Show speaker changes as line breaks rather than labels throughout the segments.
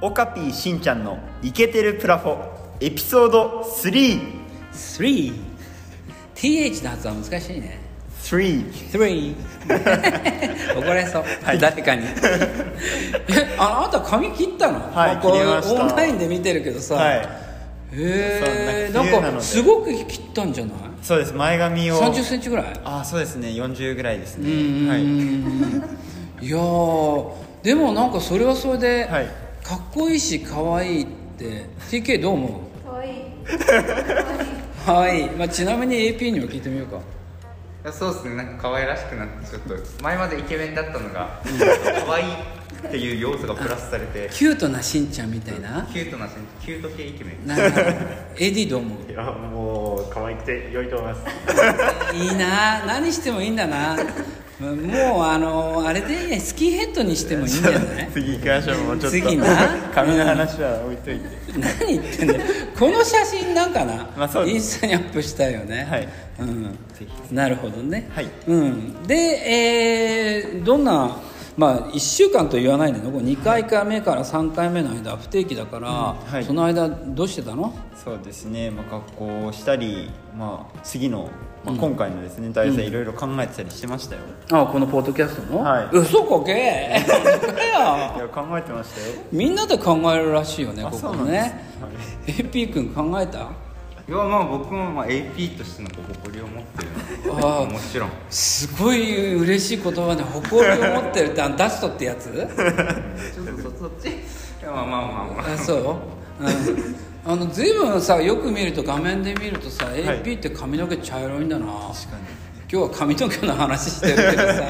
オカピーしんちゃんのイケてるプラフォエピソード 3!
3TH の発音難しいね
3!
3 怒られそう、
はい
誰 かにえあのあなた髪切ったの、
はい
まあこう
切りました
オンラインで見てるけどさ、
はい
へえ
そな
なん
冬なので
んかすごく切ったんじゃない
そうです前髪を
3 0ンチぐらい
あそうですね40ぐらいです
うーん
ねはい
いやーでもなんかそれはそれで、
はい
かっこいいし可愛いって TK どう思 う
可愛い
はい、まあ、ちなみに AP にも聞いてみようか
いやそうですねなんか可愛らしくなってちょっと前までイケメンだったのが可愛いっていう要素がプラスされて
キュートなしんちゃんみたいな
キュートな線キュート系イケメン
なるほど AD どう思う
いやもう可愛くて良いと思います
いいな何してもいいんだなまもうあのあれでいいスキンヘッドにしてもいいんじゃない
次行きましょうもうちょっと
次 な
髪の話は置いといて、
何言ってんだよこの写真なんかな、
まあそうです
インスタにアップしたいよね
はい、
うん
ぜ、
なるほどね、
はい
うん、で、えーどんなまあ1週間と言わないでねこう2回回目から3回目の間不定期だから、
うんはい
その間どうしてたの
そうですね、まあ、格好をしたり、まあ、次の、まあ、今回のですね大勢いろいろ考えてたりしてましたよ、
あこのポッドキャストの、
はい
嘘こ け嘘かよ
いや考えてましたよ
みんなで考えるらしいよね
あ
こ
そ
こ
うなんです
ね
ねはい
AP 君考えた
いやまあ僕もまあ AP としてのこう誇りを持ってる
あ
の
ー
でもちろん
すごい嬉しい言葉で誇りを持ってるってあのダストってやつ
ちょっとそそっちいやまあまあまあまあ
あそう、うん、あの随分さよく見ると画面で見るとさ、AP って髪の毛茶色いんだな確かに今日は髪の毛の話してるけどさ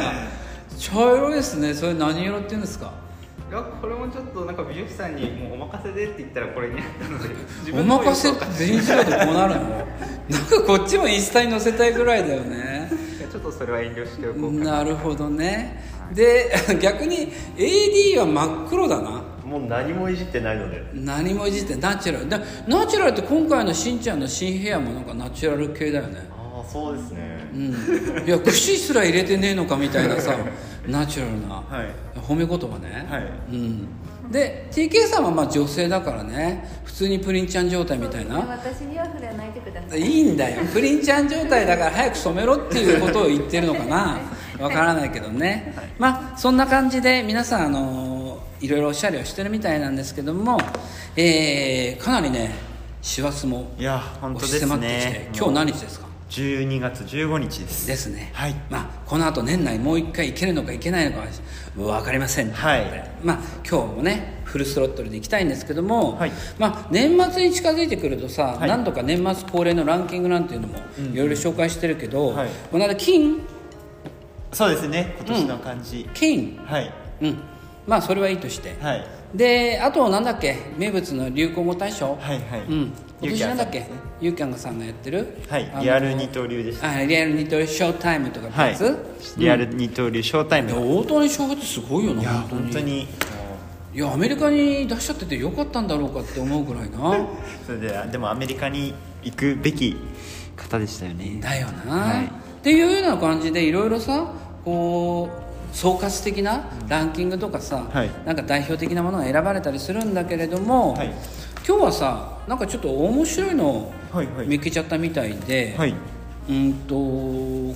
茶色いですねそれ何色って言うんですか
いやこれもちょっとなんか美容師さんにもうお任せでって言ったらこれになったので自
お
分の方
任
が
せって全然違うとこうなるのなんかこっちもインスタに載せたいぐらいだよね
いやちょっとそれは遠慮しておこうかな
なるほどねで 逆に AD は真っ黒だな
もう何もいじってないので
何もいじってナチュラルだナチュラルって今回のしんちゃんの新ヘアもなんかナチュラル系だよね
ああそうです
う
ね
んいや櫛すら入れてねえのかみたいなさナチュラルな、
はい
褒め言葉ね、
はい
うん、で TK さんはまあ女性だからね普通にプリンちゃん状態みたいな
私には触れないでください
いいんだよプリンちゃん状態だから早く染めろっていうことを言ってるのかなわからないけどね、まあそんな感じで皆さんあのいろいろおしゃれをしてるみたいなんですけども、えーかなりね師走も
いや本当
押
です
し迫ってきて、
ね
今日何日ですか
12月15日です
ですね、
はい
まあ、この後年内もう一回行けるのか行けないのかは分かりません
はい
とうことでまあ、今日もねフルスロットルで行きたいんですけども、
はい
まあ、年末に近づいてくるとさ、
はい
何度か年末恒例のランキングなんていうのもいろいろ紹介してるけど、
はい
この間金
そうですね今年の感じ、
金
はい
うんまあそれはいいとして、
はい
であとなんだっけ名物の流行語大賞、
はいはい
うん、今年なんだっけ
ゆうきゃんさんですね
ゆうきゃんさんがやってる、
はい
あの
リアル二刀流でした
あリアルニトリショータイムとかって
は
や
い
つ、
リアル二刀流ショータイ
い
ム
や
が
大谷翔平ってすごいよな本当に
本当に
いやアメリカに出しちゃっててよかったんだろうかって思うぐらいな
それででもアメリカに行くべき方でしたよね
だよな、
はい
っていうような感じでいろいろさこう総括的なランキングとかさ、
はい
なんか代表的なものが選ばれたりするんだけれども、
はい
今日はさなんかちょっと面白いのを
はいはい
見っけちゃったみたいで、
はい
うんと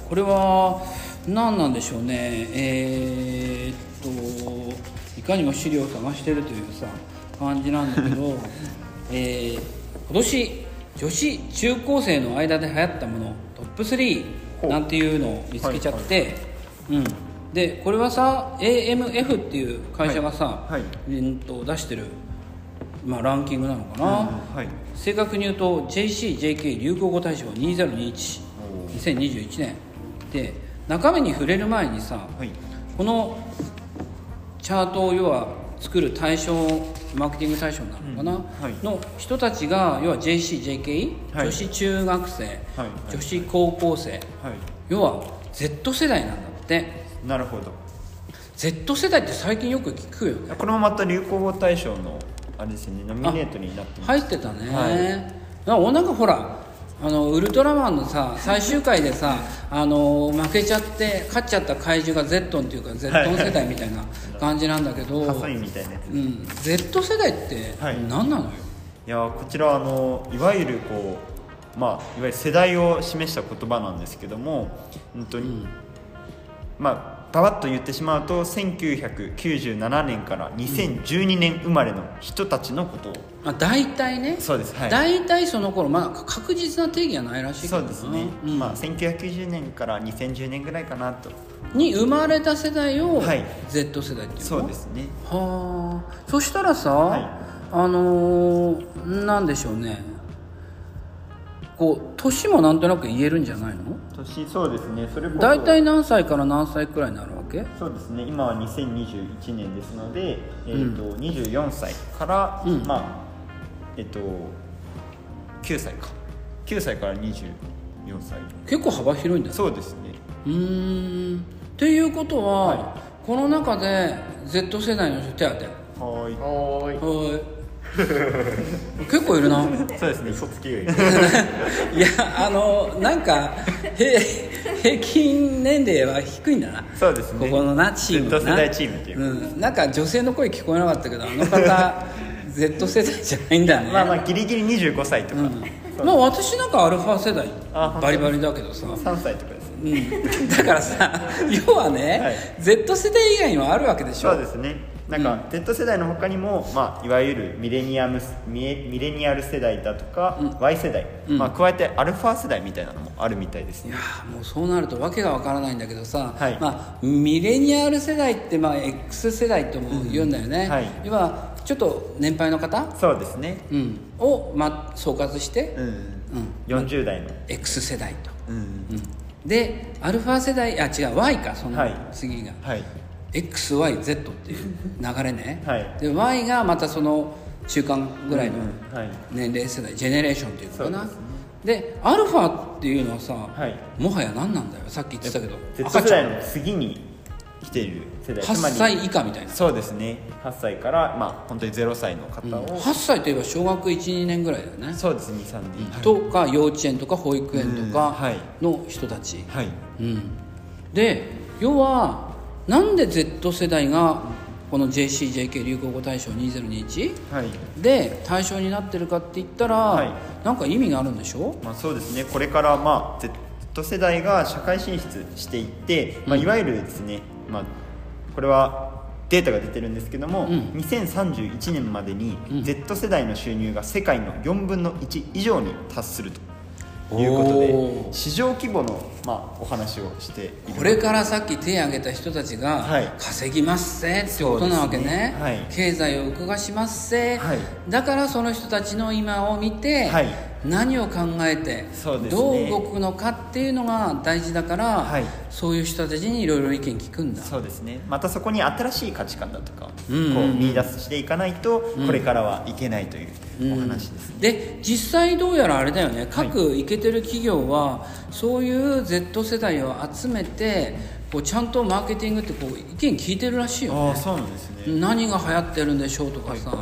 これは何なんでしょうねえーっといかにも資料を探してるというさ感じなんだ けど、えー今年女子中高生の間で流行ったものトップ3なんていうのを見つけちゃって、うん、でこれはさ AMF っていう会社がさ、
はいはい
うんと出してる、まあ、ランキングなのかな。
はい
正確に言うと JCJK 流行語大賞2021 2021年で中身に触れる前にさ
はい
このチャートを要は作る対象マーケティング対象なのかな、
うんはい
の人たちが要は JCJK、
はい
女子中学生、
はい
女子高校生
はい
要は Z 世代なんだって
なるほど
Z 世代って最近よく聞くよね
これもまた流行語大賞のあれですよねノミネートになってます
入ってたね、
はい
なんかおなんかほらあのウルトラマンのさ最終回でさあの負けちゃって勝っちゃった怪獣がゼットンっていうかゼットン世代みたいな感じなんだけど、
ハサミみたいなやつ
うん Z 世代って
はい
何なのよ、
いやーこちらはあのいわゆるこうまあいわゆる世代を示した言葉なんですけども本当に、まあばわっと言ってしまうと1997年から2012年生まれの人たちのことを、
まあ、大体ね
そうですはい
大体その頃まあ確実な定義はないらしいけど
そう
な
ですね、
うん
まあ1990年から2010年ぐらいかなと
に生まれた世代を
はい
Z 世代っていうの
そうですね
はあそしたらさ、
い
あのーなんでしょうねこう年もなんとなく言えるんじゃないの
年そうですねそれこそ
大体何歳から何歳くらいになるわけ
そうですね今は2021年ですので、えーと24歳から、
うん
まあえっ、と9歳か9歳から24歳
結構幅広いんだ
そうですね
うーんっていうことは、この中で Z 世代の人手当て
はーい
は
はい結構い るな
そうです
ーい
ね
嘘つきより
いやあのなんかへ平均年齢は低いんだな
そうですね
ここのなチームな
Z 世代チームっていう
うん、なんか女性の声聞こえなかったけどあ の方 Z 世代じゃないんだ ね
まあまあギリギリ25歳とか、
うんまあ私なんかアルファ世代
あ本当
バリバリだけどさ、
3歳とかですね
うん、だからさ 要はね、
はい
Z 世代以外にもあるわけでしょ
そうですねなんか、Z 世代の他にも、まあ、いわゆるミレニアムスミレミレニアル世代だとか、Y 世代、
うん
まあ、加えてアルファ世代みたいなのもあるみたいです
い
ね
やーもうそうなるとわけがわからないんだけどさ、
はい
まあ、ミレニアル世代って、まあ、X 世代とも言うんだよね、
うんはい
要はちょっと年配の方、
そうですね
うん、を、まあ、総括して、
うん、40代の、
X 世代と、
うん
うん、でアルファ世代あ違う Y かその
はい
次が、
はい
XYZ っていう流れね、
はい
で Y がまたその中間ぐらいの
うんはい
年齢世代、ジェネレーションっていうのかな
そう
で,、アルファっていうのはさ、
はい
もはや何なんだよさっき言ってたけど
Z
赤
世
ちゃ
代
ん
の次に来ている世代
8
つまり
歳以下みたいな、
そうですね8歳からまあ本当に0歳の方
うん
を、
8歳といえば小学12年ぐらいだよね
そうです23年、はい
とか幼稚園とか保育園と
うん
か
はい
の人たち、
はい
うん、で要はなんで Z 世代がこの JCJK 流行語大賞2021
はい
で対象になってるかって言ったら、
はい
なんか意味があるんでしょ
まあ、そうですねこれから、まあ、Z 世代が社会進出していって、まあ、いわゆるですね、まあ、これはデータが出てるんですけども、
うん
2031年までに
うん
Z 世代の収入が世界の4分の1以上に達するということ
おー
で市場規模の、まあ、お話をしている
これからさっき手挙げた人たちが
はい
稼ぎますせってことなわけ
そう
ね,、
ですねはい
経済を動かしますせ、
はい
だからその人たちの今を見て、
はい
何を考えて
そうですね
どう動くのかっていうのが大事だから、
はい
そういう人たちにいろいろ意見聞くんだ
そうですねまたそこに新しい価値観だとかをこ
うんうんうん
う見出していかないと
ん
これからはいけないというお話ですね、
で実際どうやらあれだよね各イケてる企業はそういう Z 世代を集めてこうちゃんとマーケティングってこう意見聞いてるらしいよ
ああ
ね
そうなんですね、
何が流行ってるんでしょうとかさ、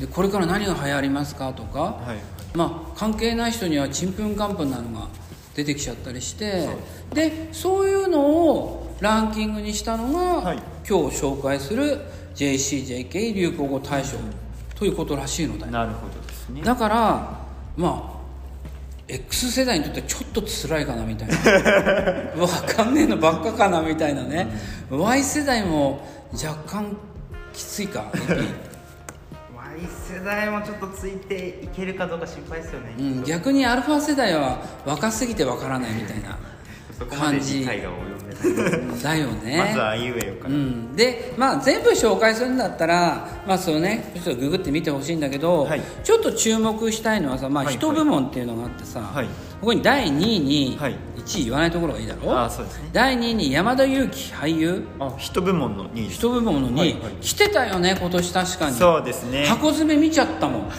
でこれから何が流行りますかとか、
はいはい
まあ関係ない人にはちんぷんかんぷんなのが出てきちゃったりしてでそういうのをランキングにしたのが、
はい
今日紹介する JCJK 流行語大賞ということらしいのだよ
なるほどですね
だからまあ X 世代にとってはちょっと辛いかなみたいな わかんねえのばっかかなみたいなね、Y 世代も若干きつ いか
Y 世代もちょっとついていけるかどうか心配ですよね、
うん、逆にアルファ世代は若すぎてわからないみたいな
そこまで
感じ
理解が及んでない
だよね
まずはあいうえよか
う
な、
ん、で、まあ、全部紹介するんだったら、まあそのね、ちょっとググって見てほしいんだけど、
はい
ちょっと注目したいのはさ、まあ、
はい
人部門っていうのがあってさ、
はい
ここに第2位に、
はい
1位言わないところがいいだろ
ああそうですね
第2位に山田裕貴俳優
あ人部門の2位です
人部門の2位、
はいはい
来てたよね今年確かに
そうですね
箱詰め見ちゃったもん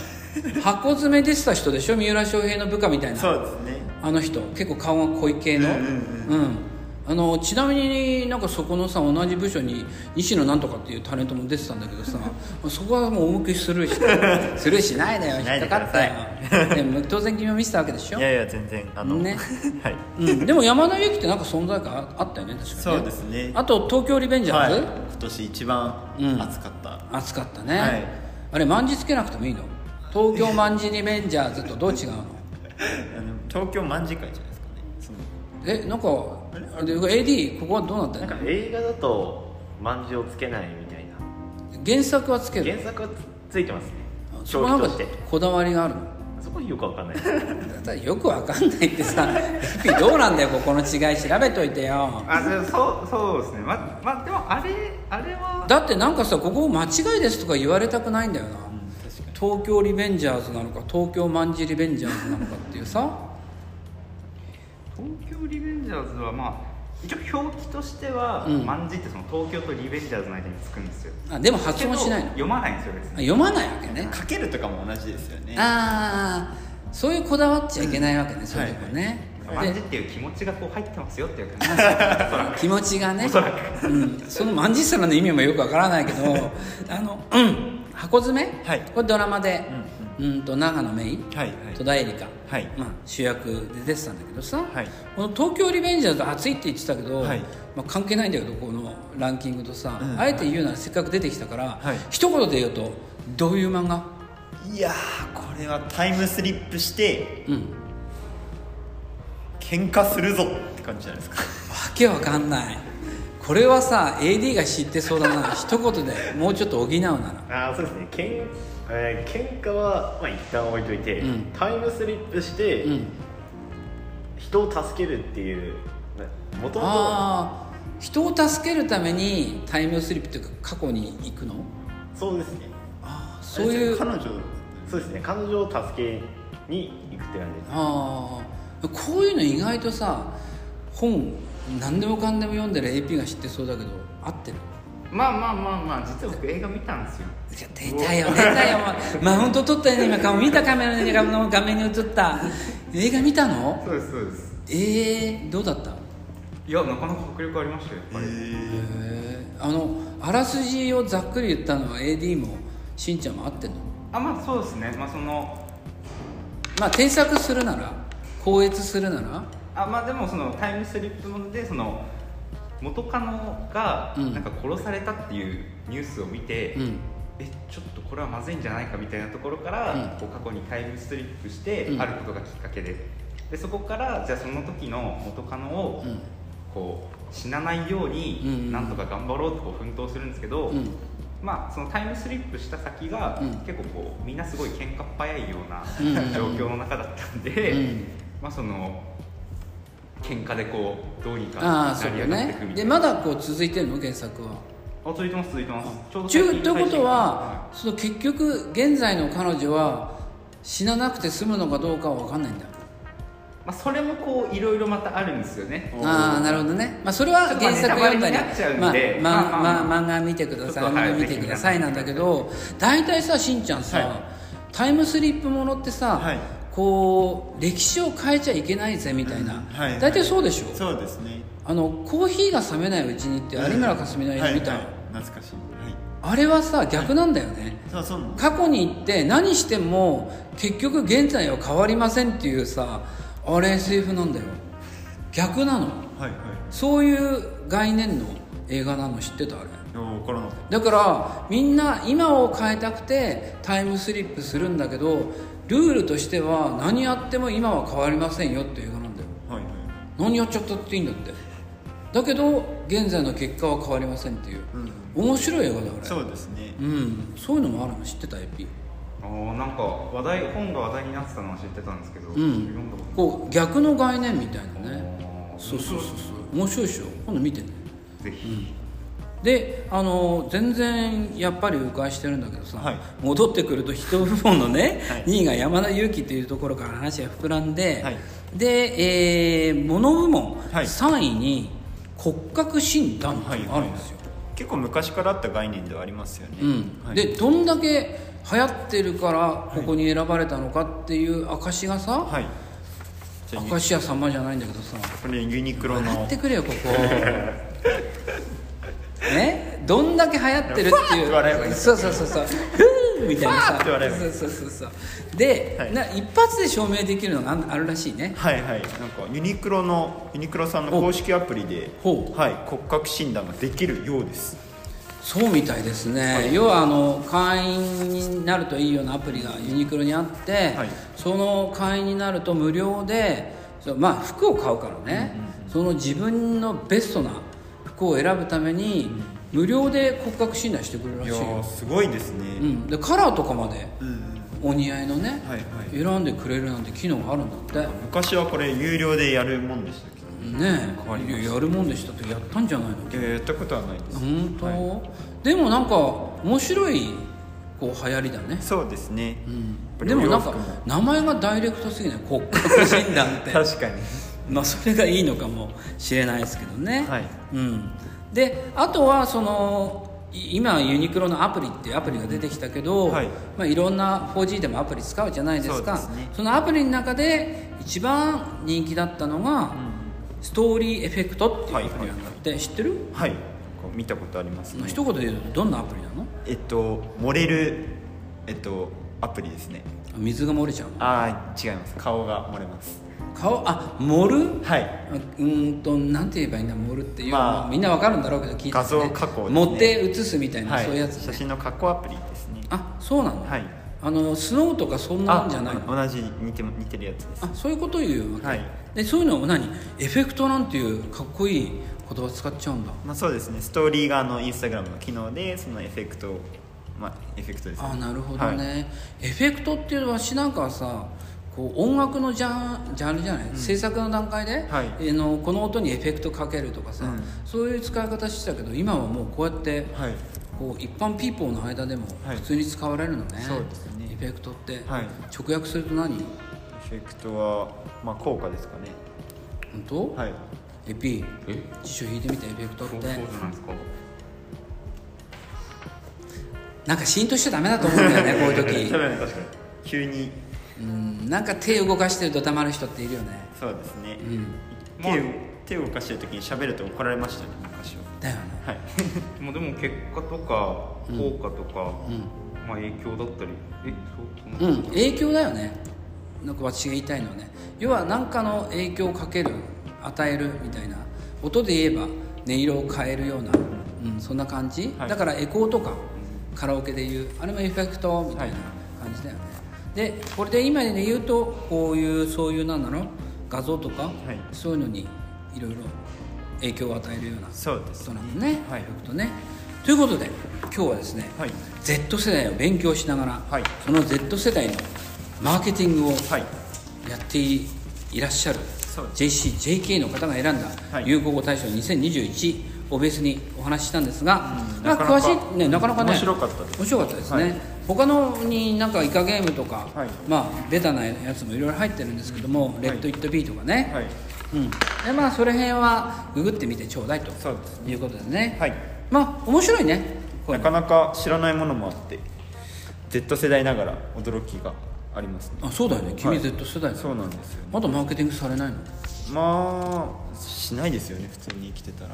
箱詰め出てた人でしょ三浦翔平の部下みたいな
そうですね
あの人結構顔が濃い系のうん、あのちなみになんかそこのさ同じ部署に西野なんとかっていうタレントも出てたんだけ どさそこはもう大きくスルーしてスルーしないでよ引
ない
っ
で
か
く
か
ださ
った
い
よでも当然君も見せたわけでしょ
いやいや全然あの、
ね
はい
うん、でも山田裕貴ってなんか存在感ああったよね確かにね
そうですね
あと東京リベンジャーズ、
はい、今年一番
うん
暑かった、
暑かったね、
はい
あれまんじつけなくてもいいの東京まんじリベンジャーズとどう違うの
あの東京卍会じゃないですかねその
えなんかあれ AD ここはどうなった
なん
の
か映画だとまんじをつけないみたいな
原作はつける
原作はつついてますね
あそ
消
こなん
費
か
として
こだわりがあるの
そこよくわかんないです
だからよくわかんないってさエピどうなんだよここの違い調べといてよ
あでもそうそうですねままでもあれあれは
だってなんかさここ間違いですとか言われたくないんだよな、東京リベンジャーズなのか東京まんじリベンジャーズなのかっていうさ
東京リベンジャーズはまあ一応表記としては、
うん
まんじってその東京とリベンジャーズの間につくんですよ
あでも発音しないの
けど読まないんですよ別
あ
に
読まないわけね
かけるとかも同じですよね
ああそういうこだわっちゃいけないわけね、そういうとこね、
まんじ
で
っていう気持ちがこう入ってますよっていう感じ おそらく
気持ちがね
おそらく
うん、そのまんじっさらの意味もよくわからないけど あの、うん、箱詰め、
はい
これドラマで、うんと長野芽
はいはい
郁戸田恵梨香、
はい
まあ、主役で出てたんだけどさ、
はい
この「東京リベンジャーズ」熱いって言ってたけど、
はい
まあ、関係ないんだけどこのランキングとさ、
うん
あえて言うならせっかく出てきたから、
はい
一言で言うとどういう漫画
いやーこれはタイムスリップして
うん
喧嘩するぞって感じじゃないですか
わけわかんないこれはさ AD が知ってそうだ な一言でもうちょっと補うなら
ああそうですねけん、えー、喧嘩はまあ一旦置いといて、
うん
タイムスリップして、
うん
人を助けるっていうもともと
ああ人を助けるためにタイムスリップというか過去に行くの
そうですね
ああそういう
彼
あ
女
そうですね彼女を助けに行くって感じです
あこういうの意外とさ本何でもかんでも読んでる AP が知ってそうだけど合ってる
まあまあまあまあ実は僕映画見たんですよ
いや出たよ出たよ もうマウント取ったよね今顔見たカメラに画面に映った映画見たの
そうですそうです
ええー、どうだった
いやなかなか迫力ありましたよやっぱり、
へーあのあらすじをざっくり言ったのは AD もしんちゃんも合ってんの
あまあそうですねまあその
まあ添削するなら校閲するなら
あまあでもそのタイムスリップものでその元カノが
うん
なんか殺されたっていうニュースを見て、
うん
えちょっとこれはまずいんじゃないかみたいなところから、
うん
こう過去にタイムスリップして、
うん
あることがきっかけででそこからじゃあその時の元カノを、
うん
こう死なない
うん
よう
うんう
に
ん
なんとか頑張ろうとこう奮闘するんですけど、
うん
まあそのタイムスリップした先が、
うん
結構こうみんなすごい喧嘩っ早いような
うんうんうん
状況の中だったんで、
うん
まあその喧嘩でこうどうにか
ああそ
成
う
り
だ
上がっていく
ね
みた
で
い
ま
な。
だこう続いてるの原作は
あ続いてます続いてます。ちょうど
ち
最
ゅ
近
ということ
最
はその結局現在の彼女は死ななくて済むのかどうかは分かんないんだ
新まあそれもこういろいろまたあるんですよね。
ああなるほどね、まあ、それは
ちょっと
原作読んだり
ネタバレになっちゃうん
まあ
で
まあ
まあまあ
まあ漫画見てくだ
ち
さい
ょっと
ア
はい
ニメ見てください
ぜひ
なんだけど大体さしんちゃんさ、
はい
タイムスリップものってさ、
はい
こう歴史を変えちゃいけないぜみたいな、
うんはい
大体そうでしょ
そうですね
あのコーヒーが冷めないうちにって有村架純の映画見た、
はいはい懐かしいはい
あれはさ逆なんだよね、
そうそうなんです
過去に行って何しても結局現在は変わりませんっていうさあれ SF なんだよ逆な
は
の
いは
そういう概念の映画なの知ってたあれ
いでも分からなかっ
だからみんな今を変えたくてタイムスリップするんだけどルールとしては何やっても今は変わりませんよっていう映画なんだよ
たはいはい
何やっちゃったっていいんだってだけど現在の結果は変わりませんっていう、面白い映画だあれ
そうですね
うん、そういうのもあるの知ってたエピ
あーなんか話題本が話題になってたのは知ってたんですけど、
うん
読んだこと
こう逆の概念みたいな
ない。
ね
あー
そうそうそうそう面白いでしょ今度見てね
ぜひ。
であの全然やっぱり迂回してるんだけどさ、
はい
戻ってくると人部門のね、
はい
2位が山田裕貴っていうところから話が膨らんで、
はい
で、えー、物部門
はい
3位に骨格診断って
はいいう
のがあるんですよ、
結構昔からあった概念ではありますよね
うん
はい
でどんだけ流行ってるからここに選ばれたのかっていう証しがさ、
はいじゃあ
明石家さんまじゃないんだけどさ
これユニクロ
笑
の
ってくれよこ こねどんだけ流行ってるって
ファーって笑えばい
い
いう
そうそうそうそうふーみたいな
ファー
さ
って笑えばいい
そうそうそうそうで、
はい
な一発で証明できるのがああるらしいね
はいはいなんかユニクロのユニクロさんの公式アプリで
ほう
はい、骨格診断ができるようです
そうみたいですね、要はあの会員になるといいようなアプリがユニクロにあって、
はい
その会員になると無料でそうまあ服を買うからね、その自分のベストな服を選ぶために無料で骨格診断してくれるら
い
しい
や
よ
ーすごいですね、
うん、でカラーとかまでお似合いのね、
はいはい
選んでくれるなんて機能があるんだって
昔はこれ有料でやるもんでしたっけ
ね
変わりま
えやるもんでしたってやったんじゃないの
いややったことはないです
本当、
はい
でもなんか面白いこう流行りだね、
そうですね、
うん、でもなんか
お洋服
名前がダイレクトすぎない骨格診断って
確かに
まあそれがいいのかもしれないですけどね、
はい
うん、であとはそのい今ユニクロのアプリっていうアプリが出てきたけど、
はい
いまあ、いろんな 4G でもアプリ使うじゃないですか
そうですね
のアプリの中で一番人気だったのが、ストーリーエフェクトっていうアプリなんだって、知ってる
はいこう見たことありますね
一言で言うとどんなアプリなの
えっと漏れるえっとアプリですね
あ水が漏れちゃうの
ああ違います顔が漏れます
顔あ盛る
はい
あうーんとなんて言えばいいんだ盛るっていう、
まあ
まあ、みんなわかるんだろうけど聞いて、ね、
画像加工ですね
持って写すみたいな、
はい
そういうやつ、ね、
写真の加工アプリですね
あそうなの、
はい
あのスノーとかそんなんじゃないのあ
同じ似て似てるやつです
そういうことを言うわけ、
はい
でそういうのを何エフェクトなんていうかっこいい言葉使っちゃうんだ
まあそうですねストーリーがあのインスタグラムの機能でそのエフェクトをまあエフェクトですね
あなるほどね、
はい
エフェクトっていうのは私なんかはさこう音楽のジャンジャンルじゃない、制作の段階で、
はい
えーのこの音にエフェクトかけるとかさ、
うん
そういう使い方してたけど今はもうこうやって、
はい
こう一般ピーポーの間でも
はい
普通に使われるのね、
そうですね
エフェクトって、
はい
直訳すると何本
エフェクトはまあ効果ですかね
当、
はい
エピ
え
辞書引いてみてエフェクトっ
そ
て
うそうじゃないですか
なんか浸透しちゃダメだと思うんだ よねこういう時
分確かに急に
うんなんか手動かしてると黙る人っているよね
そうですね、
ん
手を手を動かしてる時に喋ると怒られましたね昔は
だよね
はい
もうでも結果とか効果とか、まあ影響だったりえそうその
うん影響だよねなんか私が言いたいのはね要は何かの影響をかける与えるみたいな音で言えば音色を変えるような、うん、そんな感じ、
はい
だからエコーとかカラオケで言うあれもエフェクトみたいな感じだよね、でこれで今で言うとこういうそういうなんだろう画像とか、
い
そういうのにいろいろ影響を与えるような
そうです
ことなのね、
はい
エフェクトねということで今日はですね、
はい
Z 世代を勉強しながら、
はい
その Z 世代のマーケティングを
はい
やっていらっしゃる
そう
JCJK の方が選ん
は
だ
い
流行語大賞2021をベースにお話ししたんですが、
うんな
まあ、
かなか
詳しいねなかなかね
面白かったです
面白かったですね、
はい
他のになんかイカゲームとか、
はい
まあベタなやつもいろいろ入ってるんですけども、レッド・イット・ビーとかね、
はい
うん、でまあそれ辺はググってみてちょうだいと
そうです
いうことですね、
はい
まあ面白いねこうい
な
うの
かなか知らないものもあって Z 世代ながら驚きがありますね
あそうだよね
は
君
い
Z 世代だよね、
そうなんですよ
まだマーケティングされないの
まあしないですよね普通に生きてたら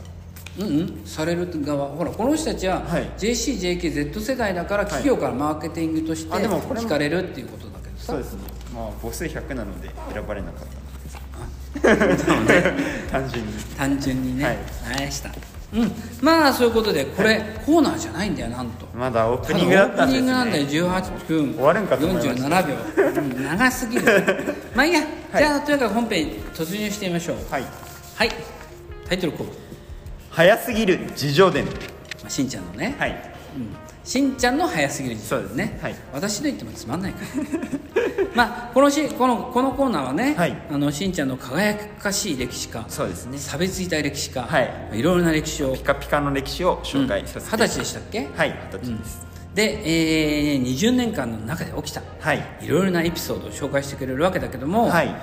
うんうんされる側ほらこの人たちは
はい
JCJKZ 世代だから企業からマーケティングとして
あでもこれも
聞かれるっていうことだけど
そう
さ
ですねまあ母数100なので選ばれなかった 単純に
単純にね
はい
あれしたうんまあそういうことでこれコーナーじゃないんだよなんと
まだオープニングだったんですね
ただオープニングなんだよ18分
終わるんかと思いました
47秒、うん長すぎる まあいいや、
はい
じゃあとにかく本編突入してみましょう
はい
はいタイトルコール、ま
早すぎる自叙伝
あ、しんちゃんのね、
はい
うんしんちゃんの早すぎる時
そう
代
です
ね、
はい
私の言ってもつまんないから まあこのしこのこのコーナーはね、
はい
あのしんちゃんの輝かしい歴史家
そうですね
差別いたい歴史家、
はい
い、ろいろな歴史を
ピカピカの歴史を紹介させて
うん、20歳でしたっけ、
はい二十歳です、
で、えー20年間の中で起きた
はい
いろいろなエピソードを紹介してくれるわけだけども、
はい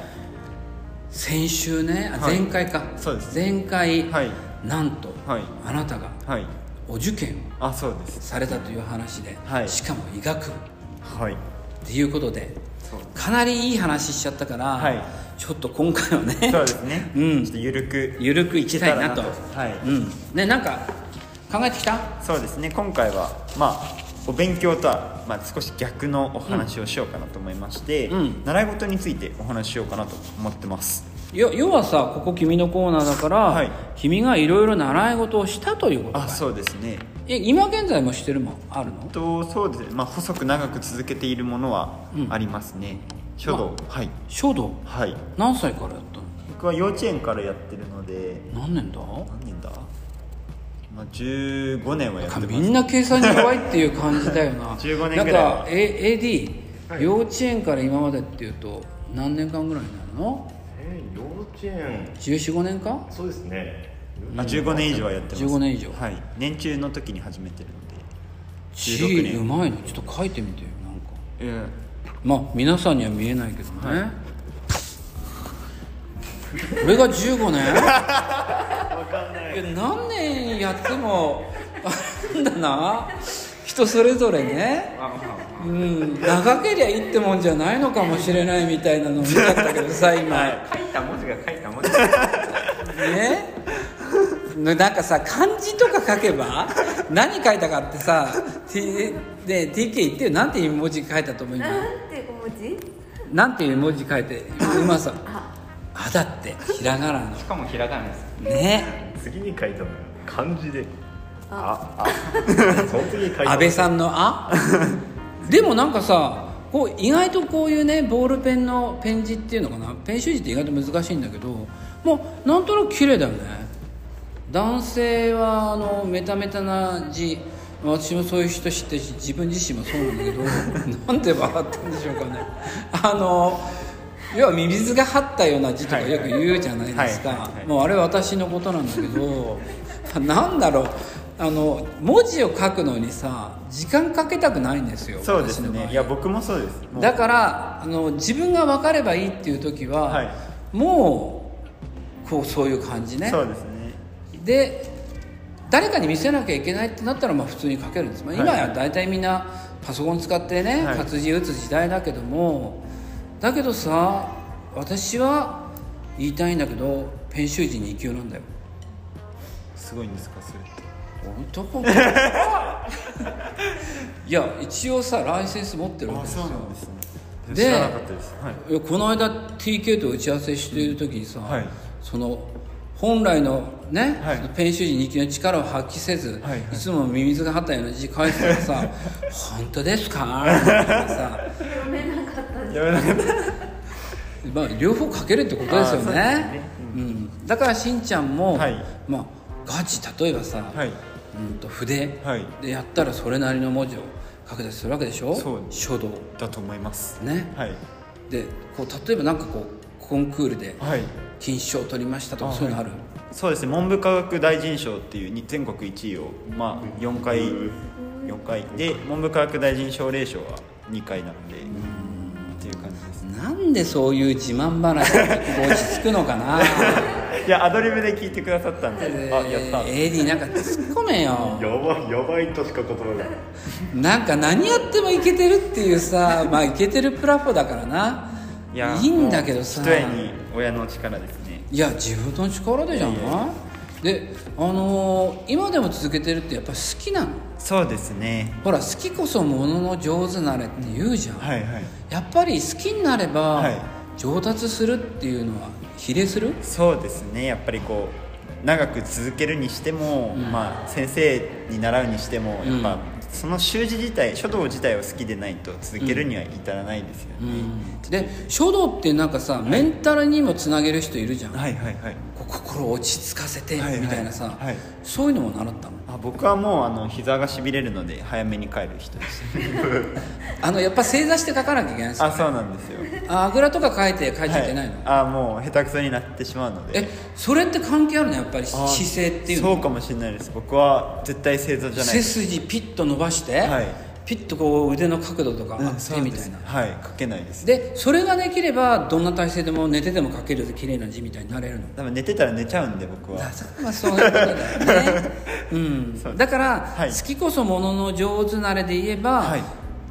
先週ねあ
はい
前回か、
そうです
前回、
はい
なんと、
はい
あなたが
はい
お受験を
あそうです
されたという話で、
はい
しかも医学部
はい
っていうことで
そう
かなりいい話しちゃったから、
はい
ちょっと今回はね
そう ですね、
うん
ちょっと緩く
ゆるくいきたいなと
いけたらなとはい
うんねなんか考えてきた
そうですね今回はまあお勉強とは、まあ、少し逆のお話をしようかなと思いまして、
うんうん
習い事についてお話ししようかなと思ってます
よ要はさここ君のコーナーだから、
はい
君がいろいろ習い事をしたということ
あ
か
そうですね
え今現在もしてるもんあるの
とそうですね、まあ、細く長く続けているものはありますね、書道、はい
書道
はい
何歳からやったの
僕は幼稚園からやってるので
何年だ
何年だ、まあ、15年はやってます
みんな計算に弱いっていう感じだよ な
15年
なん
ぐらいは
か、A、AD、幼稚園から今までっていうと何年間ぐらいになるの
えー幼稚園
1415年か
そうですね
あ15年以上はやってます
15年以上
はい年中の時に始めてるので16
G
年
うまいのちょっと書いてみてよなんか
え
まあ皆さんには見えないけどね、これが15 年
わかんない
いや何年やってもあなんだな人それぞれねうん長けりゃいいってもんじゃないのかもしれないみたいなのを見たんだけどさ今、
書いた文字が書いた文字が
ね のなんかさ漢字とか書けば何書いたかってさ、T で TK 言ってよなんていう文字書いたと思う今
なんてご文字
なんていう文字書いて今さ「あ」だってひらがなの
しかもひらがなです
ね
次に書いたのが漢字でああその次に書いた
安倍さんの「あ」でもなんかさこう意外とこういうねボールペンのペン字っていうのかなペン習字って意外と難しいんだけどもうなんとなく綺麗だよね男性はあのメタメタな字私もそういう人知ってるし自分自身もそうなんだけど なんで笑ったんでしょうかねあの要はミミズが張ったような字とかよく言うじゃないですか、
はいはいはい
もうあれは私のことなんだけどなんだろうあの文字を書くのにさ時間かけたくないんですよ
そうです
私の場
ね
合
いや僕もそうですもう
だからあの自分が分かればいいっていう時は、
はい
もうこうそういう感じね
そうですね
で誰かに見せなきゃいけないってなったらまあ普通に書けるんです、まあ、
はい
今や大体みんなパソコン使ってね、
はい
活字打つ時代だけどもだけどさ私は言いたいんだけど編集時に2級なんだよ
すごいんですかそれって
本当いや一応さライセンス持ってるわけですよ
ですね
で
知らなかったですはい
いやこの間 TK と打ち合わせしている時にさ、
はい
その本来のね、
はい
そのペン習字2級の力を発揮せず、
はいはいい
つもミミズが張ったような字書いてた らさ「本当ですか?」ってさ、
読めなかったです
やめなかっ
まあ、両方書けるってことです
あーそ
よね
うですね
うん、だからしんちゃんも、
はい
まあ、ガチ例えばさ、
たはい
うんと筆
はい
でやったらそれなりの文字を書けたりするわけでしょ
そう
書道
だと思います
ね
はい
でこう例えばなんかこうコンクールで
はい
金賞を取りましたとか
あ
そういうのある、
そうですね文部科学大臣賞っていうに全国1位をまあ4回4回で文部科学大臣奨励賞は2回なのでっていう感じですね
なんでそういう自慢話に落ち着くのか な
いやアドリブで聞いてくださったんで
え
あやった
ー AD なんか突っ込めよ
やばいやばいとしか言葉が
なんか何やってもいけてるっていうさまあいけてるプラフだからな
や
いいんだけどさ
もう一重に親の力ですね
いや自分の力でじゃないであのー今でも続けてるってやっぱ好きなの
そうですね
ほら好きこそものの上手なれって言うじゃん、
はいはい
やっぱり好きになれば、
はい
上達するっていうのは比例する
そうですねやっぱりこう長く続けるにしても、まあ、先生に習うにしてもやっぱ、
うん
その習字自体書道自体を好きでないと続けるには至らないですよね、
で書道ってなんかさ、メンタルにもつなげる人いるじゃん、
はいはいはい
こう心を落ち着かせて
はいはい
みたいなさ、
はい
そういうのも習ったの
あ僕はもうあの膝がしびれるので早めに帰る人です
あのやっぱ正座して書かなきゃいけないんですよ
あそうなん ですよ
ああぐらとか書いて書いちゃいけないの、
はあもう下手くそになってしまうので
えそれって関係あるのやっぱり
あ
姿勢っていうの
そうかもしれないです僕は絶対正座じゃない
背筋ピッと伸ばして、
はい
ピッとこう腕の角度とか
うん
あってみたいな、
はい書けないです
でそれができればどんな体勢でも寝てても書ける綺麗な字みたいになれるの
多分寝てたら寝ちゃうんで僕は
だまあそういうこ とだよね、うん、だから、
はい
好きこそものの上手なれで言えば、
はい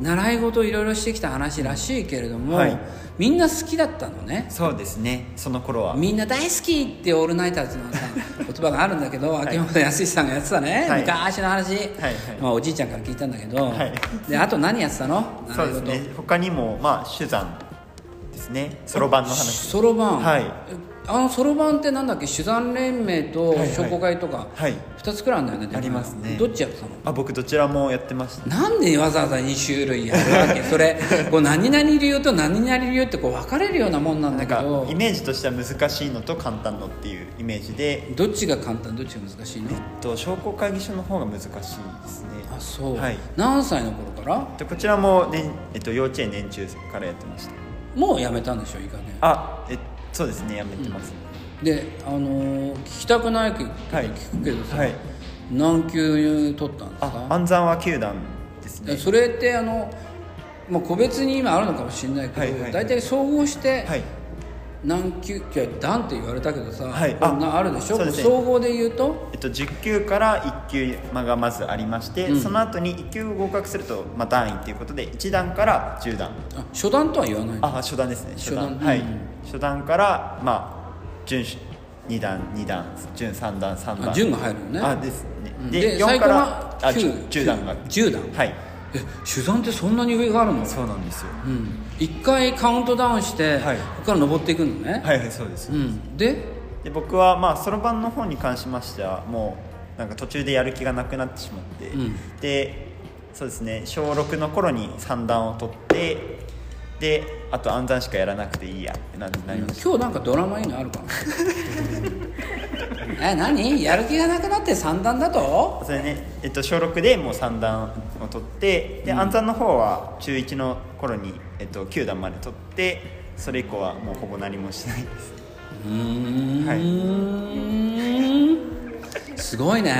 習い事いろいろしてきた話らしいけれども、
はい
みんな好きだったのね
そうですねその頃は
みんな大好きって「オールナイターズ」のさ言葉があるんだけど、秋元康さんがやってたね、
はい
昔の話、
はい
まあ、おじいちゃんから聞いたんだけど、
はい
であと何やってたの
そうですね他にもまあ手山ですねそろばんの話
そろばん
はい
あのそろばんってなんだっけ手山連盟と
いはい
商工会とか
はい
2つくらいあるんだよねでも
ありますね
どっちやってたの
あ僕どちらもやってました
なんでわざわざ2種類やるわけそれこう何々流と何々流ってこう分かれるようなもんなん
な
だ
ん
け
か
ど
イメージとしては難しいのと簡単のっていうイメージで、
どっちが簡単どっちが難しいの
えっと、商工会議所の方が難しいですね
あそう、
はい
何歳の頃から
でこちらも、ねえっと、幼稚園年中からやってました
もうやめたんでしょいい加減
あえそうですねやめてます、
であのー聞きたくないけど
はい
聞くけどさ、
はい
何級取ったんです
あ
か
暗算は球団ですね
それってあの、まあ、個別に今あるのかもしれないけど、
はいはい
大体総合して
はい
何級いや段って言われたけどさ、
はい
こんなあるでしょ
そうですね
総合で言うと
えっと、10級から1級がまずありまして、その後に1級合格すると、まあ、段位ということで1段から10段
あ初段とは言わないの
あ初段ですね初段
初段
はい、
うん
初段からまあ準2段2段準3段3
あ
段
順が入るのね
あですね
うん
で
最
4
高
か
は
らあ
九
10, 段が
九十段
はい
え手段ってそんなに上があるの
そうなんですよ
うん一回カウントダウンして、
はい
ここから登っていくのね、
はいはいそうです、
うん、で
で僕はまあそろばんの方に関しましてはもうなんか途中でやる気がなくなってしまって、
うん
でそうですね小6の頃に三段を取ってであと暗算しかやらなくていいやってななりました、
今日なんかドラマいいのあるかな え何やる気がなくなって三段だと
それねえっと、小6でもう三段を取ってで暗算の方は中1の頃に、えっと、9段まで取ってそれ以降はもうほぼ何もしないです
うーん、
は
す ごいね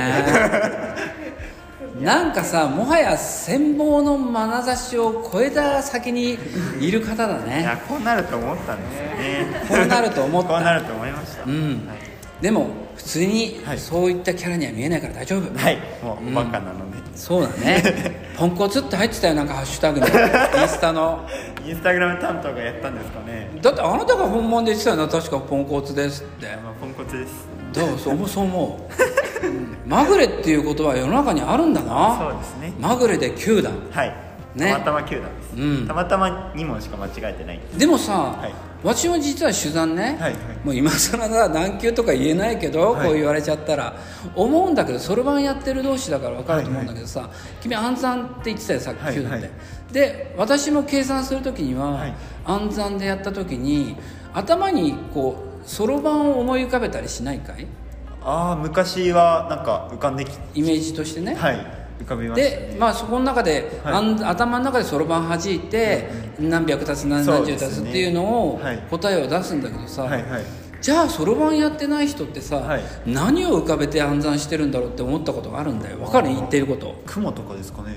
なんかさもはや羨望の眼差しを超えた先にいる方だ
い
ね
やこうなると思ったんですよね
こうなると思っ
こう
た
なると思いました、
うん
はい
でも普通に
はい
そういったキャラには見えないから 大丈夫、
はい、もうバカなので、
そうだねポンコツって入ってたよなんかハッシュタグにインスタの
インスタグラム担当がやったんですかね。
だってあなたが本番で言ってたよな確かポンコツですって
まあポンコツです。
だからそうそう思う、うんまぐれっていう言葉は世の中にあるんだな
そうですね
まぐれで9段
はい。
ね
たまたま9段です。
うん
たまたま2問しか間違えてない。
でもさ、
い
私も実は取材ね、
はいはい
もう今更だ何級とか言えないけど、
はい
こう言われちゃったら思うんだけどそろばんやってる同士だから分かると思うんだけどさ、君暗算って言ってたよさっき
はい
9段で、
はい
で私も計算する時には、
はい
暗算でやった時に頭にこうそろばんを思い浮かべたりしないかい
ああ、昔はなんか浮かんでき、
イメージとしてね、
はい、浮かびました
で
ね。
まあそこの中で、
はい
あん頭の中でそろばん弾いて、何百足す何
そう
何十
ですね
足すっていうのを
はい
答えを出すんだけどさ、
はいはい。
じゃあそろばんやってない人ってさ、
はい
何を浮かべて暗算してるんだろうって思ったことがあるんだよ分かる言ってること
雲とかですかね。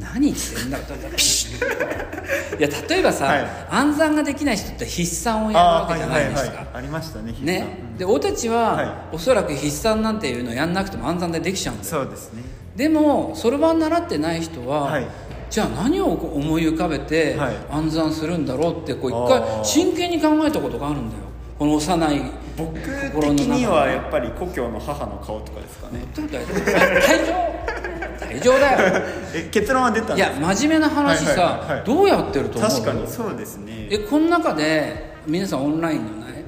何言ってんだピシ ッいや例えばさ、
はい
暗算ができない人って筆算をやる
あ
わ
あー、
けじゃ
は
ないい
はい
で
は
す
い
か、。
ありましたね、
ね
筆、
で俺たちは、
は
おそらく筆算なんていうのやんなくても暗算でできちゃうんだよ
算そうですね。
でもそろばん習ってない人は、
はい
じゃあ何を思い浮かべて
はい
暗算するんだろうってこう一
あ
回
ー
真剣に考えたことがあるんだよこの幼い
僕的
心の中で
にはやっぱり故郷の母の顔とかですかね。
大丈夫大丈夫だよ
え、結論は出たん
い
で
や
す
真面目な話さ、
はいはいはい
どうやってると思う
確かにそうですね。
えこの中で皆さんオンラインのね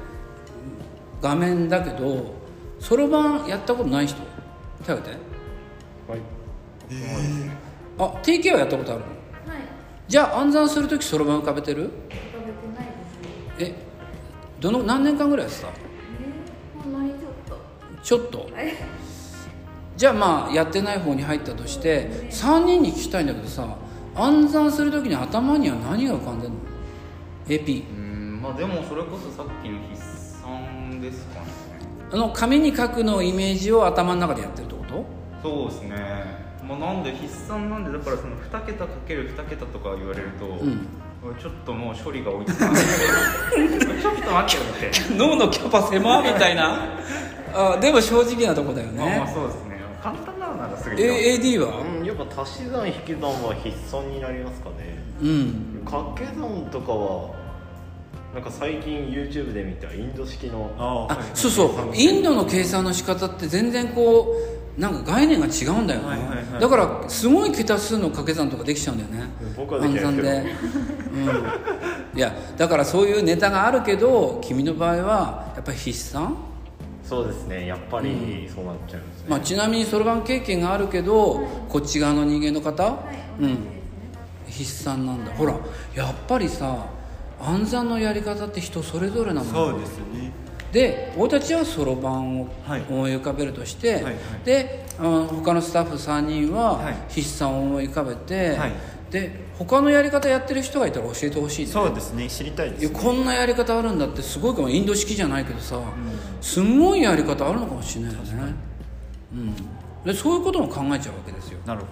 画面だけどそろばんやったことない人手を挙げて
はい
あ TK はやったことあるの
はい
じゃあ暗算する時そろばん浮かべてる
食べてないですね
えどの何年間ぐらいやってた
えー、ほんまにちょっと
ちょっと
え
じゃあまあやってない方に入ったとして3人に聞きたいんだけどさ暗算する時に頭には何が浮かんでんの AP
うんまあでもそれこそさっきの筆算ですかね
あの紙に書くのをイメージを頭の中でやってるってこと
そうですねまあなんで筆算なんでだからその2桁かける2桁とか言われると、
ん
ちょっともう処理が追いつ かないちょっと待ってよっ て
脳のキャパ狭みたいなあでも正直なとこだよ
まあまあ
ね
そうですね簡単なのならすぐ行っ
A-
て
AD は
うんやっぱ足し算引き算は必須になりますかね
うん
掛け算とかはなんか最近 YouTube で見たインド式の
あー
あ
はいはい
そうそうインドの計算の仕方って全然こうなんか概念が違うんだよね、
はいはいはい
だからすごい桁数の掛け算とかできちゃうんだよね
僕はできないけど
暗算で、うん、いやだからそういうネタがあるけど君の場合はやっぱり筆算、
そうですねやっぱりそうなっちゃいますね、
まあ、ちなみにそろばん経験があるけどこっち側の人間の方、
は
う
い、同じ
ん
ですね。
筆算なんだほらやっぱりさ暗算のやり方って人それぞれなの
そうですね
で俺たちはそろばんを
はい
思い浮かべるとして、
はいはい
であの他のスタッフ3人
は
はい筆算を思い浮かべて、
はい
で他のやり方やってる人がいたら教えてほしいね
そうですね知りたいで
いや
す
こんなやり方あるんだってすごいかもインド式じゃないけどさ、すんごいやり方あるのかもしれないよね、うん、でそういうことも考えちゃうわけですよ、
なるほ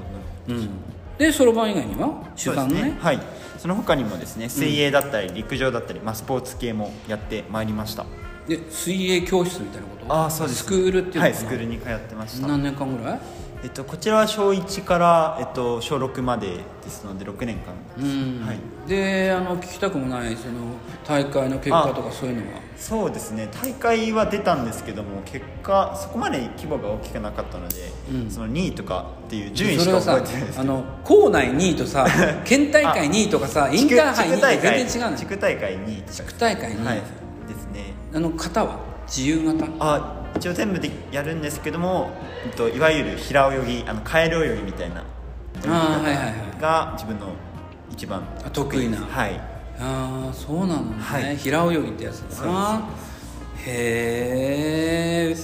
どなるほど
うん、でそろばん以外には手段
そう
ね
ですはいその他にもですね水泳だったり陸上だったり、まあ、スポーツ系もやってまいりました
で水泳教室みたいなこと
ああそうです
スクールっていうのかな、
はいスクールに通ってました
何年間ぐらい
えっと、こちらは小1から、えっと、小6までですので6年間
うん
はい
であの聞きたくもないその大会の結果とかそういうのは
そうですね大会は出たんですけども結果そこまで規模が大きくなかったので、
うん
その2位とかっていう順位
そ
し
れ
か
は
覚え
さ
てないです
あ
けど
の校内2位 とさ県大会2位とかさインターハイ2位って全然違うん
地
だよ
区大会2位とか
地区大会2位、
はいですね
あの型は自由形
あ一応全部でやるんですけども、えっと、いわゆる平泳ぎあのカエル泳ぎみたいな泳ぎ方
あーはいはいはい
が自分の一番
あ得意な
はい
ああそうなのね、
はい
平泳ぎってやつだなへえ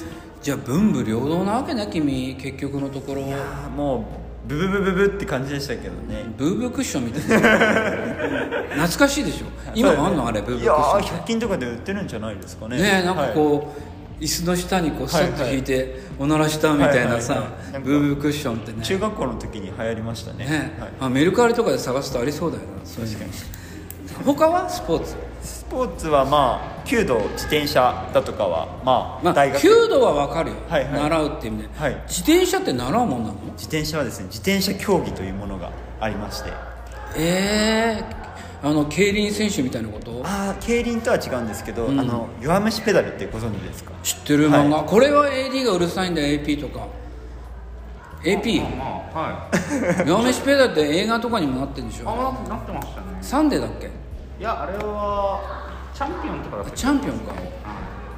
じゃあ文武両道なわけね君結局のところ
あーもうブブブブブって感じでしたけどね
ブーブークッションみたいな 懐かしいでしょ今もあんのあれブーブークッション
いやー100均とかで売ってるんじゃないですかね
ねえなんかこう、椅子の下にこうスッと引いておならしたみたいな
はい
さ
はいはいなんか
ブーブークッションって
う
ね
中学校の時に流行りましたね
ね
はい
あメルカリとかで探すとありそうだよなそういうの
確かに
他はスポーツ
スポーツはまあ弓道自転車だとかはまあ
まあ
大学、
弓道はわかるよ、
はいはい
習うって意味で、
はい
自転車って習うもんなの
自転車はですね自転車競技というものがありまして
ええあの競輪選手みたいなこと
ああ競輪とは違うんですけど、あの弱虫ペダルってご存知ですか
知ってる漫画、これは AD がうるさいんだよ AP とか AP
まあはい
弱飯ペダルって映画とかにもなってるんでしょ
ああなってましたね
サンデーだっけ
いやあれはチャンピオンとかだっ
あ
たっけ
チャンピオンか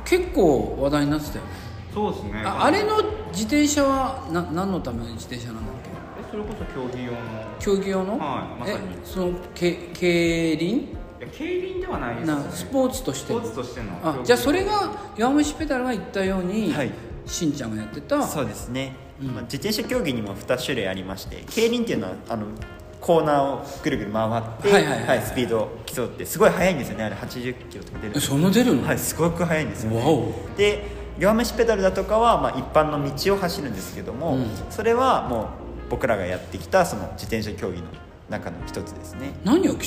結構話題になってたよね
そうですね
ああれの自転車はな何のための自転車なんだっけ
えそれこそ競技用の
競技用の、
はいまさに
えそのけ競輪
いや競輪ではないですね
なスポーツとして
スポーツとしての
あじゃあそれが弱虫ペダルが言ったように、
はい
しんちゃんがやってた
そうですね、まあ、自転車競技にも2種類ありまして競輪っていうのはあのコーナーをぐるぐる回って、
はいはいはい
スピードを競ってすごい速いんですよねあれ80キロとか出る
えそんな出るの、
はい、すごく速いんですよ、ね、
わお
で弱虫ペダルだとかは、まあ、一般の道を走るんですけども、
うん
それはもう僕らがやってきたその自転車競技の中の一つですね
何を競うの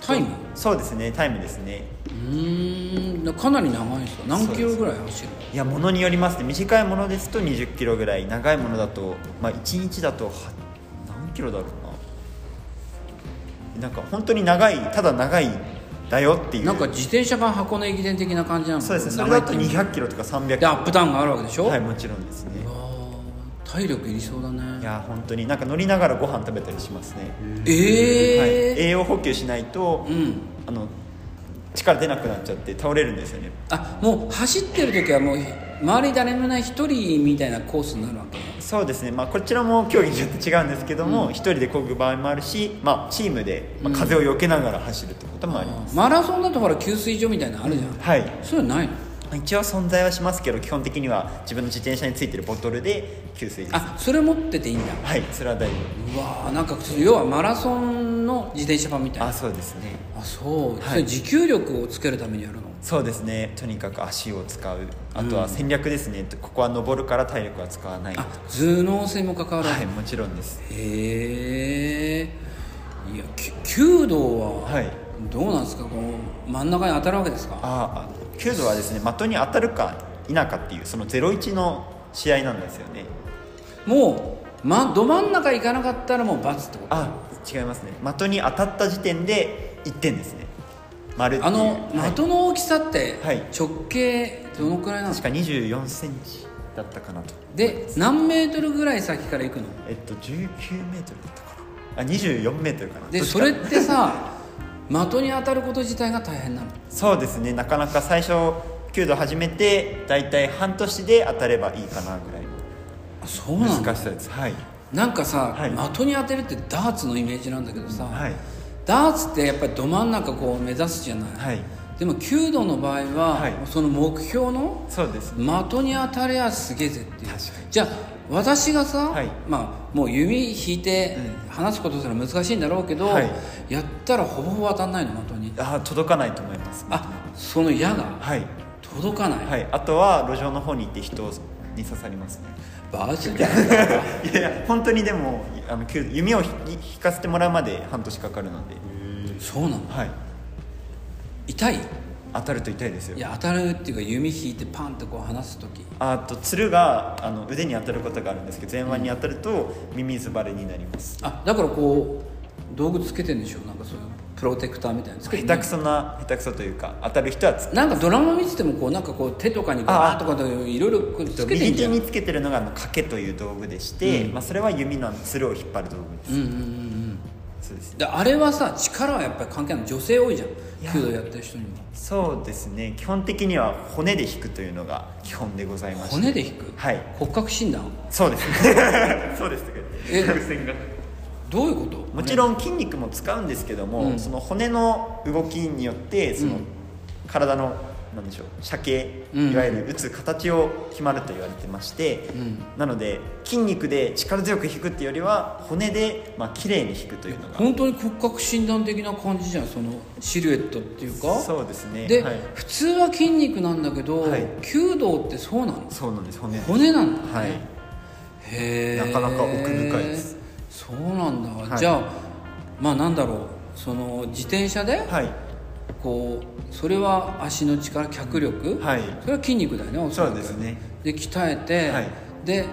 タイム
そうですねタイムですね
うーんかなり長いですよ何キロぐらい走る
いやものによりますね短いものですと2 0キロぐらい長いものだと、まあ、1日だとは何キロだろうななんか本当に長いただ長いだよっていう
なんか自転車版箱根駅伝的な感じなの
そうですねそれだと2 0 0キロとか3 0 0キ
でア
ロ
ップダウンがあるわけでしょ、
はいもちろんですね
わあ体力いりそうだ
い
ね
や本当になんか乗りながらご飯食べたりしますね、はい、
ええ
栄養補給しないと、
うん
あの力出なくなっちゃって倒れるんですよね
あもう走ってる時はもう周り誰もいない一人みたいなコースになるわけ
そうですね、まあ、こちらも競技によって違うんですけども、一人で漕ぐ場合もあるし、まあ、チームで、まあ、風を避けながら走るってこともあります、
マラソンだとほら給水所みたいなのあるじゃん、
はい
そういうのないの
一応存在はしますけど基本的には自分の自転車についてるボトルで給水です
あそれ持ってていいんだ
はいそれは大丈
うわーなんか要はマラソンの自転車版みたい
夫
な
あ
あ
そうですね
そう、
はい
それ持久力をつけるためにやるの
そうですねとにかく足を使うあとは戦略ですね、ここは登るから体力は使わない
あ頭脳性も関わらず、
はいもちろんです
へえいやき弓道
は
はいどうなんですか、この真ん中に当たるわけですか
ああ弓道はですね的に当たるか否かっていうその01の試合なんですよね
もう、ま、ど真ん中行かなかったらもう×ってこと
あ違いますね的に当たった時点で1点ですね丸っていう
あの
はい
的の大きさって
はい
直径どのくらいなんです
確
か、
か2 4センチだったかなと
で何メートルぐらい先から行くの
えっと1 9メートルだったかなあ2 4メートルかな
で
どっち
そ
か
れってさ的に当たること自体が大変なの
そうですねなかなか最初弓道始めて大体半年で当たればいいかなぐらい
あそうな
の
ん
難
だ
しさですはい
なんかさ、
はい
的に当てるってダーツのイメージなんだけどさ、
はい
ダーツってやっぱりど真ん中こう目指すじゃない、
はい
でも弓道の場合は、
はい
その目標の
そうですね
的に当たりゃすげえぜってい
確
う
かに
じゃあ私がさ、
はい
まあ、もう弓引いて話すことすら難しいんだろうけど、
はい
やったらほぼほぼ当たんないの的に
あ届かないと思います
あその矢が
はい
届かない、
はいあとは路上の方に行って人に刺さり ますね
バージで
いやいや本当にでもあの弓弓を引引かせてもらうまで半年かかるので
そうなの
はい
痛い
当たると痛いですよ
いや当たるっていうか弓引いてパンってこう離す時
あとつるがあの腕に当たることがあるんですけど前腕に当たると耳ズバレになります、
あだからこう道具つけてんでしょなんかそういうプロテクターみたいなのつけてんの
下手くそな下手くそというか当たる人はつ
なんかドラマ見ててもこうなんかこう手とかにバーッとかといろいろこうつけて
右
んじ
手
ゃん
につけてるのがあの掛けという道具でして、まあ、それは弓のつるを引っ張る道具です、
うんうんうんうん
そうです
であれはさ力はやっぱり関係ない女性多いじゃん
や
弓道やってる人にも
そうですね基本的には骨で引くというのが基本でございまして
骨で引く、
はい
骨格診断
そうです ねそうです
え
線が
どういうこと
もちろん筋肉も使うんですけども、
うん
その骨の動きによってその、
うん
体のなんでしょう射形、
うん
いわゆる打つ形を決まると言われてまして、
ん
なので筋肉で力強く引くっていうよりは骨でまあ綺麗に引くというのが
本当に骨格診断的な感じじゃんそのシルエットっていうか
そうですね
で、
はい、
普通は筋肉なんだけど、
はい
弓道ってそうなの
そうなんです骨
骨なんだ
は
ね、
い
へえ
なかなか奥深いです
そうなんだ、
はい
じゃあまあなんだろうその自転車で
はい
こうそれは足の力脚力、
はい
それは筋肉だよねおそらく
そうですね
で鍛えて、
はい
で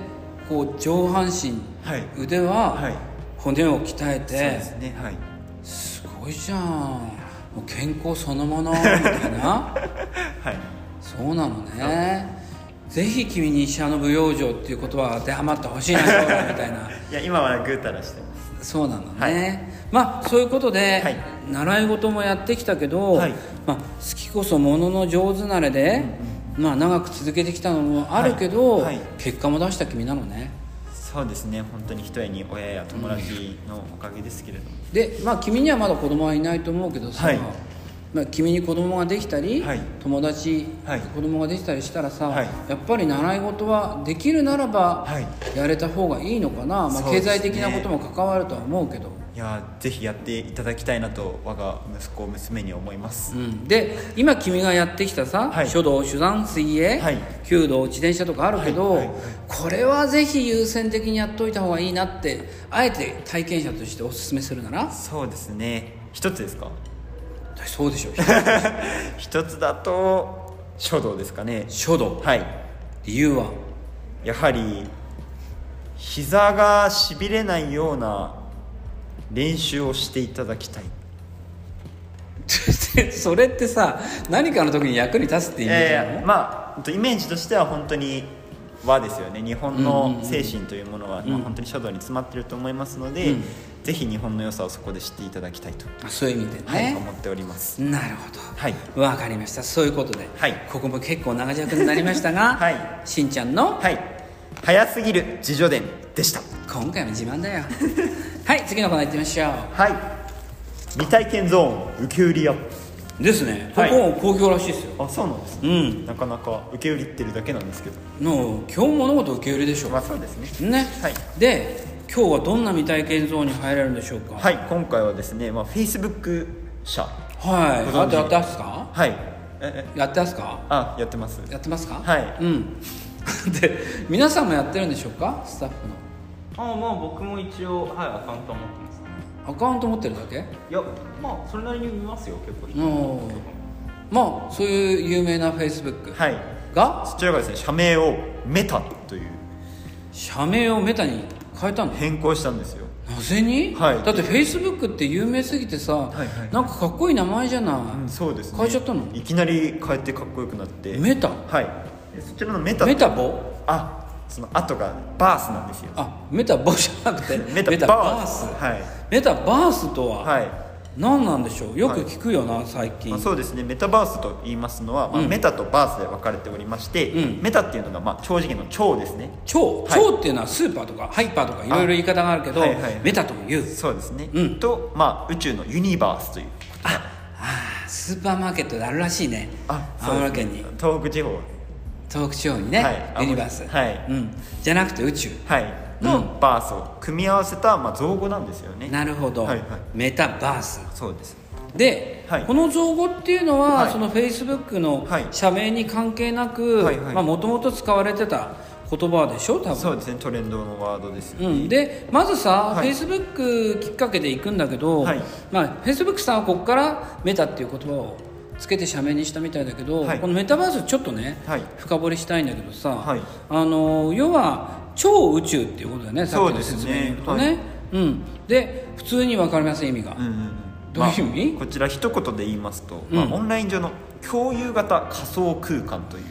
こう上半身、
はい
腕は
はい
骨を鍛え
そう
て、
ですねはい
すごいじゃんもう健康そのものみたい な
はい
そうなのねぜひ君に医者の舞養生っていうことは当てはまってほしいな将来みたいない
や今はぐうたらしてます
そうなのね、まあそういうことで、
はい
習い事もやってきたけど、
はい
まあ、好きこそものの上手なれで、まあ、長く続けてきたのもあるけど、
はいはい
結果も出した君なのね
そうですね本当に一重に親や友達のおかげですけれども、
で、まあ、君にはまだ子供はいないと思うけどさ、
はい
まあ、君に子供ができたり、
はい
友達、
はい
子供ができたりしたらさ、
はい
やっぱり習い事はできるならば
はい
やれた方がいいのかな、まあ、
そう
経
ですね
済的なことも関わるとは思うけど。
いやーぜひやっていただきたいなと我が息子娘に思います、
うん、で今君がやってきたさ、
はい
書道手段水泳、
はい
弓道自転車とかあるけど、
はいはいはい
これはぜひ優先的にやっといた方がいいなってあえて体験者としておすすめするなら
そうですね一つですか
そうでしょ
一つだと書道ですかね
書道
はい
理由は
やはり膝がしびれないような練習をしていただきたい
それってさ何かの時に役に立つって意
い
味じ
や
ゃ
い
ない
や
の
まあほんとイメージとしては本当に和ですよね日本の精神というものは、まあ、本当に書道に詰まってると思いますので、
うん
ぜひ日本の良さをそこで知っていただきたいと、
あそういう意味で
はい、
ね、
思っております
なるほど
はい
わかりましたそういうことで、
はい
ここも結構長尺になりましたが、
はい
しんちゃんの
はい早すぎる自叙伝でした
今回も自慢 だよはい次のコーナー行ってみましょう
はい未体験ゾーン受け売りや
ですねこ
はい
こも好評らしいですよ、
あそうなんです
う
ね、
ん
なかなか受け売りってるだけなんですけど
の基本物事受け売りでしょ
まあそうですね
ね、
はい
で今日はどんな未体験ゾーンに入れるんでしょうか
はい今回はですねまあ Facebook 社
は
ご存
い、
知
あとやってますか
はいええ
やってますか
あやってます
やってますか
はい
うん で皆さんもやってるんでしょうかスタッフの
あまあ僕も一応はいアカウントは持ってます
アカウント持ってるだけ
いやまあそれなりに見ますよ結構人
おーまあそういう有名なフェイスブック
はい
が
そちらがですね社名をメタという
社名をメタに変えたの
変更したんですよ
なぜに、
はい
だってフェイスブックって有名すぎてさ、
いはい
なんかかっこいい名前じゃない、
うんそうですね
変えちゃったの
いきなり変えてかっこよくなって
メタ
はいえそちらのメタ
メタボ
あその後がバースなんですよ
あメタボじゃなくて
メタ
バ
バ
ー
ー
ス
スはい
メタバースとは、
はい
何なんでしょうよく聞くよな、最近
まあ、そうですねメタバースと言いますのは、まあ
うん
メタとバースで分かれておりまして、
うん
メタっていうのが、まあ、超次元の超ですね
超
はい
超っていうのはスーパーとかハイパーとかいろいろ言い方があるけど、
はいはいはい
メタという
そうですね、
うん
と、まあ、宇宙のユニバースという
あースーパーマーケットであるらしいね青
そう
森
です
県
ね
に
東北地方
東北地方にね、
はい
ユニバース、
はい
うん、じゃなくて宇宙
はい
うん
の、バースを組み合わせた、まあ、造語なんですよね
なるほど、
はいはい
メタバース
そうです
で、
はい
この造語っていうのは、
はい
そのフェイスブックの
はい
社名に関係なく
はいはい
もともと使われてた言葉でしょ多分
そうですねトレンドのワードですよね、
うん、でまずさ、
はい
Facebook きっかけで行くんだけど、
はい
まあ、Facebook さんはここからメタっていう言葉をつけて社名にしたみたいだけど、
はい
このメタバースちょっとね、
はい
深掘りしたいんだけどさ、
はい
あの要は超宇宙っていうことだよねさっきの説明によるとね。
そうです
うん、で普通に分かりません意味が、
うんうんん
どういう意味
まあこちら一言で言いますと、まあ
うん
オンライン上の共有型仮想空間という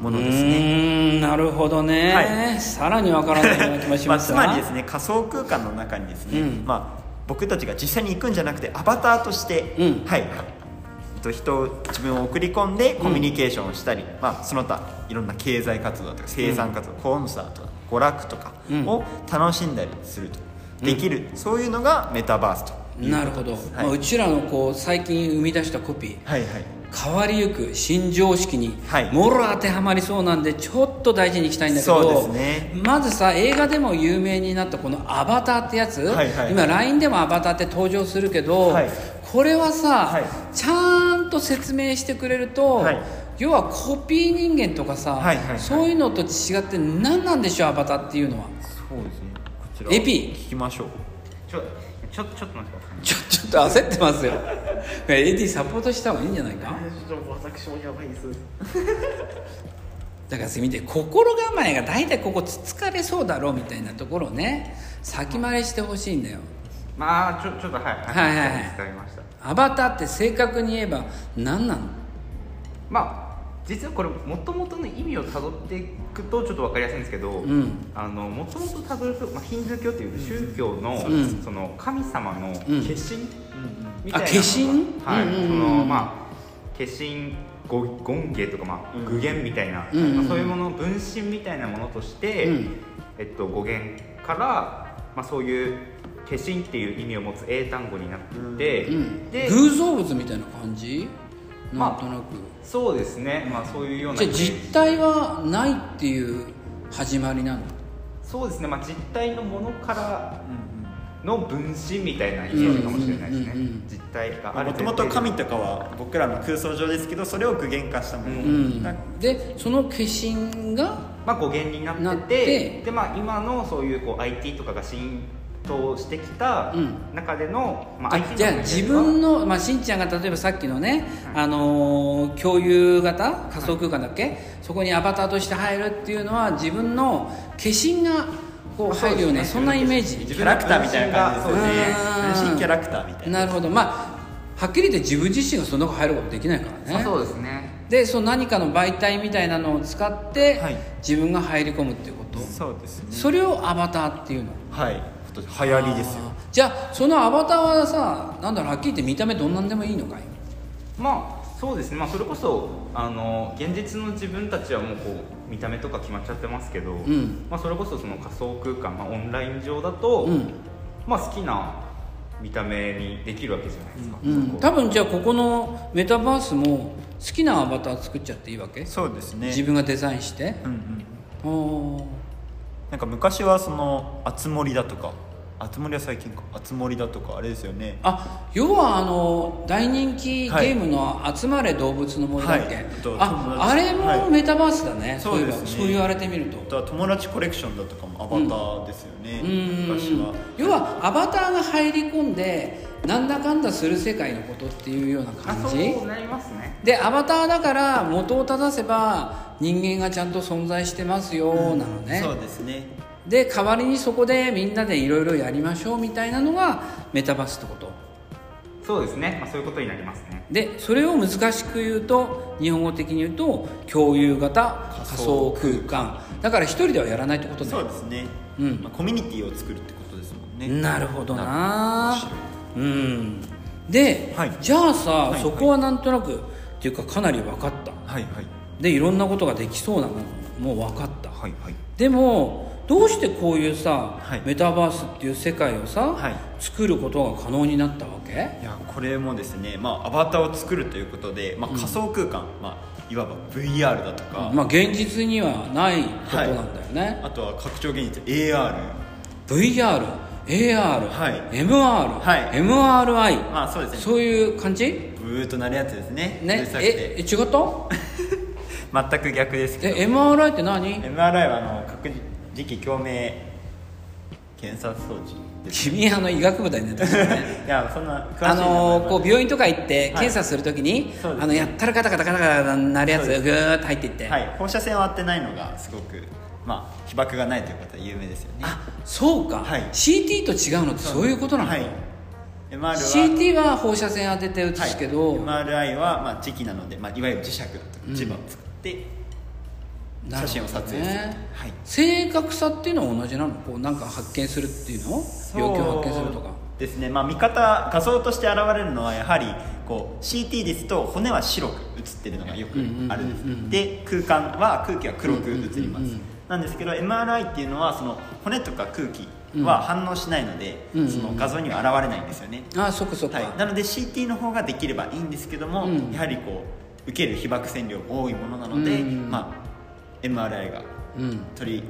も
う
の
ー
ですね
んなるほどね、
はい
さらに分からないような気もし
まあ、
まし
つ
た
まりですね仮想空間の中にですね、
うん
まあ、僕たちが実際に行くんじゃなくてアバターとして、
うん
はい、えっと人を自分を送り込んでコミュニケーションをしたり、まあ、その他いろんな経済活動とか生産活動、コンサート娯楽とか
うん
を楽しんだりすると、できるそういうのがメタバースという
なるほど、まあ、
は
う
い
ちらのこう最近生み出したコピー
はいはい
変わりゆく新常識に
はい
もろ当てはまりそうなんでちょっと大事にいきたいんだけど、
そうですね
まずさ映画でも有名になったこのアバターってやつ、
はいはい
今 LINE でもアバターって登場するけど、
はい
これはさ、
はい
ちゃんと説明してくれると、
はい
要はコピー人間とかさ、
はいはいはい
そういうのと違って何なんでしょうアバターっていうのは
そうですねこちら
エピ
聞きましょう
ちょちょちょっと待ってください
ちょちょっと焦ってます よエディサポートした方がいいんじゃないか
ちょっと私もやばいです
だから見て心構えが大体ここつつかれそうだろうみたいなところをね先回りしてほしいんだよ
まあちょちょっとはい
はいはいはい
伝えました
アバターって正確に言えば何なの
まあ実はこれもともとの意味をたどっていくとちょっと分かりやすいんですけど
ん
もともとたどると、まあ、ヒンズー教という宗教の,、
うん
その神様の化
うん
身みたい
あ
なのが、
化身
はい、
うんうんう
そ
んう
の
ん
まあ化身ご権化とか、まあ、具現みたいな、
うんうんうん
まあそういうもの分身みたいなものとして、
うん
えっと、語源から、まあ、そういう化身っていう意味を持つ英単語になっていて、
うん
で
偶像物みたいな感じ
まあ
なんとなく、
そうですね、まあ、そういうような
じゃあ実体はないっていう始まりなの
そうですね、まあ、実体のものからの分身みたいなイメージかもしれないですね、
うんうんうんうん
実体がある
もともと神とかは僕らの空想上ですけどそれを具現化したもの、
うん
だ
でその化身が
まあ、語源になってて
なって
で、まあ、今のそういうこう IT とかが浸透してきた
うん
中での、まあ、
あ
IT
じゃあ自分
の
の、まあ、しんちゃんが例えばさっきのね、あのー共有型仮想空間だっけ、そこにアバターとして入るっていうのは自分の化身がこう入るようなそ,、んなイメージ
キャラクターみたいな感じです
そう
ね
ですね
分身キャラクターみたいな
なるほどまあはっきり言って自分自身がその中入ることできないから
あ
ね
そうですね
でその何かの媒体みたいなのを使って、
はい
自分が入り込むっていうこと
そうですね
それをアバターっていうの
はい今年流行りですよ
あーじゃあそのアバターはさなんだろうはっきり言って見た目どんなんでもいいのかい
まあそうですね、まあ、それこそあの現実の自分たちはもうこう見た目とか決まっちゃってますけど、
ん
まあ、それこそその仮想空間、まあ、オンライン上だと、
うん
まあ、好きな見た目にできるわけじゃないですか、
うん、多分じゃあここのメタバースも好きなアバター作っちゃっていいわけ、
そうですね
自分がデザインして、
うんうん
おー
なんか昔はそのあつ森だとかあつ森は最近かあつ森だとかあれですよね
あ要はあの大人気ゲームの「集まれ動物の森」だっけ、
はいどう
あ
友達
あれ
は
も
い
メタバースだね、そういえば
そうですね
そう言われてみる
あ
と
とは友達コレクションだとかもアバターですよね、
うん
昔は
要はアバターが入り込んでなんだかんだする世界のことっていうような
あ
感じ
そうなりますね
でアバターだから元を正せば人間がちゃんと存在してますよなのね、
そうですね
で代わりにそこでみんなでいろいろやりましょうみたいなのがメタバースってこと
そうですね、まあ、そういうことになりますね
でそれを難しく言うと日本語的に言うと共有型仮想空間だから一人ではやらないってことね
そうですね、
うん
まあ、コミュニティを作るってことですもんね
なるほどな
面白い
うんで、
はい
じゃあさ、
い
そこはなんとなくっていうかかなり分かった
はいはい
でいろんなことができそうなのも分かった、
はいはい
でもどうしてこういうさ、
はい
メタバースっていう世界をさ、
はい
作ることが可能になったわけ
いやこれもですね、まあ、アバターを作るということで、まあ、仮想空間、まあ、いわば VR だとか、
まあ現実にはないことなんだよね、
あとは拡張現実 AR
VR、AR、
はい
MR、
はい
MRI、
まあそうですね
そういう感じ
ブーっとなるやつですねうる
ね
さく
ええ
て
違った
全く逆ですけど
え MRI って何
MRI はあの各磁気共鳴検査装置です
君あの医学部だよね確かにね
いやそんな詳しい
あのーこう
う
病院とか行って検査するときに、
そうです
あのやったらカタカタカタカタなるや
そ
つ
うで
ぐーっと入っていって、
はい放射線を当てないのがすごくまあ被爆がないということは有名ですよね
あそうか、
はい
CT と違うのってそういうことなの、
はい MR は
CT は放射線当てて映すけど、
はい、MRI はまあ磁気なので、まあ、いわゆる磁石だとか
うん
磁場を作って
なる
写
ほどね
真を撮影する、はい
正確さっていうのは同じなのこうなんか発見するっていうの病気を発見するとか
そうですねまあ見方画像として現れるのはやはりこう CT ですと骨は白く写ってるのがよくあるんです、
うんうんうんうん
で空間は空気は黒く写ります、
うんうんうんうん
なんですけど MRI っていうのはその骨とか空気は反応しないので、
うんうんうん
その画像には現れないんですよね、
ああそっかそっか、
はい、なので CT の方ができればいいんですけども、
うん
やはりこう受ける被爆線量多いものなので、
うん
まあ、MRI が
うん
取り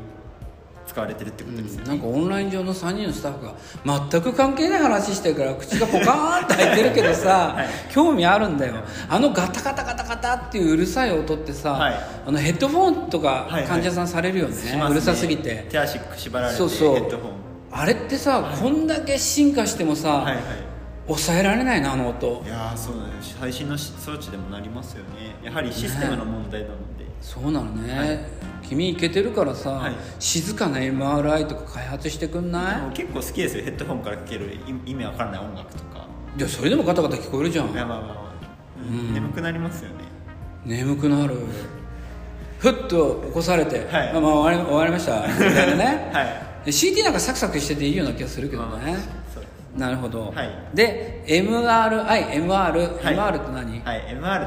使われてるってことですよね、
なんかオンライン上の3人のスタッフが全く関係ない話してるから口がポカーンって開いてるけ どさ、興味あるんだよあのガタガタガタガタっていううるさい音ってさ、
はい
あのヘッドフォンとか
はいはい
患者さんされるよね,、
しますね
うるさすぎて
手足くしばられて
そうそう
ヘッドホン
あれってさ、こんだけ進化してもさ、
はいはい
抑えられないなあの音
いやーそうなんです最新のし装置でもなりますよねやはりシステムの問題なので、
そうなのね、君いけてるからさ、
はい
静かな MRI とか開発してくんない、
もう結構好きですよヘッドホンからかけるい意味わからない音楽とか、
いやそれでもガタガタ聞こえるじゃん
いやまあまあまあ、うん眠くなりますよね
眠くなるふっと起こされて、
はい
まあまあ終わり終わりましたみたいな ね、
は
CT なんかサクサクしてていいような気がするけどね、
そうです
なるほど、
はい
で MRIMR、
はい
MR って何、
はい、MR というのは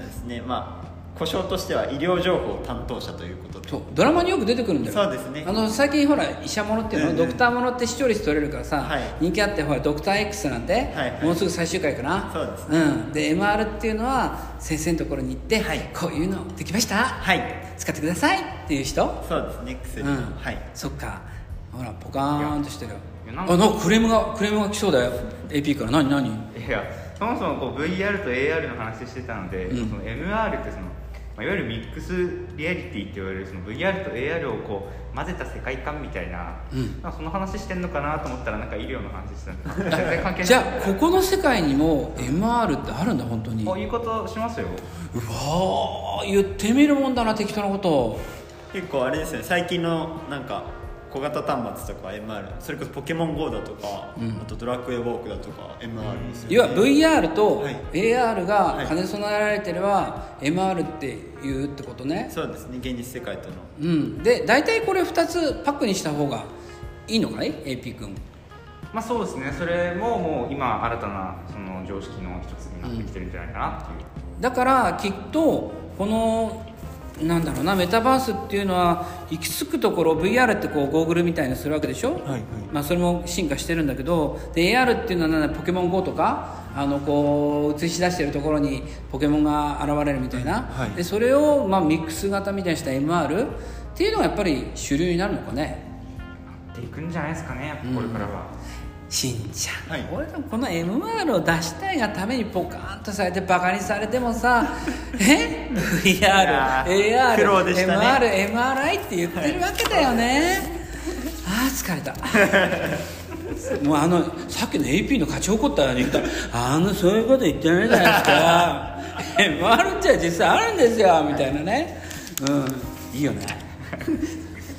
ですね、まあ、故障としては医療情報担当者ということで
そうドラマによく出てくるんだよ
そうですね
あの最近ほら医者ものっていうの、
うんうん
ドクターものって視聴率取れるからさ、
はい
人気あってほらドクター X なんて、
はい
もうすぐ最終回かな
そうです
うん、で MR っていうのは先生のところに行って、
はい
こういうのできました、
はい
使ってくださいっていう人
そうですね薬
う
の、
ん、
はい
そっかほらポカーンとしてる
いやなんか
あのクレームがクレームが来そうだよ AP から何何
いやそもそもこう VR と AR の話してたので、
うん
その MR ってその、まあ、いわゆるミックスリアリティって言われるその VR と AR をこう混ぜた世界観みたいな,、
うん
なんかその話してんのかなと思ったらなんか医療の話してたんで全然関係ない
じゃあここの世界にも MR ってあるんだ本当にう
こ
わ
ういうことしますよ
ー言ってみるもんだな適当なことを
結構あれですよね最近のなんか小型端末とか MR それこそポケモン GO だとか、
うん
あとドラクエウォークだとか MR ですよ、ね
要は VR と
はい
AR が
はい
兼ね備えられてれば MR っていうってことね
そうですね現実世界との
うんで大体これ2つパックにした方がいいのかい AP 君
まあそうですねそれももう今新たなその常識の一つになってきてるんじゃないかなっていう、
だからきっとこのなんだろうなメタバースっていうのは行き着くところ VR ってこうゴーグルみたいにするわけでしょ、
はいはい
まあ、それも進化してるんだけどで AR っていうのはなんだポケモン GO とかあのこう映し出してるところにポケモンが現れるみたいな、
はい
でそれをまあミックス型みたいにした MR っていうのがやっぱり主流になるのかね
なっていくんじゃないですかねやっぱこれからは、
しんちゃん、
はい
俺多分この MR を出したいがためにポカーンとされてバカにされて もさえ
やー苦労でしたね
VRARMRMRI って言ってるわけだよね、ああ疲れた もうあのさっきの AP の勝ち誇ったように言ったあのそういうこと言ってないじゃ ないですか MR っちゃ実際あるんですよみたいなねうんいいよね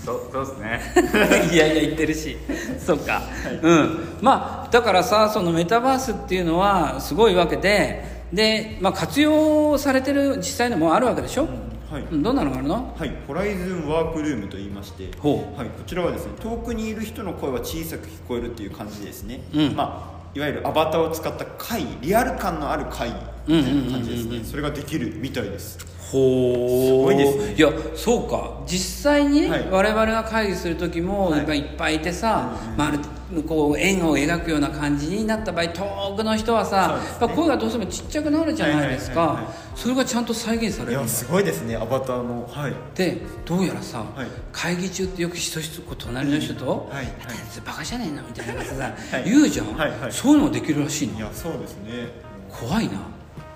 そうそうです ね
いやいや言ってるしそっか、うんまあだからさそのメタバースっていうのはすごいわけでで、まあ、活用されてる実際のもあるわけでしょ、
はい
うんどんなのがあるの
はい、ホライズンワークルームと言いまして、
ほ
はい、こちらはですね遠くにいる人の声は小さく聞こえるっていう感じですね、
うん
まあ、いわゆるアバターを使った会リアル感のある会みたいな感じですね、それができるみたいです
ほ
すごいですね
いやそうか実際にね、
はい
我々が会議する時も、やっぱりいっぱいいてさ、まあ、あるこう円を描くような感じになった場合遠くの人は
そ
さ、
うですね
やっぱ声がどうしてもちっちゃくなるじゃないですか、
はいはいはいはい
それがちゃんと再現さ
い
れる
や
んだ
すごいですねアバターのはい
でどうやらさ、
はい
会議中ってよく一人一人こう隣の人と「
うんはいはい
あんたやつバカじゃねえの?」みたいなことさ、
はい
言うじゃん、
はいはい
そういうのもできるらしい
い
の
やそうですね
怖いな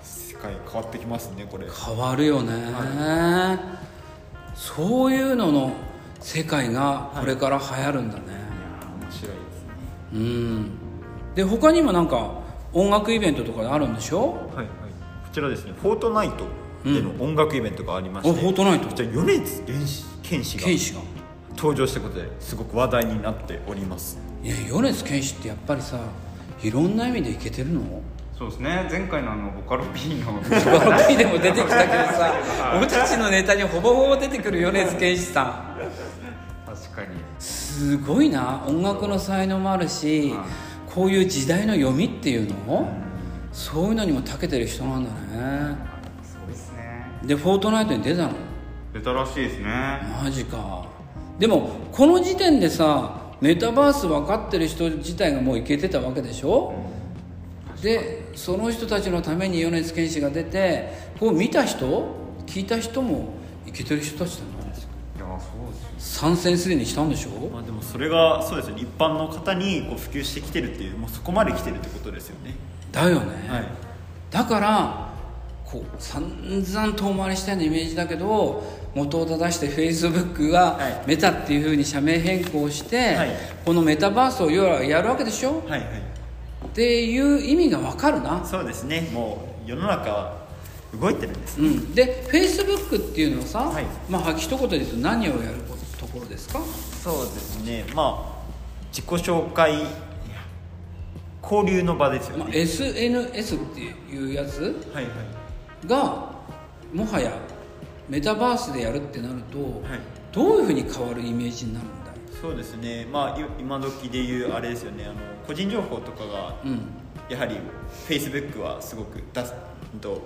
世界変わってきますねこれ
変わるよね、そういうのの世界がこれから流行るんだね、
面白いですね
うんで他にもなんか音楽イベントとかあるんでしょ
はいはいこちらですね「フォートナイト」での音楽イベントがありまして、
うんおフォートナイト
こちら米津玄師剣士が
剣士が
登場したことですごく話題になっております
いや米津玄師ってやっぱりさいろんな意味でいけてるの
そうですね前回のあのボカロ P の
番組でも出てきたけどさ俺たちのネタにほぼほぼ出てくる米津玄師さん
確かに
すごいな音楽の才能もあるし
はい
こういう時代の読みっていうのそういうのにも長けてる人なんだね
そうですね
で「フォートナイト」に出たの
出たらしいですね
マジかでもこの時点でさメタバース分かってる人自体がもういけてたわけでしょ、でその人たちのために米津玄師が出てこう見た人聞いた人もいけてる人たちだない
やそうですよ
参戦すでにしたんでしょ
まあでもそれがそうですよね一般の方にこう普及してきてるっていうもうそこまで来てるってことですよね
だよね、
はい
だからこう散々遠回りしたようなイメージだけど元を正してフェイスブックが
はい
メタっていうふうに社名変更して、
はい
このメタバースを要はやるわけでしょ、
はいはい
っていう意味がわかるな、
そうですねもう世の中は動いてるんです
うん、で Facebook っていうのはさ、
はい
まあ一言で言うと何をやることころですか
そうですねまあ自己紹介交流の場ですよ
まあ、
ね
SNS っていうやつ
はいはい
がもはやメタバースでやるってなると、
はい
どういうふうに変わるイメージになるんだい
そうですねまあい今時でいうあれですよねあの個人情報とかが
うん
やはり Facebook はすごく出すうんと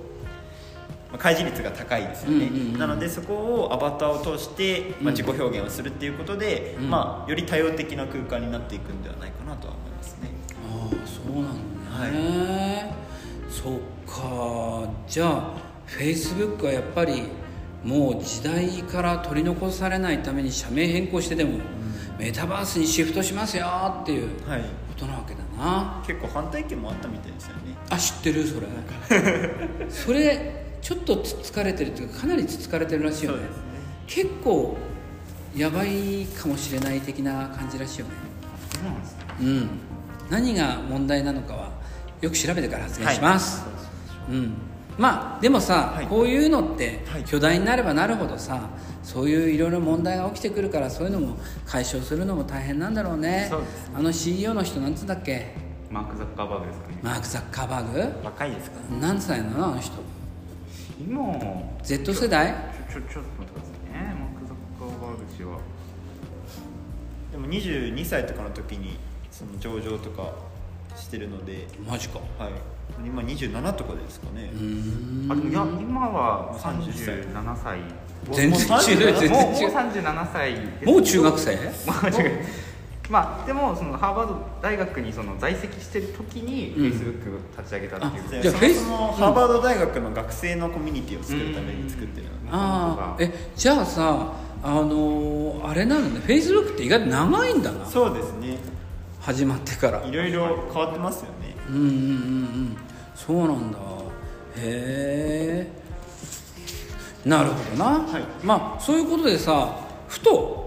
まあ開示率が高いですよね、
うんうんうん
なのでそこをアバターを通して、まあ、自己表現をするっていうことで、
うん
まあ、より多様的な空間になっていくんではないかなとは思いますね
ああそうなんだね、そっかじゃあ Facebook はやっぱりもう時代から取り残されないために社名変更してでも、メタバースにシフトしますよっていうこ
はい
となわけだな
結構反対意見もあったみたいですよね
あ知ってるそれそれちょっとつつかれてるっていうかかなりつつかれてるらしいよね
そうですね
結構やばいかもしれない的な感じらしいよね
そうなんですね
うん、何が問題なのかはよく調べてから発言します、うん、まあでもさ、
はい
こういうのって
はい
巨大になればなるほどさ、そういういろいろ問題が起きてくるからそういうのも解消するのも大変なんだろうね
そうです
あの CEO の人なんつうんだっけ
マーク・ザッカーバーグですかね
マーク・ザッカーバー
若いですかね
グ何歳なのあの人
今も
Z 世代
ちょちょちょっと待ってくださいねマーク・ザッカーバーグ氏は
でも22歳とかの時にその上場とかしてるので、
マジか
はい、今27とかですかね、
うーん
あでもいや今は
30
37歳
全然
もう
違う全
もうもう
然違う
37歳です
もう中学生
まあ違うまあでもそのハーバード大学にその在籍してる時に
うん
Facebook 立ち上げたっていう、
あ
で
じゃあ
そ
フェ
も
イス
そもハーバード大学の学生のコミュニティを作るために作ってるので、
ああえじゃあさあのーあれなのねフェイスブックって意外と長いんだな
そうですね
始まってから
いろいろ変わってますよね
うんうんうんうんそうなんだへえなるほどな、
はい
まあそういうことでさふと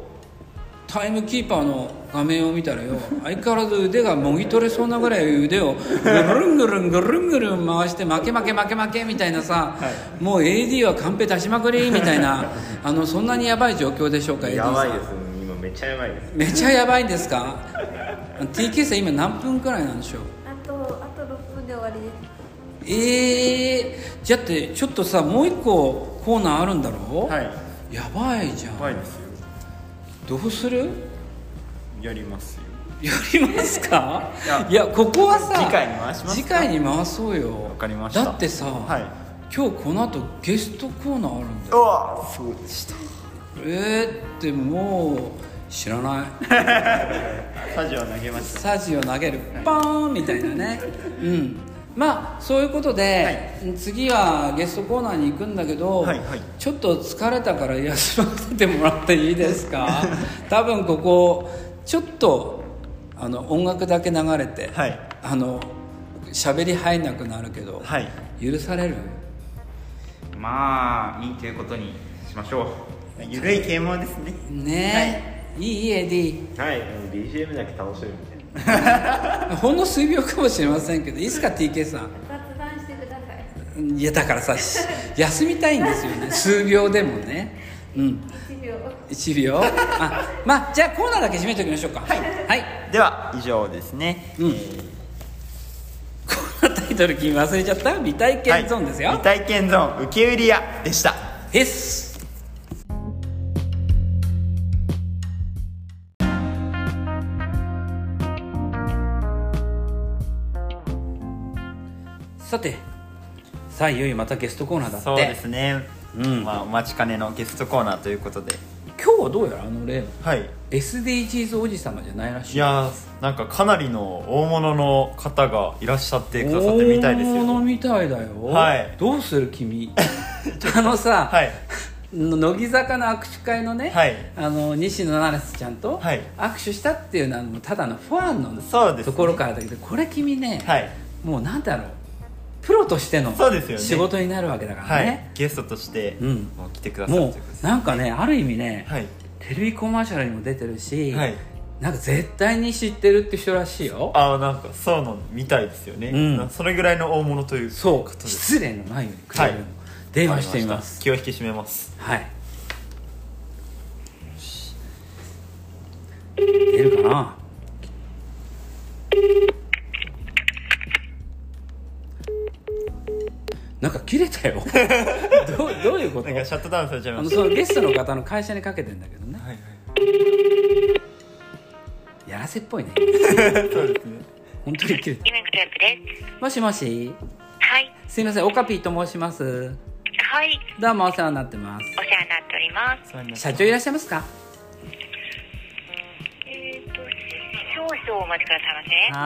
タイムキーパーの画面を見たらよ相変わらず腕がもぎ取れそうなぐらい腕をぐるんぐるんぐるんぐるん回して負け負け負け負けみたいなさ、もう AD はカンペ出しまくりみたいなあのそんなにやばい状況でしょうか AD さん
やばいですね今めっちゃやばいです
めちゃやばいんですか TK さん今何分くらいなんでしょう
あとあと6分で終わりで
ええー、じゃってちょっとさもう一個コーナーあるんだろう
はい
やばいじゃん
怖いですよ
どうする
やりますよ
やりますかい
い
や
や
ここはさ
次回に回しますか
次回に回そうよ
わかりました
だってさ、
はい
今日この後ゲストコーナーあるんだ
う
よ
わそうでした
えー、ってもう知らない
サジは投げました
サジを投げるパーンみたいな ねうんまあそういうことで、次はゲストコーナーに行くんだけど、
はいはい
ちょっと疲れたから休ませてもらっていいです か多分ここちょっとあの音楽だけ流れて、
はい
あの喋り入んなくなるけど、
はい
許される
まあいいということにしましょう
ゆるい啓蒙ですね
ねえ、い、いいエディ
はいあの BGM だけ楽しむみたいな
ほんの数秒かもしれませんけどいつか TK さん
雑談してください
いやだからさし休みたいんですよ ね数秒でもねうん
1秒
1秒あまあじゃあコーナーだけ締めておきましょうかはい、はい、
では以上ですね
うんコーナータイトル君忘れちゃった未体験ゾーンですよ、
はい未体験ゾーン受け売り屋でした
ですさてさあいよいよまたゲストコーナーだって
そうですね、
うん
まあ、お待ちかねのゲストコーナーということで
今日はどうやらあの例の
はい
SDGs おじさまじゃないらしい
いやーなんかかなりの大物の方がいらっしゃってくださってるみたいです
大物
よ
みたいだよ、
はい
どうする 君あのさ、
はい
の乃木坂の握手会のね、
はい
あの西野七瀬ちゃんと
はい
握手したっていうのはもうただのファンの
そうですね
ところからだけど、これ君ね、
はい
もうなんだろうプロとしての
そうですよね
仕事になるわけだから
はい、
ね、
ゲストとして
うん
もう来てくださるという
も
ことです
うなんかねある意味ね、
はい
テレビコマーシャルにも出てるし、
はい
なんか絶対に知ってるって人らしいよ
ああなんかそうのみたいですよね、
うん
なそれぐらいの大物という
そ
方
う
です
失礼のないようにくれるの、
はい
電話してみます
気を引き締めます
はい出るかななんか切れたよ どうどういうこと
なんかシャットダウンされちゃい
あ
ま
の
した
そのゲストの方の会社にかけてんだけどね、
はい
やらせっぽいね
はい そうですね
本当に切れた
夢グループです。
もしもし
はい。
すいませんオカピーと申します
はい。
どうもお世話になってます
お世話になっております。
そうなんです
社長いらっしゃいますか
えっ、と、少々お待ちくださいませ。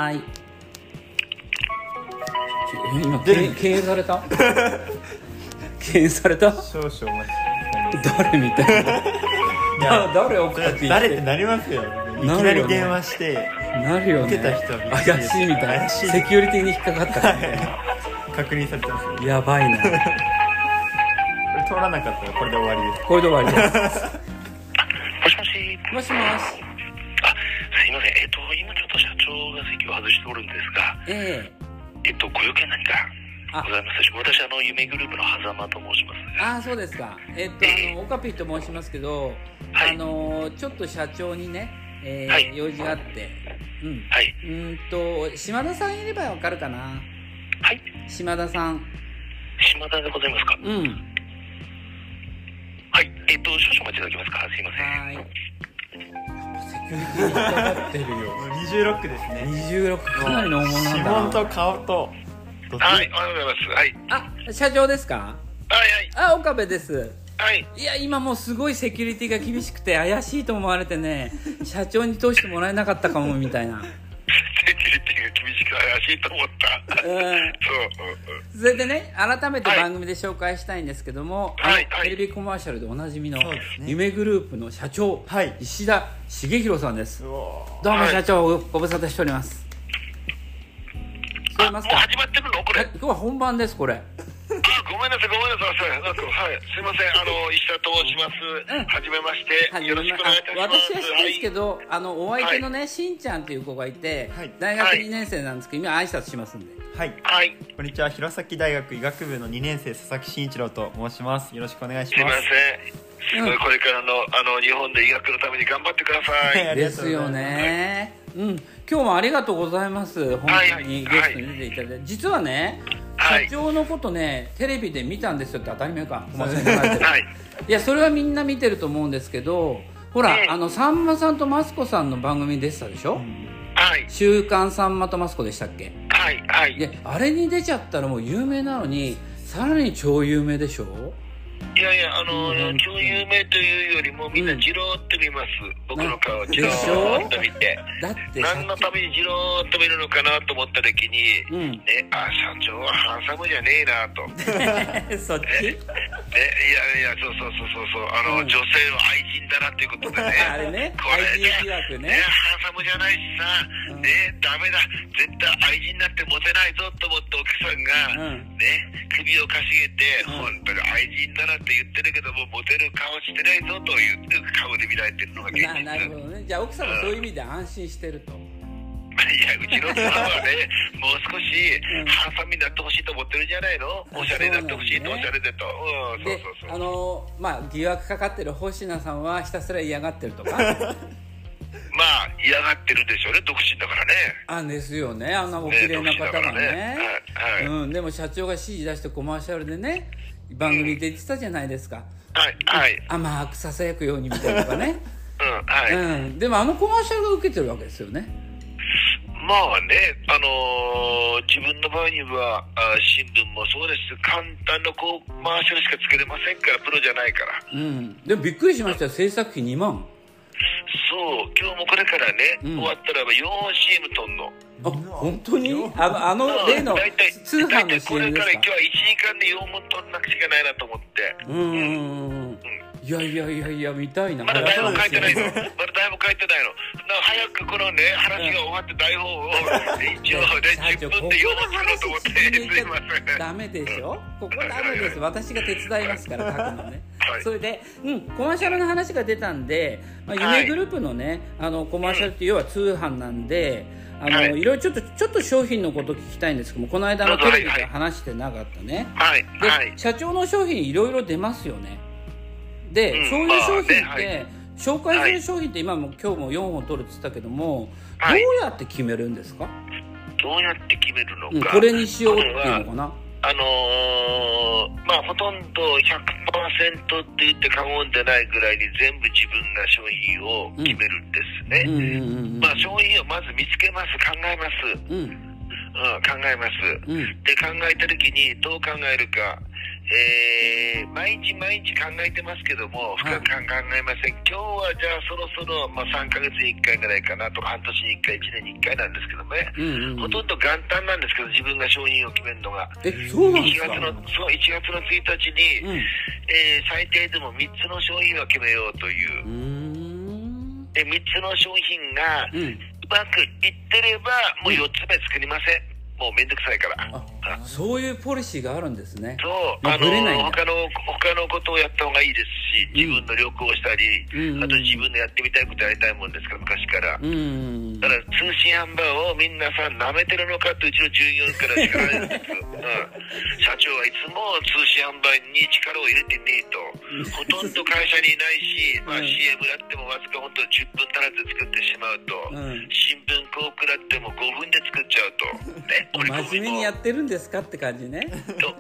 はーいえ今
出
敬
る
敬遠された 敬遠された
少々お待ちください
誰みたいなだ誰オカピーって
誰ってなりますよいき
なるよね
なり電話して
なるよね
受けた人はびっくり
怪しいみたいな
怪しい
セキュリティに引っかかったからね、
確認されてますよこ
やばいな
れ通らなかったらこれで終わりです
これで終わり です
もしもし。
もしもし
あ、すいません。えっと、今ちょっと社長が席を外しておるんですが、
ええ
えっと、ご用件何かございますでしょうか私、あの、夢グループの狭間と申しますが。
ああそうですかえっとあのオカピーと申しますけど、
は
あ
い
のちょっと社長にね、えー
はい
用事があってうん
はい。
うーんと島田さんいればわかるかな
はい。
島田さん
島田でございますか、
うん
はい。えっと、少々お待ちいただけますかすいません。
はーい。セキュリティに引っかかってるよ。
26ですね
二十六かなりの大物
指
なん
紋
だ
と顔とどっち
はい。おはようございます。はい。
な。あ、社長ですか。
はい
あ、岡部です。
はい。 はい。
いや今もうすごいセキュリティが厳しくて怪しいと思われてね社長に通してもらえなかったかもみたいな
セキュリティが厳しく怪しいと思っ
うん
た。そう。うんうん
それでね改めて番組で紹介したいんですけども、
はい
あの
は
テ
い
レビコマーシャルでおなじみの
そうですね
夢グループの社長、
はい
石田茂弘さんです
うわ
どうも
はい
社長、ご無沙汰しております聞こえ
あ、も
ま
う
すか
始まってるのこれ。
え今日は本番ですこれ
あごめんなさい、ごめんなさい、なんかはい、すいません、あの、石田と申します。
うん
はじめまして、
はじ
よ
めま
ろしくお願いいたし
あ
ます。
私は知ってるんですけど、あのお相手のね、しんちゃんという子がいて、
はい
大学
はい
2年生なんですけど今挨拶しますんで
はい
はい、はい、
こんにちは弘前大学医学部の2年生佐々木慎一郎と申しますよろしくお願いし
すい
ま
ますせん。す
うん
これからのあの日本で医学のために頑張ってくださ い。
あり
で
がとう
す
ござい
よ
ます
ね。うん、今日もありがとうございます。本当にゲストに出ていただいて、実はね、
はい
社長のことね、テレビで見たんですよって当たり前か。ごめんなさい
はい。
いや、それはみんな見てると思うんですけど、ほら、
ええ
あのさんまさんとマスコさんの番組に出てたでしょ。
はい。
週刊さんまとマスコでしたっけ。
はい。はい。
で、あれに出ちゃったらもう有名なのに、さらに超有名でしょ。
いやいや、あの
うん、
超有名というよりも、みんなじろーっと見ます。僕の顔、じろーっと見て。
だって社
何のためにじろーっと見るのかなと思った時に、
うん
ね、あ、社長はハンサムじゃねえなと。ね、
長。 そっち。
いやいや、そうそうそうそうそう、あの、
うん
女性は愛人だなということでね。
あれね
これじゃ
愛人疑惑ね
ハンサムじゃないしさ、ね、ダメだ、絶対愛人なんてモテないぞと思って奥さん
う
が、
ん
ね、首をかしげて、本当に愛人だなって言ってるけども、モテる顔してないぞという顔で見られてるのが現
な
実。
なるほどね。じゃあ奥さんもそういう意味で安心してると。
いや、うちの妻 はね、もう少し、ハンサムになってほしいと思ってるんじゃないのおしゃれになってほしいと、
そう
お
なん
し
だ
ゃれでと。うん、そう
で
そう
あ
そう。
のまあ疑惑かかってる星名さんはひたすら嫌がってると か
まあ、嫌がってるんでしょうね、独身だからね。
あですよねあんなお綺麗な方がね
ねはいはい
うん、でも社長が指示出してコマーシャルでね番組出てたじゃないですか、
はい、はい。
甘くささやくようにみたいなのがね、
うん、 はい。
うん、でもあのコマーシャルが受けてるわけですよね
まあね、あのー自分の場合にはあ新聞もそうです簡単なこうマーシャルしかつけれませんからプロじゃないから
うんでもびっくりしましたよ制作費2万
そう今日もこれからね、
うん
終わったらば 4CM とんの
あ本当にあのあの例の
大体
通販の
大体これ
CM で
から
す
今
か
日は1時間で4本とんなくちゃいけないなと思って
うんうんうんうんいやいやいやいや見たいな
まだ台本書いてないの
早
まだ台本書いてないのだから早くこのね話が終わって 台本を一応ね
社長
10分で4本作ろうと思ってすいません
ダメでしょここダメです私が手伝いますから書くのね、
はい
それで、うん、コマーシャルの話が出たんで、まあ、
はい
夢グループのね、あのコマーシャルって要は通販なんであの、
はい
い、ろいろちょっとちょっと商品のこと聞きたいんですけどもこの間のテレビで話してなかったね、
はい
で、
はい
社長の商品いろいろ出ますよねで、
うん
そういう商品って、
まあね
紹介する商品って今も今日も4本取るって言ったけども、
はい
どうやって決めるんですか、
どうやって決めるの
うん、
か、
これにしようっていうのかな
あのーまあほとんど100%って言って過言でないぐらいに全部自分が商品を決めるんですね、
うんうんうんうん
まあ商品をまず見つけます考えます、うん、
うん
考えます、
うん
で考えた時にどう考えるかえー毎日毎日考えてますけども深く考えません、今日はじゃあそろそろ、まあ、3ヶ月に1回ぐらいかなとか半年に1回1年に1回なんですけどね、
うんうんう
ほ
ん
とんど元旦なんですけど自分が商品を決めるのが
えそうなんですか
1月のそう1月の1日
うん
に、えー最低でも3つの商品は決めようとい
ー
うう、
ん
で3つの商品が
う
うんまくいってればもう4つ目作りませんもうめんどくさいから
あ
あ
そういうポリシーがあるんですね
そう
まあ
あの
ぶれないんだ
他の他のことをやった方がいいですし自分の旅行をしたり、
うん
あと自分のやってみたいことやりたいもんですから昔から、
うんうん
だから通信販売をみんなさん舐めてるのかってうちの従業員から叱られるんです、うん、社長はいつも通信販売に力を入れてねえとほとんど会社にいないし、まあ、
うん
CM やってもわずかほんと10分足らず作ってしまうと、
うん
新聞広告だっても5分で作っちゃうとね折
真
り込
面目に
み
や
も
ってるんですかって感じね
とも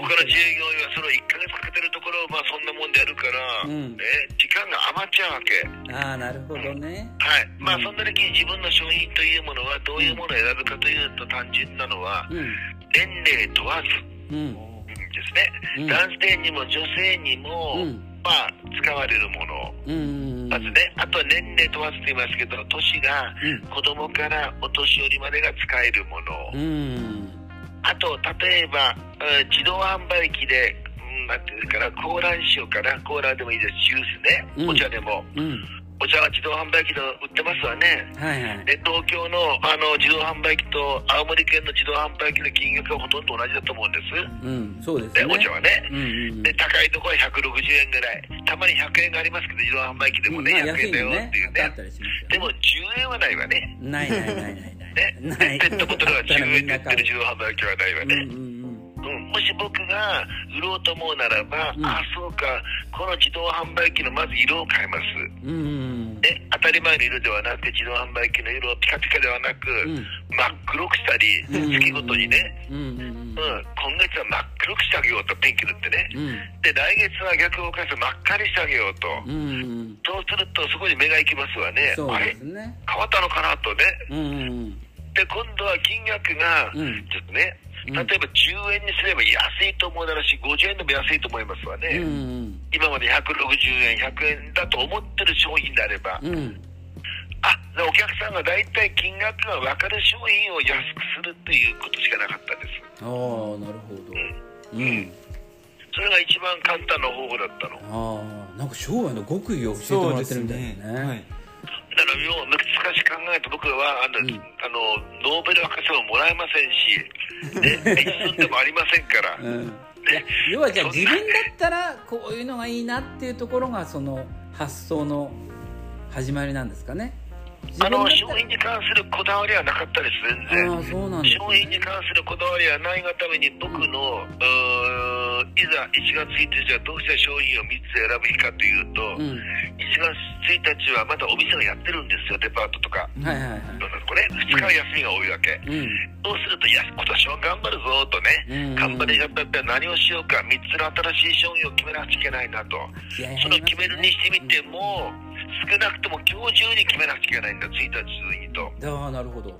う他の従業員はその1ヶ月かけてるところをまあそんなもんでやるから、
うん
ね、時間が余っちゃうわけ。
ああなるほどね
はい、まあ
うん
そんな時に自分の商品というものはどういうものを選ぶかというと単純なのは
うん
年齢問わず
うん
ですね、
うん
男性にも女性にも、
うん
まあ使われるもの
うんうん
まずねあとは年齢問わずと言いますけど年が
うん
子供からお年寄りまでが使えるもの、
うん
あと例えば、うん自動販売機で、うん、なんていうかなコーラにしようかなコーラでもいいですジュース
う
ね
ん
お茶でも、
うん
お茶は自動販売機で売ってますわね
はいはい
で東京のあの自動販売機と青森県の自動販売機の金額はほとんど同じだと思うんです、
うんそうです
で
ね
お茶はね、
うんうん
で高いところは160円ぐらいたまに100円がありますけど自動販売機で
うん
も
まあ
ね、
安い
100円だ
の
よ
ね
っていう
あっ
ね
たりしますよ
でも10円はないわね
ないないないないない
ね
ない
ペットボトルは
あったら
10
みん
円で売
な
って
買
る自動販売機はないわ
う
ね
うんうんうん
うん、うん、もし僕が売ろうと思うならば、
うん
あそうかこの自動販売機のまず色を変えます
うんうん
で当たり前の色ではなくて自動販売機の色をピカピカではなく、
うん
真っ黒くしたり
うん
月ごとにね、
うんうんうん
うん、今月は真っ黒くしてあげようとペンキ塗ってね、
うん
で来月は逆を返す真っ赤にしてあげようと、
うんうん
そうするとそこに目が行きますわね
そう
あ
で
れ
すね
変わったのかなとね
うんうん
で今度は金額が
うん
ちょっとね、
うん
例えば10円にすれば安いと思うだろうし50円でも安いと思いますわね、
うんうん
今まで160円100円だと思ってる商品であれば、
うん
あでお客さんが大体金額が分かる商品を安くするということしかなかったです
ああなるほどうん
それが一番簡単な方法だったの
ああなんか商売の極意を教えてもらってるみたいですね
はい、
だから要は難しく考えて僕らはあの、あのノーベル博士ももらえませんし、 ね、一寸でもありませんから、
うん
ね、
要はじゃあ自分だったらこういうのがいいなっていうところがその発想の始まりなんですかね自
あ
分だっ
の
た
商
ら
品に関するこだわりはなかったです全
ああそうなん
然
ですね
商品に関するこだわりはないがために僕の、うーいざ1月1日はどうして商品を3つ選ぶ日かというと、
うん
1月1日はまだお店がやってるんですよデパートとか、
はいはいはい
どうなのこれ2日は休みが多いわけ、
うん
そうすると、いや、今年は頑張るぞとね、
うん
頑張り方って何をしようか、3つの新しい商品を決めなきゃいけないなと、
気合入りますね
その決めるにしてみても、少なくとも今日中に決めなきゃいけないんだ、1日中にと。
ああなるほど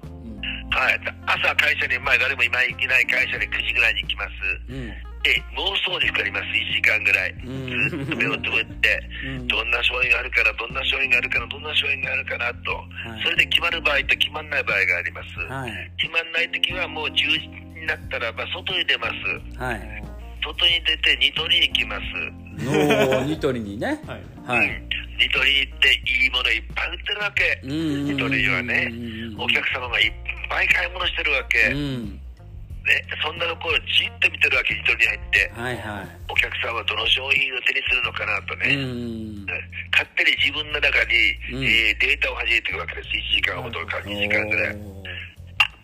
はい、朝会社に、まあ、誰も今行けない会社に9時ぐらいに行きます。
うんうん
で、妄想にかかります、1時間ぐらい。
ん
ずっと目をつぶって、
うん
どんな商品があるかな、どんな商品があるかな、どんな商品があるかなと、
はい
それで決まる場合と決まらない場合があります。
はい
決まんない時はもう10時になったらば外に出ます
はい
外に出てニトリに行きます、
のニトリにね
はい
は
う
い
んニトリ行っていいものいっぱい売ってるわけ
うんうんうん
ニトリはね
うん
お客様がいっぱい買い物してるわけ、
うん
ね、そんなところをじっと見てるわけニトリに入って
はいはい
お客さんはどの商品を手にするのかなと
う
ね、
ん
勝手に自分の中に、
うん
えーデータを弾いていくわけです1時間ほどか2時間ぐらい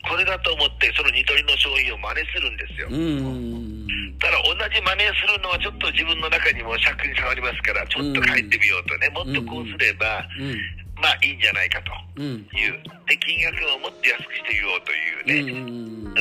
これだと思ってそのニトリの商品を真似するんですよ、
うんうん
ただ同じ真似をするのはちょっと自分の中にも尺に触りますからちょっと変えてみようとね、もっとこうすれば、まあいいんじゃないかと
うんうん
いうで金額をもっと安くしてみようと
う
いうね、うん
ん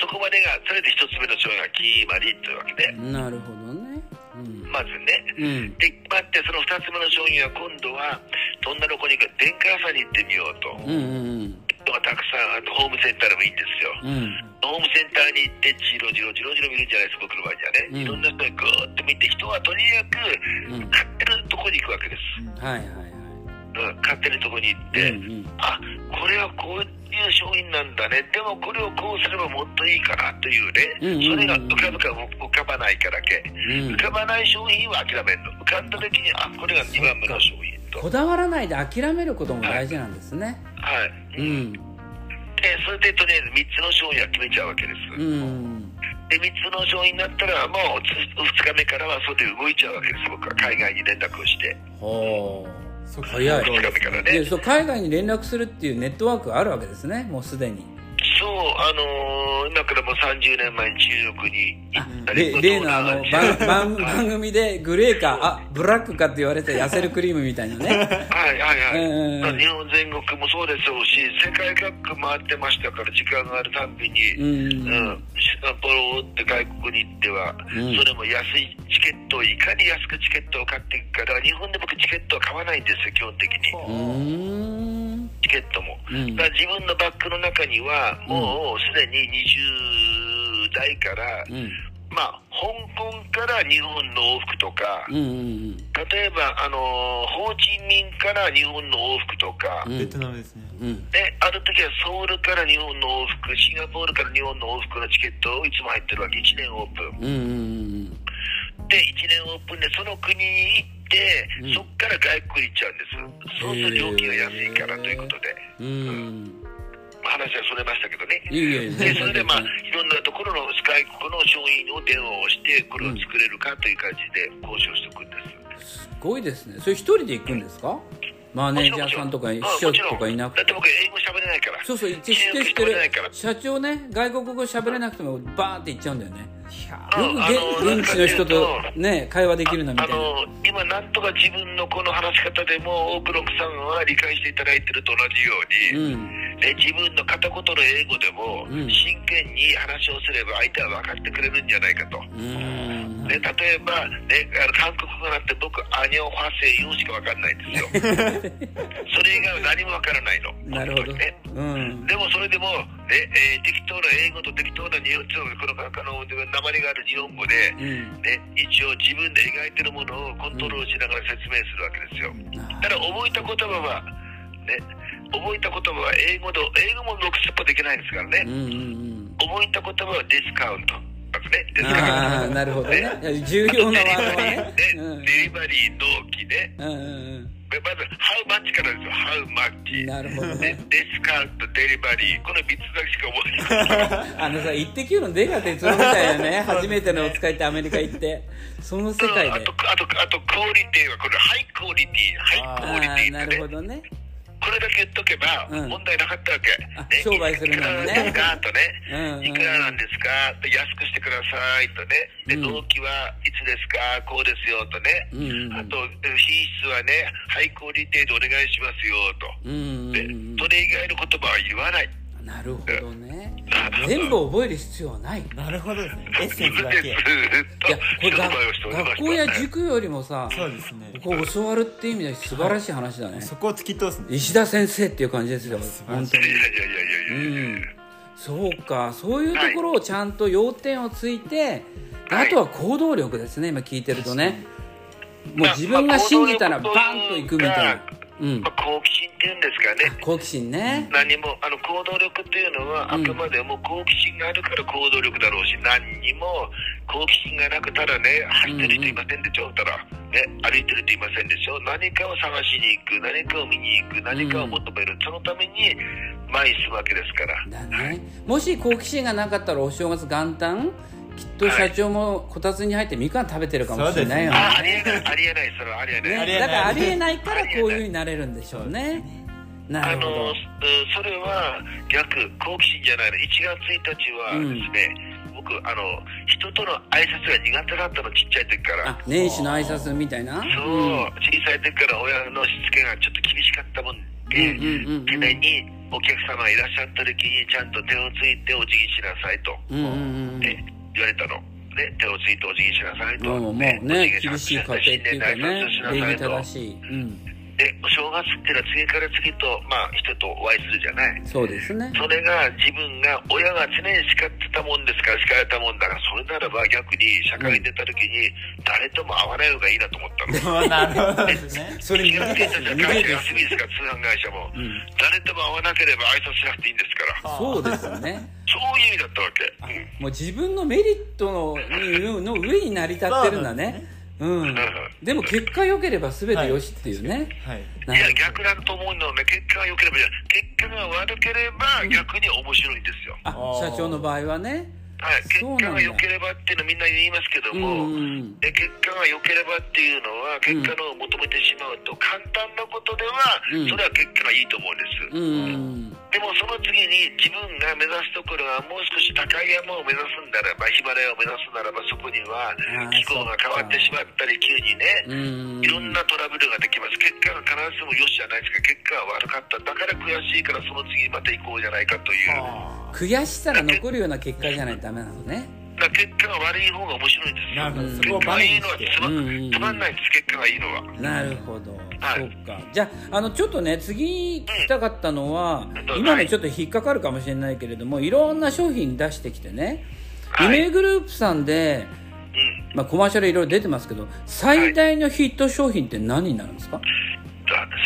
そこまでがそれで一つ目の商品が決まりというわけで、
うんなるほどねうん
まずね
うん
で決まってその二つ目の商品は今度はどんなとこにか電化屋さんに行ってみようと、
うんうん
人がたくさんあとホームセンターでもいいんですよ、
うんうん
ホームセンターに行ってジロジロジロジロ見るんじゃないです僕の場合には
うん
ね、いろんな人がグーッと見て人はとにかく
うん
買ってるとこに行くわけです、
はいはいは
うん、買ってるとこに行っ
い
て、
うんうん
あこれはこういう商品なんだねでもこれをこうすればもっといいかなというね、
うんうんうん
それが浮かぶか浮かばないかだけ、
うん
浮かばない商品は諦めるの浮かんだ時にあこれが2番目の商品と
こだわらないで諦めることも大事なんですね
はい、
うん
でそれでとりあえず3つの商品は決めちゃうわけです、
うん
で3つの商品になったらもう2日目からはそれで動いちゃうわけです僕は海外に連絡をして
ほ
そうう
早い
2日目からね
でそう海外に連絡するっていうネットワークがあるわけですねもうすでに
そうあのー今からもう30年前に中国に行
あ
ったり
れ例のあの
東南
番
アジア
番番組でグレーかあブラックかって言われて痩せるクリームみたいなね
はいはいはい、
うんうんうん
日本全国もそうでしょうし世界各国回ってましたから時間があるたんびに、
うん
シンガポールって外国に行っては、
うん
それも安いチケットをいかに安くチケットを買っていくかだから日本で僕チケットは買わないんですよ基本的に
うーん
チケットも、
うん
だから自分のバッグの中にはもうすでに20代から、
うん
まあ香港から日本の往復とか、
うんうん
例えばあのホーチミンから日本の往復とか、
うん
ベトナムですね
うん
である時はソウルから日本の往復シンガポールから日本の往復のチケットをいつも入ってるわけ1年オープン
うんうんうん
で1年オープンでその国に行って、そこから外国に行っちゃうんですそうすると料金が安いからということで、
うんうん
まあ話はそれましたけどね
いえいえ
でそれでまあ
全
いろんなところの外国の商品を電話をしてこれを作れるかという感じで交渉しておくんです、
すごいですねそれ一人で行くんですかマネージャーさんとか秘書とかいな
だ
く
って
て
僕英語喋れないから
そうそう知っ
中
て
国
知っ
喋
てる
れないから
社長ね外国語喋れなくてもバーって行っちゃうんだよねよく
うん
げ現地の人と
あのなんか
ね会話できるなみた
あ
いな
の今、なんとか自分のこの話し方でも、大黒さんは理解していただいてると同じ
う
ように、
ん
で自分の片言の英語でも、
うん
真剣に話をすれば、相手は分かってくれるんじゃないかと。
うん
で例えば、ね、あの韓国語なんて僕、アニョンファセイユしか分かんないんですよ。 それ以外は何も分からないの。
なるほど
ね
うん
でもそれでも、ねえー適当な英語と適当な日本語このあの鉛がある日本語で、
うん
ね、一応自分で描いてるものをコントロールしながら説明するわけですよ。ただ覚えた言葉は、ね、覚えた言葉は英語と英語もロックスパできないですから
うんう
ね。
んうん
覚えた言葉はディスカウント。ね、ディスカ
あ
ウ
あ
ント。
なるほどね重要なワードは
デ
ね
リ
う
バリー、
ん
ね、デリバリー、納期ね。
うんうん
まず、how much からですよ、how
う
much
ん。なるほど
ね
ね、
ディスカウント、デリバリー、この3つだけしか覚えてない。
あのさ「イッテ Q!」の出川哲朗みたいなね初めてのお使いってアメリカ行ってその 世界
あ
で
と、あと、あと、クオリティは、これ、ハイクオリティ、ハイク
あ
オリ
あ
ティ
な
って
るほ。
ね
どね
これだけ言っとけば
うん
問題なかったわ
あ
け、
商売するのにね
いくらなんですかと
うんうん
ねいくらなんですかと安くしてくださいとねで納期はいつですかこうですよとね、
うんうん
あと品質はねハイクオリティでお願いしますよと、
うんうんう
で
ん
それ以外の言葉は言わない
なるほどね全部覚える必要はない
なるほどですねエッセンスだ
ず
け
っ
い
と
やこれ
商
が
売をしておりました
学校や塾よりもさ
そうですね
こう教わるって意味では素晴らしい話だね、
そこを突き通すね
石田先生っていう感じですよ本当
い
に
やいやいや
う
いやいや、
んそうかそういうところをちゃんと要点をついて、
はい
あとは行動力ですね今聞いてるとねもう
まあ
自分が信じたら
ま
バ
あ
ンと行くみたいな、うん
まあ、好奇心っていうんですかね
好奇心ね
何もあの行動力っていうのはあ
うん
くまでも好奇心があるから行動力だろうし、何にも好奇心がなくたらね走ってる人いませんでしょ、たら、ね、歩いてる人いませんでしょ何かを探しに行く何かを見に行く何かを求める、そのために前に進むわけですから
だねもし好奇心がなかったらお正月元旦きっと社長もこたつに入ってみかん食べてるかもしれないよね
あありえないありえないそれはありえない、
ね、だからありえないからこういうふうになれるんでしょうね。な
あ
るほ
の
ど
うん。それは逆好奇心じゃないの1月1日はですね、僕あの人との挨拶が苦手だったのちっちゃい時から
あ、年始の挨拶みたいな。
そう、小さい時から親のしつけがちょっと厳しかったもんで、
うんうんうんうん
常にお客様がいらっしゃった時にちゃんと手をついてお辞儀しなさいと、
うんうんうんうん
ね言われたの。ね、手をついてお辞儀しなさいと。
もうもうね、厳しい家庭っていうかね、礼儀
礼儀正
正
し
し
い。
い。うん。
で、お正月っていうのは次から次と、まあ、人とお会いするじゃない。
そうですね。
それが自分が親が常に叱ってたもんですから叱られたもんだからそれならば逆に社会に出た時に誰とも会わない方がいいなと思った
なるほど
の。
ですね
それ
気が
逃
付
げ
いた
です
社
よ逃げ
会社
で
休
す
みですから通販会社も、誰とも会わなければ挨拶しなくていいんですから
そうですよね。
そういう意味だったわけ、うん
もう自分のメリットのにの上に成り立ってるんだね。うん。でも結果良ければ全て良しっていうね。
はい
ない
や
る
逆だと思うのね結果が良ければいい結果が悪ければ逆に面白いんですよ、
あ、社長の場合はね。
はい、結
そう
果
なんだ
が良ければっていうのみんな言いますけど
う
も、
んうん
で結果が良ければっていうのは結果のを求めてしまうと簡単なことでは
うん
それは結果がいいと思う
うん。
んです、でもその次に自分が目指すところはもう少し高い山を目指すんならばヒマラヤを目指すならばそこに
あ
は
ー
気候が変わってしまったり急に
うん
ねい。ろんなトラブルができます結果が必ずしも良しじゃないですか結果は悪かっただから悔しいからその次また行こうじゃないかという
悔しさが残るような結果じゃないとダメなのね。
だから結果が悪い方が面白いんですよ
なるほど
結
そこを
果
バ
がい
ネ
い
に
のは
して
つま,、
うんうんうん
つまんないんです結果がいいのは
なるほど、
はい
そうかじゃああのちょっとね次聞きたかったのは、
うん
今のちょっと引っかかるかもしれないけれどもいろんな商品出してきてね、
はい
夢グループさんで、
うん
まあ、コマーシャルいろいろ出てますけど最大のヒット商品って何になるんですか、
だって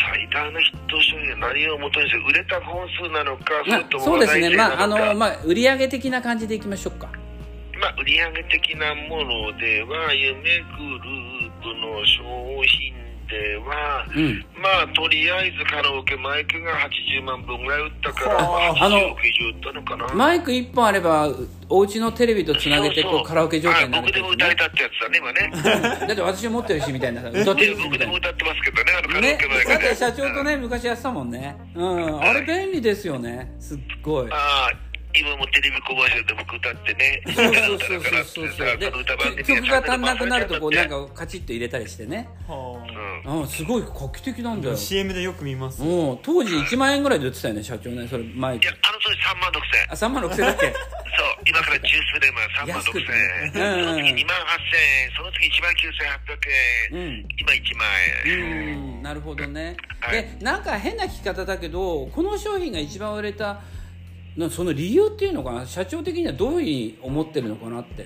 最大のヒット商品は何をもとにして売れた本数なのかそれ
ま
と
あ
も
そうです
話題
ね
性
まああ
なのか
の、まあ、売上的な感じでいきましょうか
まあ、売り上げ的なものでは、夢グループの商品では、
うん
まあ、とりあえずカラオケマイクが80万分ぐらい売ったから、まあ
あの
80億以上売ったのかな。
マイク1本あればお家のテレビとつなげてこう
そうそう
カラオケ状態にな
あ
る
僕でも歌えたってやつだね、今ね。
だって私も持ってるしみたいな歌って
で
るしみたい
僕で
な
も歌ってますけどね、あのカラオ
ね
ケマイ、ク
だっ
で。
て社長とね、昔やってたもんね。うん、あれ便利ですよね。すっごい。
ああ今もテレビコマーシャルで僕歌ってね、
そう
歌
そう
だからって
そうそう
さ、この歌番
で
組
曲が足んなくなるとこうなん
か、
かカチッと入れたりしてね
うん、
うんすごい画期的なんだよ
CM でよく見ます
もう当時1万円ぐらいで売ってたよね社長ねそれ前
いや、あの当時3万6千
あ3万6000だっけ
そう、今から十数年前、3万
安く
6
て
千
う
円、
ん
その次2万8千円、その次1万9800円、
うん
今1万
う
円。
んなるほどね、
はい
でなんか変な聞き方だけどこの商品が一番売れたなその理由っていうのかな社長的にはどういうふうに思ってるのかなって
い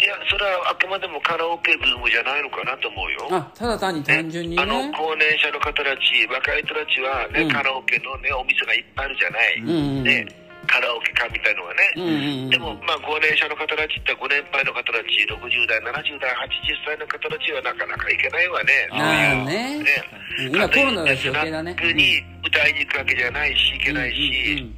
や、それはあくまでもカラオケブームじゃないのかなと思うよ。
あただ単に単純に
あの
ね
高齢者の方たち、若い人たちは、ね
うん
カラオケの、ね、お店がいっぱいあるじゃない、
んうんうん
ね、カラオケ館みたいのがね、
うんうんうん
でも、まあ、高齢者の方たちって、ご年配の方たち、60代、70代、80歳の方たちはなかなか行けないわね、そう
な
いう
あね
ね
うん今コロナだし余計だね
スナックに歌いに行くわけじゃないし、行けないし。
うん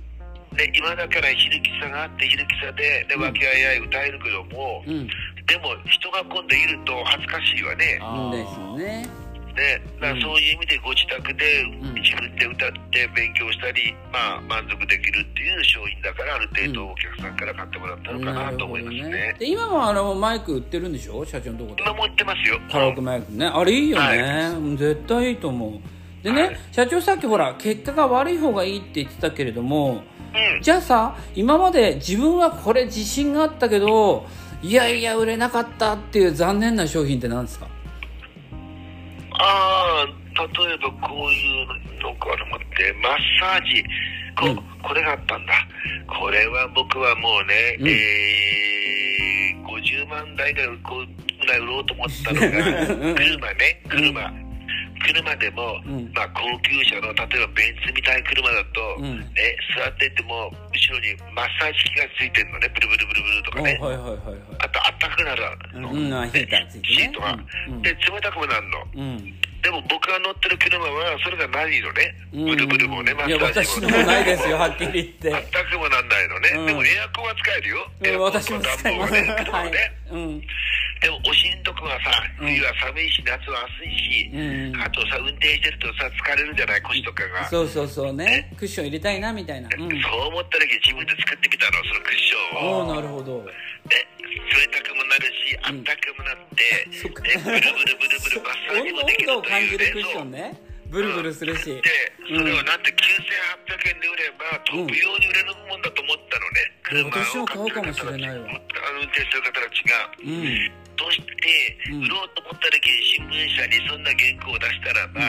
で今だから昼喫茶があって昼喫茶でで和気あいあい歌えるけども、
うんうん
でも人が混んでいると恥ずかしいわね
うんですね
ね、だからそういう意味でご自宅で
ん
自分で歌って勉強したり、まあ、満足できるっていう商品だからある程度お客さんから買ってもらったのかなと思いますね
で今もあのマイク売ってるんでしょ社長のとこで
今持ってますよ
カラオケマイクねあれいいよね、絶対いいと思うでね、社長さっきほら結果が悪い方がいいって言ってたけれども
うん
じゃあさ今まで自分はこれ自信があったけどいやいや売れなかったっていう残念な商品って何ですか
ああ例えばこういうのかな待ってマッサージこ,、
うん
これがあったんだこれは僕はもうね、
うん
えー50万台ぐらいこうぐらい売ろうと思った のが車ね車、車でも、
うん
まあ、高級車の例えばベンツみたいな車だと、
うん
ね、座ってても後ろにマッサージ機がついてるのねブルブルブルブルとか
お
ね、
はいはいはいはい
あとあったかくなるの、
うんうんあヒーターついてね
シートが、
うんうん
で冷たくもなるの、
うん
でも僕が乗ってる車はそれがないのね、
うん
ブルブルもね、マ
いや
ッサー
私
ジ
の
も
も
ね。
ないですよはっきり言っ
全くもなんないのね、
うん
でもエアコンは使えるよ、
て、うん、私も使いません、
エアコンと暖房は
は
ね
い、うん
でもお尻のとこはさ、
うん
冬は寒いし、夏は暑いし、
うん
あとさ、運転してるとさ、疲れるじゃない、腰とかが。
そうそうそうねクッション入れたいなみたいなうん
そう思った時自分で作ってみたの、そのクッション
お
を。
おなるほど
で冷たくもなるし、あったかくもなって、
そっか
でブルブルブルブルマッサージ
温
も
度
でき
温
る
度を
と
感
い
じ
う
る
ね
クッシ
そ
ョ
う
ンねブルブルするし
で、それをなんて9800円で売れば、飛ぶように売れるもんだと思ったのね、
うん
車
私も
を買ってる
買おうか
方たち
もしれないわ
あの運転してる方たちが、
うん
どうして、売ろうと思った時に新聞社にそんな原稿を出したらば、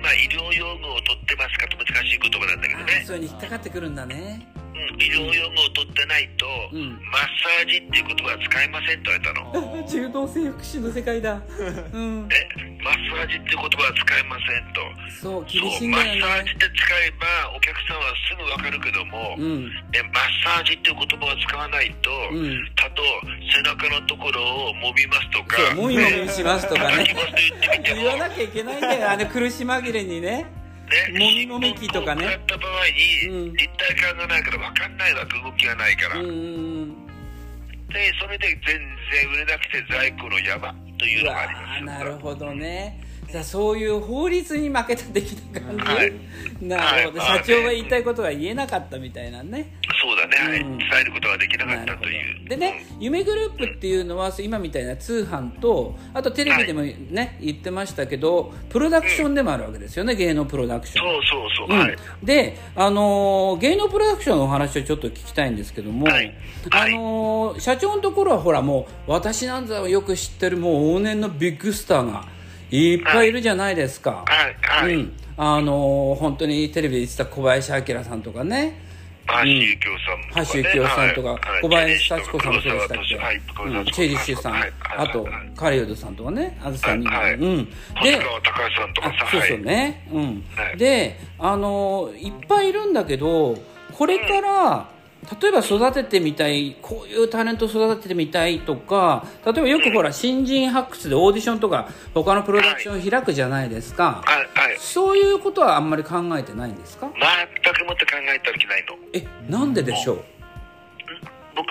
まあ、医療用語を取ってますかと難しい言葉なんだけどね、
そういうのに引っかかってくるんだね
うん、医療用語を取ってないと、
うん
マッサージっていう言葉は使えませんと言われたの。
柔道整復師の世界だうん
えマッサージっていう言葉は使えませんと。
そう
そ
厳し
う
いん
マ
だ
ッ
よ
サージ
ね
って使えばお客さんはすぐ分かるけども、
うん
えマッサージっていう言葉を使わないと、
うん
たと背中のところを揉みますとか
そうもみもみしますとか
叩
ね
きますと言ってみても
言 わなきゃいけないんだよあの苦し紛れにね
ね
もみもみ器とかね
新聞を使った場合に、
うん
立体感がないから分かんないわけ動きがないか
う
ら、
んう
で
ん
それで全然売れなくて在庫の山といううん
う
のが
わ
あります
ーなるほどねじゃあそういう法律に負けた的な感じ、
はい
なるほど、
はい
社長が言いたいことが言えなかったみたいなね、
そうだね、はい
うん
伝えることができな
な
かっ
る
た
ほ
と
ど
いう
でね夢グループっていうのは今みたいな通販とあとテレビでもね、言ってましたけどプロダクションでもあるわけですよね、芸能プロダクシ
そ
ョン
うそうそう、
うん
はい
で、あのー芸能プロダクションのお話をちょっと聞きたいんですけども、
はいはい
あのー社長のところはほらもう私なんざよく知ってるもう往年のビッグスターがいっぱいいるじゃないですか、
はいはい、
うん、あのー本当にテレビで言ってた小林明さんとかね
橋幸夫さんとか、ね、
橋幸夫さんとか、
はい
小林幸子さんもそうでしたっけ、
はい黒
う
沢
ん
敏夫はい黒沢敏夫
チェリッシュさん、
はいはい
あと
はいはい
狩人さんとかねあずさんに、
はいはい
うん
星川隆さんとかさ
あそうそうね、うん、
はい
であのいっぱいいるんだけどこれから、例えば育ててみたいこういうタレント育ててみたいとか例えばよくほら新人発掘でオーディションとか他のプロダクション開くじゃないですか、
はいはい
そういうことはあんまり考えてないんですか
全くもって考えたわけないの
えなんででしょう
僕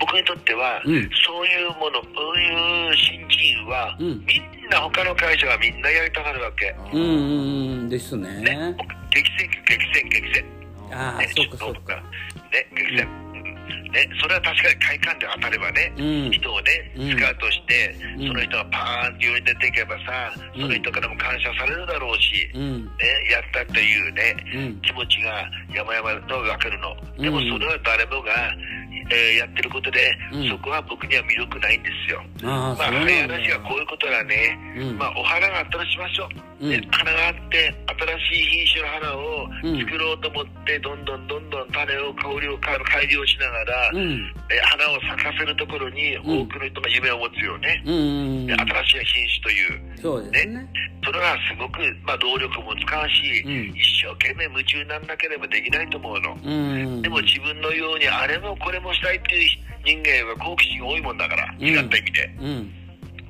僕にとっては、
うん
そういうものそういう新人は、
うん
みんな他の会社はみんなやりたがるわけ、
うんうんうんですね
ね、僕激戦区激戦区激戦
ああ
ね
そっかそっ
ね
か
激戦、ね、それは確かに快感で当たればね、
うん
人をね、
うん
スカウトして、
うん
その人がパーンって世に出ていけばさ、
うん
その人からも感謝されるだろうし、
う
ね、
ん
やったというね、
うん
気持ちが山々と分かるの。でも
うん
それは誰もが、えーやってることで、
うん
そこは僕には魅力ないんですよ。
ああそ
まあ、
うなん
早
だ
い話はこういうことだね、
うん
まあ、お花があったらしましょう、
うん
で花があって新しい品種の花を作ろうと思って、どんどんどんどん種を香りをか改良しながら、
う
え
ん
花を咲かせるところに
うん
多くの人が夢を持つよね、
うんうんう
で
ん
新しい品種という
そうですね
それはすごく、まあ、労力も使うし、
うん
一生懸命夢中にならなければできないと思うの、
うん
でも自分のようにあれもこれもしたいっていう人間は好奇心多いもんだから、
ん
違った意味で。
うん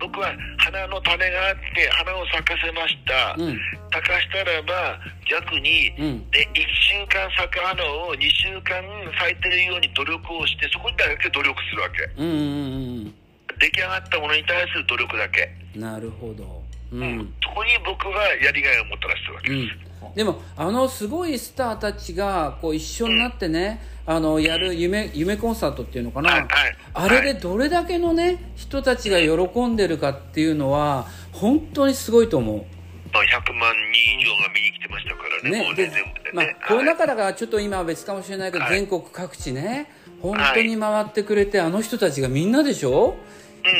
僕は花の種があって花を咲かせました、
うん
咲かしたらば逆に、
うん
で1週間咲く花を2週間咲いてるように努力をしてそこにだけ努力するわけ
うんうん
出来上がったものに対する努力だけ、
うんなるほどう
うん
ん
そこに僕はやりがいをもたらしてるわけ
う
です、
んでもあのすごいスターたちがこう一緒になってね、あのやる夢夢コンサートっていうのかな、
はいはい
あれでどれだけのね人たちが喜んでるかっていうのは本当にすごいと思う。
まあ100万人以上が見に来てましたからねもうね
で
全部で
まあ
ね、、
コロナ
はい
禍だからちょっと今は別かもしれないけど、
はい
全国各地ね本当に回ってくれて、あの人たちがみんなでしょ、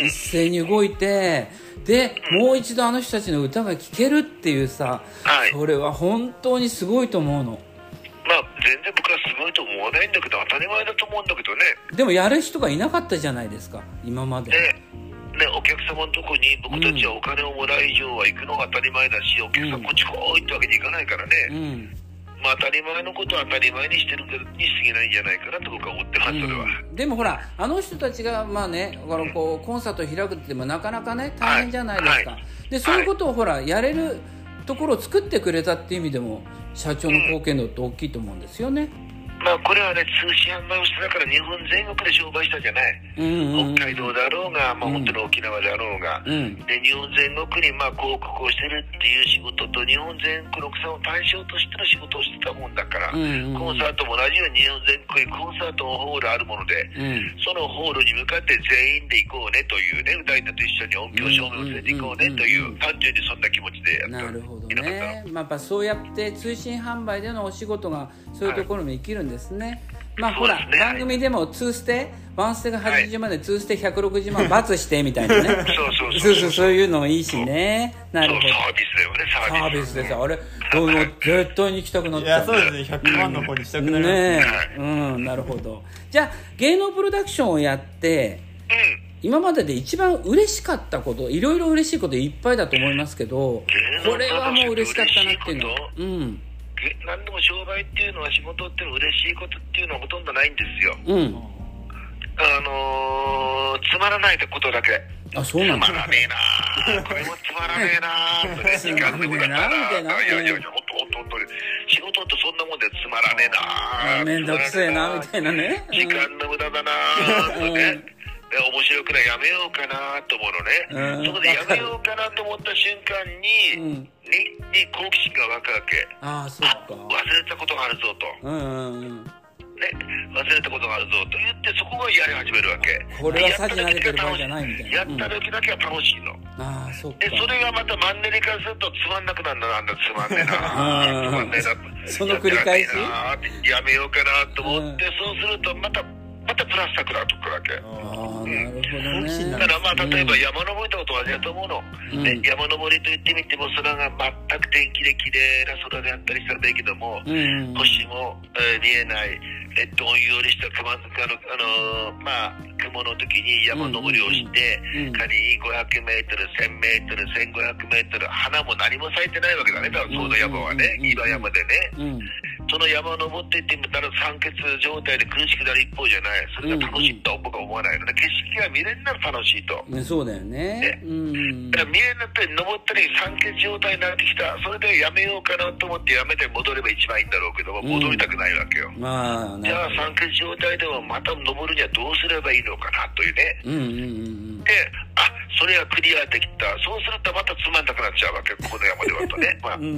一斉に動いてで、もう一度あの人たちの歌が聴けるっていうさ、
はい
それは本当にすごいと思うの
まあ全然僕はすごいと思わないんだけど当たり前だと思うんだけどね
でもやる人がいなかったじゃないですか今まで、
で、ね、お客様のとこに僕たちはお金をもらう以上は行くのが当たり前だし、お客さ
うん
んこっち来いってわけにいかないから
う
ね、
ん
まあ、当たり前のことは当たり前にしてるけどに過ぎないんじゃないかなと僕は思ってます、それは。
うんでもほらあの人たちがまあねあのこうコンサートを開くってもなかなかね大変じゃないですか、
はい
でそういうことをほらやれるところを作ってくれたっていう意味でも社長の貢献度って大きいと思うんですよね、
まあ、これはね、通信販売をしてだから日本全国で商売したじゃない。
うんうんうん
北海道だろうが、まあ、
うん
本当に沖縄だろうが。
うん
で日本全国にまあ広告をしてるっていう仕事と日本全国の奥さんを対象としての仕事をしてたもんだから、
うんうんうん
コンサートも同じように日本全国にコンサートのホールあるもので、
うん
そのホールに向かって全員で行こうねというね歌い手と一緒に音響照明を連れて行こうねとい
うんうんうんうん
う単純にそんな気持ちでやって
なるほど
いなかった
ね、まあ、やっぱそうやって通信販売でのお仕事がそういうところにも生きるんですね、まあほら、
そうですね
番組でも2ステ1ステが80万で2ステ160万罰してみたいなね
そうそ
そ
うそうう
そうそういうのもいいしねな
そう
るほど
サービスだよねサ
サ
ー
ー
ビ
ビ
ス
スですあれどうも絶対に行きたくなっ
い
ちゃ
や
う
そうですね100万の方にしたくなりますね
ねえうんなるほどじゃあ芸能プロダクションをやって今までで一番嬉しかったこといろいろ嬉しいこといっぱいだと思いますけど
芸能
これはもう嬉しかったなっていうのは
プロダク
うん
げ何でも商売っていうのは仕事っていうのは嬉しいことっていうのはほとんどないんですよ
うん
あのー、つまらないことだけ
あそうなん
つま
だ
らねえなあこれもつまらねえなあとね時間ってことだ
つまらねえ なみたいない
やいやいやほんとほんとほんと仕事ってそんなもんでつまらねえなあ
めんどくせえなみたいなね
時間の無駄だなーとね、
うん
で面白くないやめようかなーと思うのね、
うん
そこでやめようかなと思った瞬間に,、
うん
にに好奇心が湧くわけ
ああそ
あ
う
忘
か
れたことがあるぞと、
うんうんうん
ね、忘れたことがあるぞと言ってそこがやり始めるわけ
これはさじ投げてる場合じゃないみたいな
やった時だけは楽しいの、
ああそっか
でそれがまたマンネリ化するとつまんなくなるんだなんだつま んねえな
うん
つまんねえな
その繰り返し
やってらんねえなやめようかなと思って、
う
そうするとまたまたプラス策がとくるわけ
ああなるほど
好奇心
ね
な
だからまあ例えば山登りたことは同じだと思うの、
うん
ね山登りと言ってみても空が全く天気で綺麗な空であったりしたんだけども、
うんうん
星も、えー見えない、えー、どんよりした雲あの、あのーまあ、雲の時に山登りをして、
うんうんうんうん
仮に500メートル、1000メートル、1500メートル、花も何も咲いてないわけだね、多分その山はね
うんうんうん、うん
岩山でね。
うん
その山を登っていってみたら酸欠状態で苦しくなる一方じゃない、それが楽しいとは僕は思わないので、景色が見れるなら楽しいと。
ねそうだよね
ね
うんうん
だから見えなくて登ったり酸欠状態になってきたそれでやめようかなと思ってやめて戻れば一番いいんだろうけども
うん
戻りたくないわけよ、
まあ
じゃ
な
あ
る
酸欠状態でもまた登るにはどうすればいいのかなというね
ほどうんうんうん
であそれがクリアできたそうするとまたつまんなくなっちゃうわけここの山ではとね、まあ、
うんうんう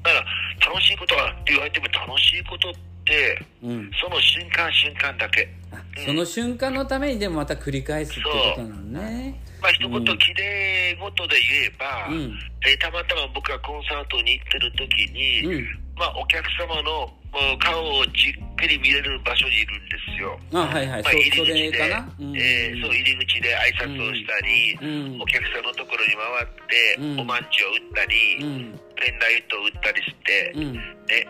ん
だから楽しいことはって言われても楽しいことって、
うん
その瞬間瞬間だけ。
あその瞬間のためにでもまた繰り返すってことなのね
まあ一言きれいごとで言えば、
うん
えーたまたま僕がコンサートに行ってる時に、
うん
まあお客様のもう顔をじっくり見れる場所にいるんですよ。
あはいはい
まあ、
そ
入り
そ
口
れ
で
かなうん
えーそう入り口で挨拶をしたり、
うんうん
お客さんのところに回って、
うん
おまんじゅうを打ったり、
うん
ペンライトを打ったりして、
うん
ね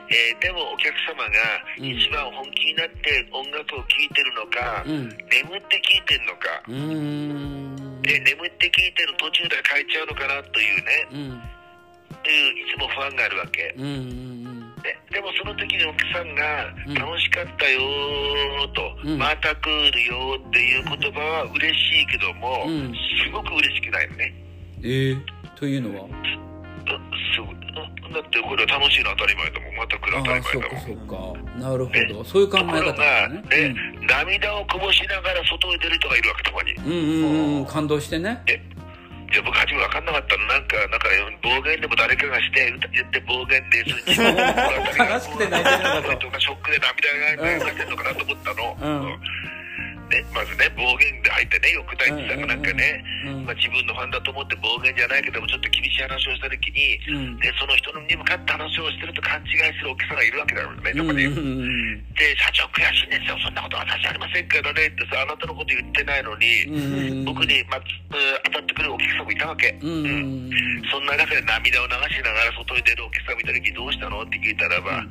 えーでもお客様が
うん
一番本気になって音楽を聴いてるのか、
うん
眠って聴いてるのか、
うーん
で眠って聴いてる途中で変えちゃうのかなというね、
うん
といういつも不安があるわけ。
うんうん
ねでもその時に奥さんが
うん
「楽しかったよ」と「
うん
また来るよ」っていう言葉は嬉しいけども、
うん
すごく嬉しくないのね
ええというのは
うすごいだってこれは楽しいの当たり前だもんまた来る
ああ
当たり
そう
前だ
か
もん
そうかなるほどそういう考え
ところ
方
が、
だ
ね
ね
涙をこぼしながら外へ出る人がいるわけたまに
うんうんうんうん感動してね
えいや僕初め分かんなかったのなんかなんか暴言でも誰かがして歌言って暴言で
悲しく
数字
て泣いてるのかと
とかショックで涙が流れてるのかなと思ったの、
うん
うんね、まずね暴言で入ってねよく大地さんがなんかね、
うんうんうんうん
まあ、自分のファンだと思って暴言じゃないけどもちょっと厳しい話をした時に、
うん
でその人に向かって話をしてると勘違いするお客さんがいるわけだよね
う
た
ん
ま
うん
に。
うん
で社長悔しいんですよそんなこと私ありませんからねってさあなたのこと言ってないの
うん
に僕に、まうん当たってくるお客さんもいたわけ、
うんうん
そんな中で涙を流しながら外に出るお客さん見た時どうしたのって聞いたらば、ね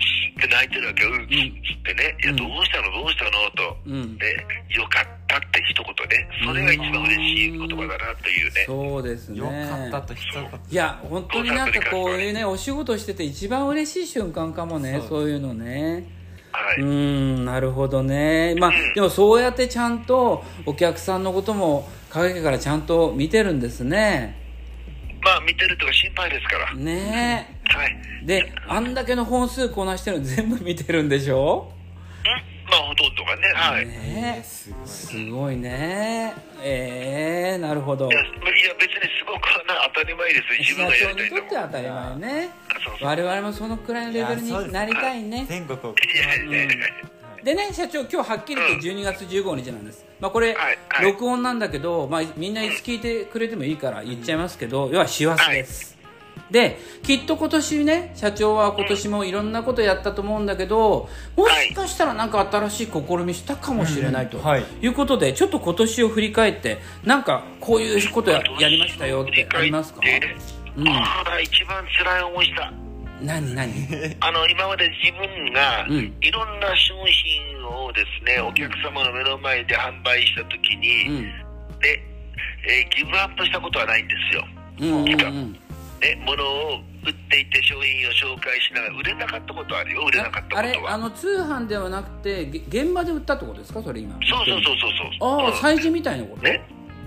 シーって泣いてるわけうんシーってねいやどうしたのどうしたのと、
うん
でよかったって一言ねそれが一番嬉しい言葉だなというね、
そうですね
よかったとひと言
いや本当になんかこういうねお仕事してて一番嬉しい瞬間かもねそういうのね
は
うー
い、
んなるほどね、まあ、でもそうやってちゃんとお客さんのことも陰からちゃんと見てるんですね
まあ見てるとか心配ですから、
ね
はい
えであんだけの本数こなしてるの全部見てるんでしょ
うんまあほとんどがねはい、
ねえすごいねええなるほど
いやいや別にすごくはな当たり前です自
社
分がや
長
りた
に
いん
と
だ
っ
もん
ては当たり前ね
そうそう
我々もそのくらいのレベル
いやそうで
に
す
なりたいね
全国を
いやいやいや
でね社長今日はっきり言って12月15日なんです、まあ、これ、
はいはい
録音なんだけど、まあ、みんないつ聞いてくれてもいいから言っちゃいますけど、要は師走です、できっと今年ね社長は今年もいろんなことやったと思うんだけどもしかしたらなんか新しい試みしたかもしれないと、
んはい
いうことでちょっと今年を振り返ってなんかこういうことややりましたよってありますか
振り返って
うん
ああ一番辛い思いした
何何
あの今まで自分が
うん
いろんな商品をですね、お客様の目の前で販売した時に、
うん
で、えーギブアップしたことはないんですよ
うんうんうん
ね物を売っていって商品を紹介しながら売れなかったことはあるよ売れなかった
あ
こ
れ
と
あ
は
の通販ではなくてげ現場で売ったってことですかそれ今
そうそうそうそうそう
ああ
うん
催事みたいなこと
ね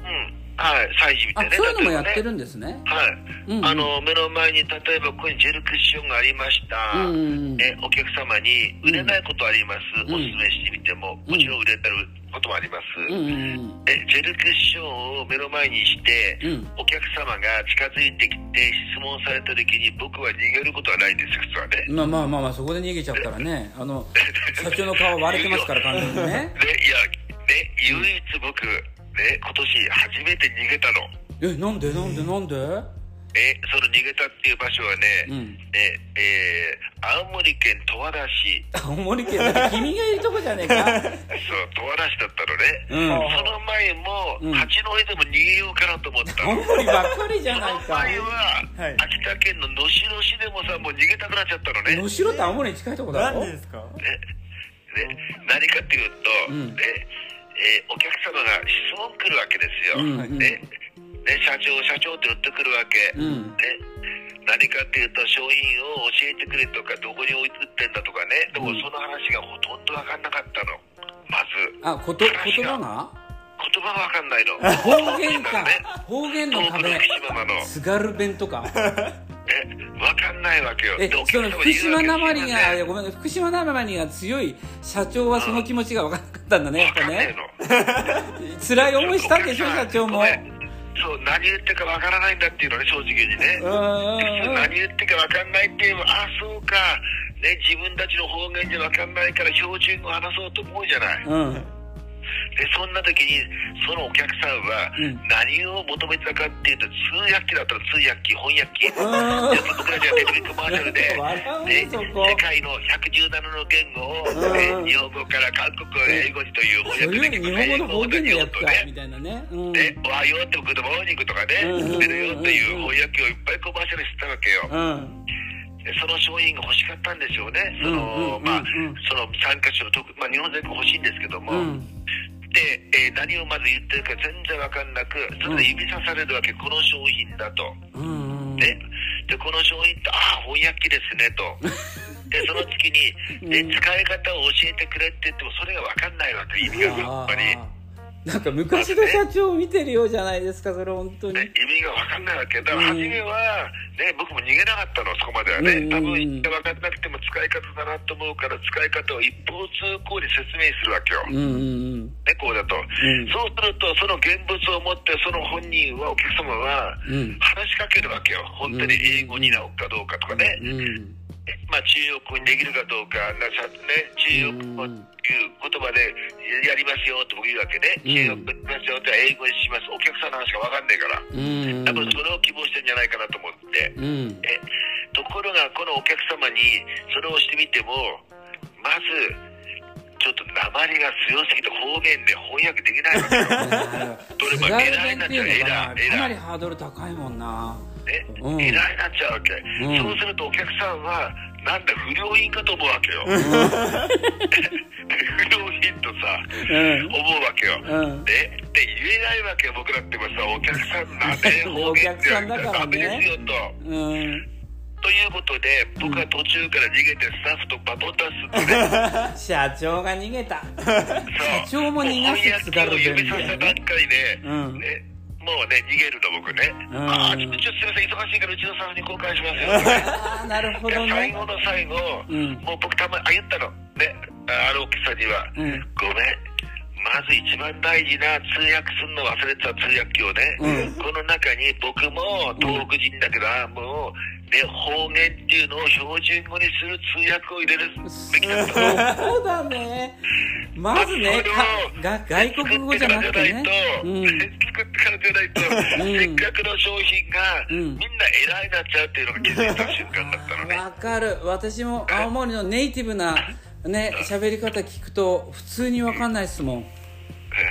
うんはい催事み
あ
たいなね
そういうのもやっ
例えばね
てるんですね
はい、
うんうん
あの目の前に例えばここにジェルクッションがありました、
うんうんうん
えお客様に売れないことあります、
ん
おすすめしてみてももちろん売れてることもあります、
うんうん
えジェルクッションを目の前にして、
うん
お客様が近づいてきて質問された時に僕は逃げることはないんですよ普通はね、
うんまあまあまあまあそこで逃げちゃったらねあの社長の顔割れてますから完全にね
でいやね唯一僕ね今年初めて逃げたの
えなんでなんでなんで
えその逃げたっていう場所はね、
うん
ええー青森県十和田市
青森県だって君がいるとこじゃねえか
そう十和田市だったのね、
うん
その前も、
うん
八戸でも逃げようかなと思った
青
の
森ばっかりじゃ
そ
ない
の
か
前は、
はい
秋田県の能代市でもさもう逃げたくなっちゃったのね
能代って青森に近いとこだ
なん
ろ
でですか
ねね何かっていうと、
うん
ねえーお客様が質問来るわけです
う
よ、
んうん
ねね社長社長って言ってくるわけ、
うん
ね何かっていうと商品を教えてくれとかどこに置いてってんだとかねでもその話がほとんど分かんなかったのまず
あこと言葉が
言葉が分かんない
方
の
言
な
か
のね
方言の
東北の
壁
福島なの
津軽弁とか
え分かんないわけよ
え
で
そ
お客
の
様
福
に言う
島
わけ
なまり
です
がいや
よね
ごめん福島なまりが強い社長はその気持ちが分からなかったんだねやっ
分
ぱ
かんな
ね
いの
辛い思いしたんでしょ社長も
ごめんそう何言ってるかわからないんだっていうのね正直にね
うんうんうん
何言ってるかわかんないっていうああそうかねね、自分たちの方言じゃ分かんないから標準語を話そうと思うじゃない。
うん
で、そんな時に、そのお客さんは
うん
何を求めてたかっていうと、通訳機だったら通訳機、翻訳機。
うん
で僕たちがテレビコマーシャルで
笑う、
ね、
そこ
世界の117の言語を、
うん
ね、日本語から韓国語、英語にという
それよ
翻訳で
り
き
日
る
本語の方言のやつ
と
かみ
ね。
たいなねうん
ね、おはようって言葉をニングとかね、
うん
売れるよっていう翻訳をいっぱいコマーシャルしてたわけよ。
うん
でその商品が欲しかったんでしょうね。そ
うんうんうんう
の、
ん
まあ、その参加者の特、まあ、日本全国欲しいんですけども、
うん
で、えー何をまず言ってるか全然わかんなく、それで指さされるわけ、この商品だと。
うん
ね、でこの商品ってああ翻訳機ですね とでその月に、ね
うん
使い方を教えてくれって言ってもそれが分かんないわけ意味がやっぱり、ね、
なんか昔の社長を見てるようじゃないですかそれ本当に
意味が分かんないわけだ
う
から
ん
初めは、ね、僕も逃げなかったのそこまではね
うん
多分言って分かんなくても使い方だなと思うから使い方を一方通行に説明するわけよ、
うんうん
ね、こうだと、
ん
そうするとその現物を持ってその本人はお客様は
うん
話しかけるわけよ本当に英語になおかどうかとかね、
うんうん
まあ、中国にできるかどうかなさ、ね、中国語という言葉でやりますよと僕言うわけね、
うん
中国語やりますよって英語にします、お客さんの話が分かんないか
うん
ら、多分それを希望してるんじゃないかなと思って、
うん
えところが、このお客様にそれをしてみても、まず、ちょっと鉛が強すぎて方言で翻訳できないわ けよ。どれ
世
も
代
偉い
弁っ
なってちゃう
いうのか
偉い偉い
なかなりハードル高いもんな
ね、
うん
偉いになっちゃうわけ、
ん
そうするとお客さんはなんだ不良品かと思うわけよ、 不良品とさ、
うん
思うわけよ、
うん
でで言えないわけよ僕だってもさお客さんなんで
お客さんだからね
方言って言われたらダメですよと。
うん
ということで僕は途中から逃げてスタッフとバトンタスで
社長が逃げた
そう
社長も逃がすつか
翻
る
訳機を指さしたばっかりで、
うん
ねもうね逃げるの僕ね、
うん
ああちょっとすいません忙しいからうちのさんに交換しますよ
ああなるほ
で
ど
最
ね
後の最後、
うん
もう僕たまにあ言ったのねああの奥さんには、
うん
ごめんまず一番大事な通訳すんの忘れてた通訳機をね、この中に僕も東北人だけど、ああもう、ね、方言っていうのを標準語にする通訳を入れるべきだったの
そうだね。まずね、かが外国語じゃなくてね。う
作ってからじゃないと、
うん
せっかくの商品が、
うん
みんな偉いなっちゃうっていうのが気づいた瞬間だったの
ん。
ね。
わかる。私も青森のネイティブなね、喋り方聞くと普通にわかんないですもん。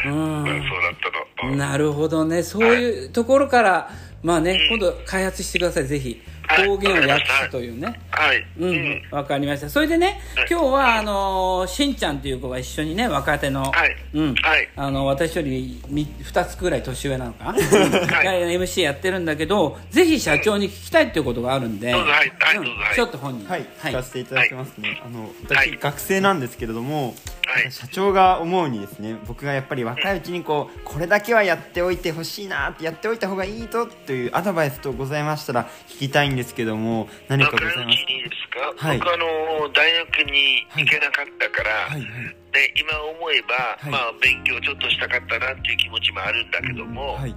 うん、そうだったの。うん
なるほどね。そういうところから、まあね、今度開発してください、ぜひ。
はい
方言を訳すというね。
はい。
う
うん
ん、わかりました。それでね
はい、
今日は、あのー、しんちゃんっていう子が一緒にね、若手の、
はい
うん、
はい
あの、私よりみ2つくらい年上なのかな、
い
が MC やってるんだけど、ぜひ社長に聞きたいっていうことがあるんで、
どうぞはいはい
うん
どうぞはい
ちょっと本人。
はい、聞かせていただきますね、あの私、
はい
学生なんですけれども、
はい
社長が思うにですね僕がやっぱり若いうちにこうこれだけはやっておいてほしいなってやっておいた方がいいとというアドバイスとございましたら聞きたいんですけども何かご
若
ざ
いう
いま
ち
す
にですか、
はい
僕あの大学に行けなかったから、
はいはい
で今思えば、
はい
まあ、勉強ちょっとしたかったなっていう気持ちもあるんだけども、
はい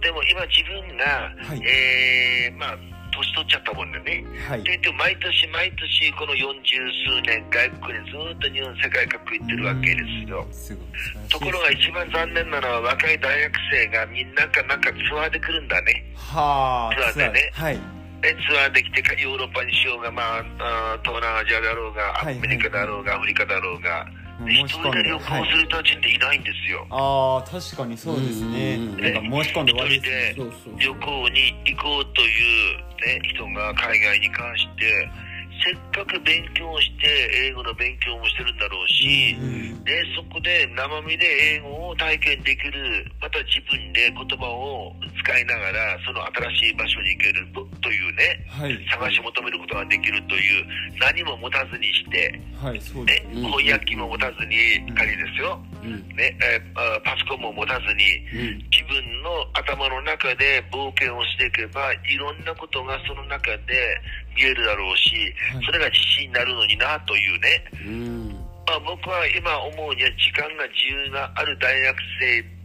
でも今自分が、
はい
えーまあ年取っちゃったもんでね、
はい
ででも毎年毎年この40数年外国にずーっと日本世界各国行ってるわけですよ
すごい
と
素
こ
晴らしい
ろが一番残念なのは若い大学生がみんなかなんかツアーで来るんだね
はあ
ツアーでね
ツアーはい
でツアーできてヨーロッパにしようが、まあ、あー東南アジアだろうがア
はいは
メ
い
リカだろうが、アフリカだろうが
もう
で
申
一
し
人
込んで
で旅行する人たちっていないんですよ、
あー確かにそうですね
うんうんうん
なんか申し込んで終わり
一人
です
で
そうそう
旅行に行こうという、ね、人が海外に関してせっかく勉強をして英語の勉強もしてるんだろうし、でそこで生身で英語を体験できるまた自分で言葉を使いながらその新しい場所に行けるとというね、
はい
探し求めることができるという何も持たずにして。
はいそうです
ね、翻訳機も持たずに、仮ですよ、ねえーあーパソコンも持たずに、自分の頭の中で冒険をしていけば、いろんなことがその中で見えるだろうし、それが自信になるのになというね、まあ、僕は今思うには、時間が自由がある大学生うん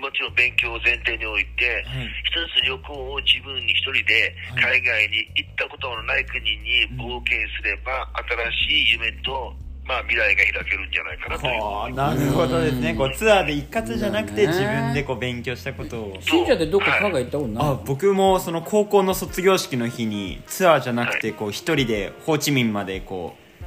もちろん勉強を前提において、一つ旅行を自分に一人で海外に行ったことのない国に冒険すれば、新しい夢と、まあ、未来が開けるんじゃないかなという。
あーなるほどですねこうツアーで一括じゃなくて
うん
自分でこう勉強したことを
しんちゃんってどっか海外行ったことない
あ僕もその高校の卒業式の日にツアーじゃなくてこう一人でホーチミンまでこう旅券
いや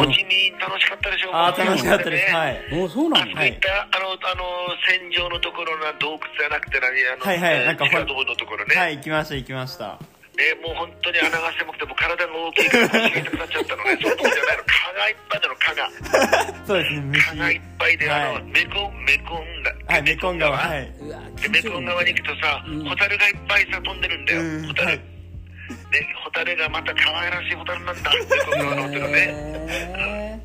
を
ホーチミン楽しかったでしょ
ああ楽しかったです
ね
はい
おそうなんだ、
あそういったあのあの戦場のところな洞窟じゃなくて何あの、
はいはいなんか
地
ほ
下
ん
道のところね、
はい行きました行きました
ねもう本当に穴が狭くてもう体が大きいから腰が痛くなっちゃったの ねそうじゃないの蚊がいっぱいなの蚊が
そうですね虫
蚊がいっぱいで、
は
あ
い
のメコンメコンだ
はいメコン川はい
うんうわ
でメコン川に行くとさ、
うん
ホタルがいっぱいさ飛んでるんだよ、
うん
ホタル、
はい
でホタルがまた可愛らしいホタルなんだメコン川のホタルね
へ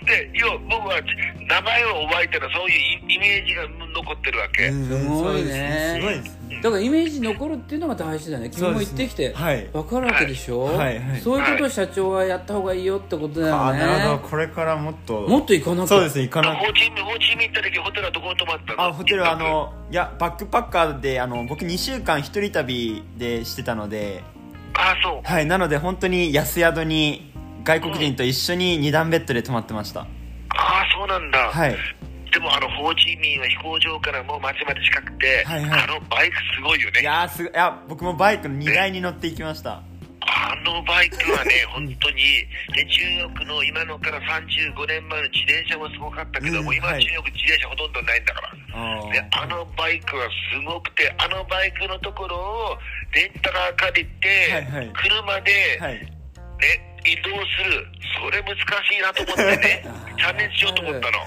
うんで要は僕は名前を覚えてるそういうイイメージが残ってるわけ、
うん
すごいね
そうですね
ーだからイメージ残るっていうのが大事だね君も行ってき
そうで
て
すねはい
分かるわけでしょ、
はいはい
そういうことを社長はやった方がいいよってことだ
すごいあ
よ
あ
ね
なるほどこれからもっと
もっと行かなきゃ
そうですね行かな
ホーチミンホーチミン行った時ホテルはどこに泊まったの
あホテルあのいやバックパッカーであの僕2週間一人旅でしてたので
あそう
はいなので本当に安宿に外国人と一緒に2段ベッドで泊まってました
ああそうなんだ、
はい
でもあのホーチミンは飛行場からもう街まで近くて、
はいはい
あのバイクすごいよ
い
ね
やーすごいいや僕もバイクの荷台に乗っていきました
あのバイクはね本当にで中国の今のから35年前の自転車もすごかったけど、
うん
もう今
は
中
い
国自転車ほとんどないんだから
あ
であのバイクはすごくてあのバイクのところをレンタカー借りて、
はいはい
車で、
はい
ね、移動するそれ難しいなと思って ねチャレンジしようと思ったの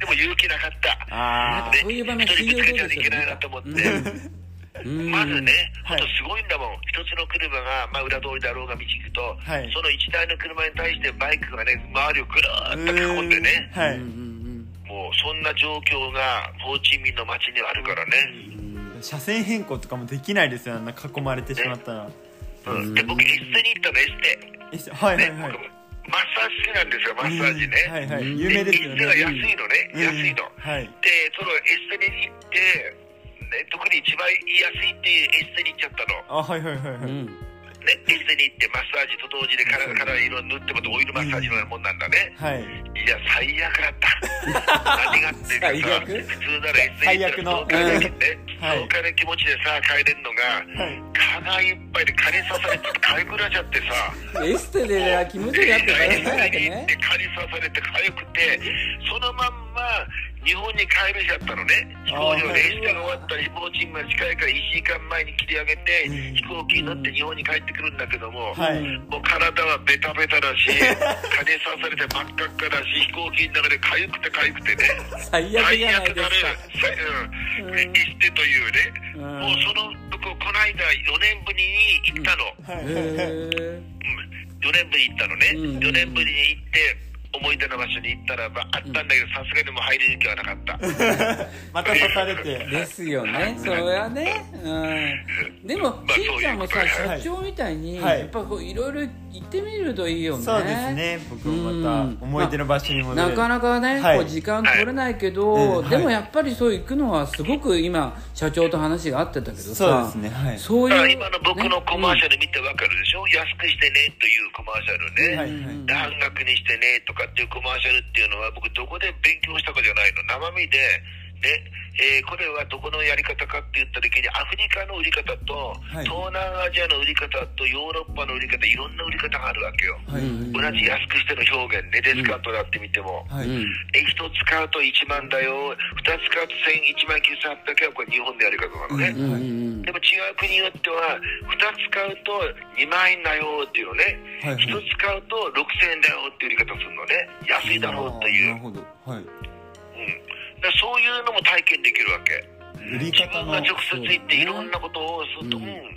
でも勇気なか った
あ
なん
あ
かそういう場面
一人ぶつけちゃ
信用
いけ
でき
な
ないい
な
な
と
と
思
思
っ
ってて、
まずね、
はい
ほんとすごいんだもん一つの車が、まあ、裏通りだろうが道行くと、
はい
その一台の車に対してバイクがね周りをぐるーっと囲んでね
は
う
い
んうん
もうそんな状況がホーチミンの街にはあるからね、
車線変更とかもできないですよあんな囲まれてしまったら
うんで僕エステに行ったのエステ
えしはいは
ね、
いはい
僕マッサージ好きなんですよマッサージね、
はいはい有名ですよね
エステが安いのね、
うん
安いの、
はい
でそのエステに行って、ね、特に一番安いっていうエステに行っちゃったの
あはいはいはいは
う
い
ん
ね、エステに行ってマッサージと同時で体から色塗ってもオイルマッサージのようなもんなんだね、
はい
いや最悪だった 何がっていうかさ
最悪
普通ならエステに行
最
ったら
悪の
爽快な,、ね
はい
爽快な気持ちでさ帰れるのが、
はい
蚊がいっぱいで蚊に刺されてかゆくなっちゃってさ
エステで気持ちがあって帰らないわけね
で蚊に刺されてかゆくてそのまんま日本に帰る日だったのね飛行場でエステが終わったら飛行機まで近いから1時間前に切り上げて、飛行機に乗って日本に帰ってくるんだけども、
はい
もう体はベタベタだし蚊に刺されて真っ赤っかだし飛行機の中でかゆくてかゆくてね
最悪じゃないですか
最悪だね、うん、エステというね、
うん
もうそのここの間4年ぶりに行ったの、
へ
4年ぶりに行ったのね、
うん
4年ぶりに行って思い出の場所に行ったらばあったんだけどさすがにもう入る勇気はなか った、
また刺されて
ーですよねそれはねうんでも
まあ
しんちゃんもさ
そういうこと
は
社
い
長みたいに
はい
やっぱこういろいろ行ってみるといいよね
そうですね僕もまた思い出の場所に戻れ
な
る
かなかね、
はい
こう時間取れないけど、
はいうんはい
でもやっぱりそう行くのはすごく今社長と話があってたけどさ
そうですねはい
そう
だか
い
ら
う
今の僕のコマーシャ
ル、
ル見てわかるでしょ、安くしてねというコマーシャルね、
はいはい
で半額にしてねとかっていうコマーシャルっていうのは僕どこで勉強したかじゃないの生身で、ねえーこれはどこのやり方かって言った時にアフリカの売り方と
い
東南アジアの売り方とヨーロッパの売り方いろんな売り方があるわけよ、
はい
同じ安くしての表現ねデスカートだって見ても、
はい
うん
え1つ買うと1万だよ2つ買うと1万9800円はこれ日本のやり方なのね、
うんうん
でも違う国によっては2つ買うと2万円だよっていうのね、
はいはい
1つ買うと6000円だよっていう売り方するのね安いだろうってい
な
う、う
る
ん、
ほどはい
だからそういうのも体験できるわけ
売り
自
方
分
の
が直接行っていろんなことをすると、
うん
うん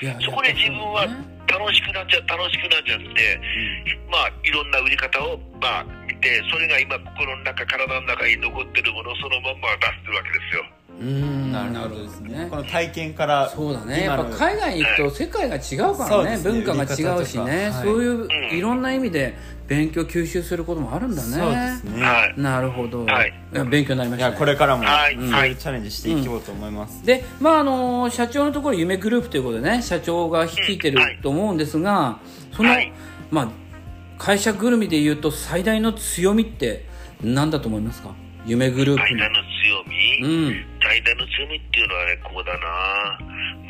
いや
そこで自分は楽しくなっちゃう楽しくなっちゃって、まあいろんな売り方をまあ見てそれが今心の中体の中に残ってるものをそのまんま出してるわけですよ
うん
なるほどですねこの体験から
そうだね
今
やっ
の
ぱ海外に行くと世界が違うか
そ
ら
うで
ね
すね
文化が違うしね
売り方とかはい
そういういろんな意味で勉強吸収することもあるんだね
そうですね
はい
なるほど、
はい
や勉強になりま
い
した、
や
ね、
これからも、
はい
うん
はい
チャレンジしていこうと思います、
でまああの社長のところ夢グループということでね社長が率いてる
うんはい
と思うんですがその、
はい
まあ会社ぐるみで言うと最大の強みって何だと思いますか夢グループ
最
の
大の強み、
うん
最大の強みっていうのはねここだな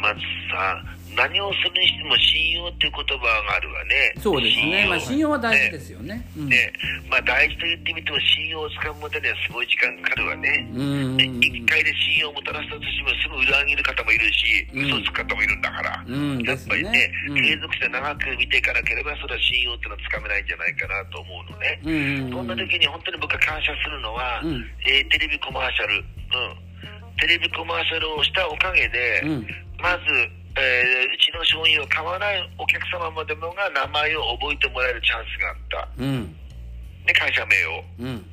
まずさ何をするにしても信用っていう言葉があるわね
そうですね、まあ、信用は大事ですよねうん
ねまあ、大事と言ってみても信用をつかむまでにはすごい時間かかるわね、
うんうん
で一回で信用をもたらしたとしてもすぐ裏切る方もいるし、
うん
嘘をつく方もいるんだから、
うん
やっぱり
で
ね
すよねうん
継続して長く見ていかなければそれは信用っていうのはつかめないんじゃないかなと思うのね、
うんうん
そんな時に本当に僕が感謝するのは、
うん
えーテレビコマーシャル、うん、テレビコマーシャルをしたおかげで、
うん
まず、えーうちの商品を買わないお客様までもが名前を覚えてもらえるチャンスがあった、
うん
ね、会社名を。
うん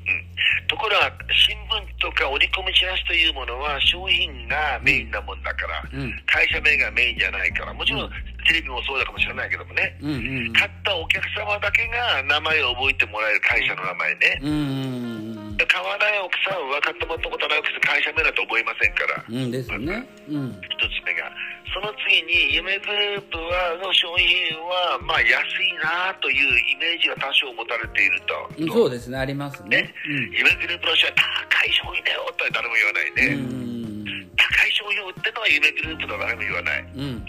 ところが新聞とか折り込みチラシというものは商品がメインなもんだから、
うん
会社名がメインじゃないからもちろんテレビもそうだかもしれないけどもね、
うんうん
買ったお客様だけが名前を覚えてもらえる会社の名前ね、
うんうん
で買わない奥さんは買ってもらったことない奥さん会社名だと覚えませんから、
うんうんですねうん
一つ目がその次に夢グループはの商品はまあ安いなというイメージが多少持たれていると、
うんそうですねありますね
ね、夢グループの人は高い商品だよとは誰も言わな
う
い
んう
ね、
ん
高い商品を売ってるのは夢グループとは誰も言わない、
うんうん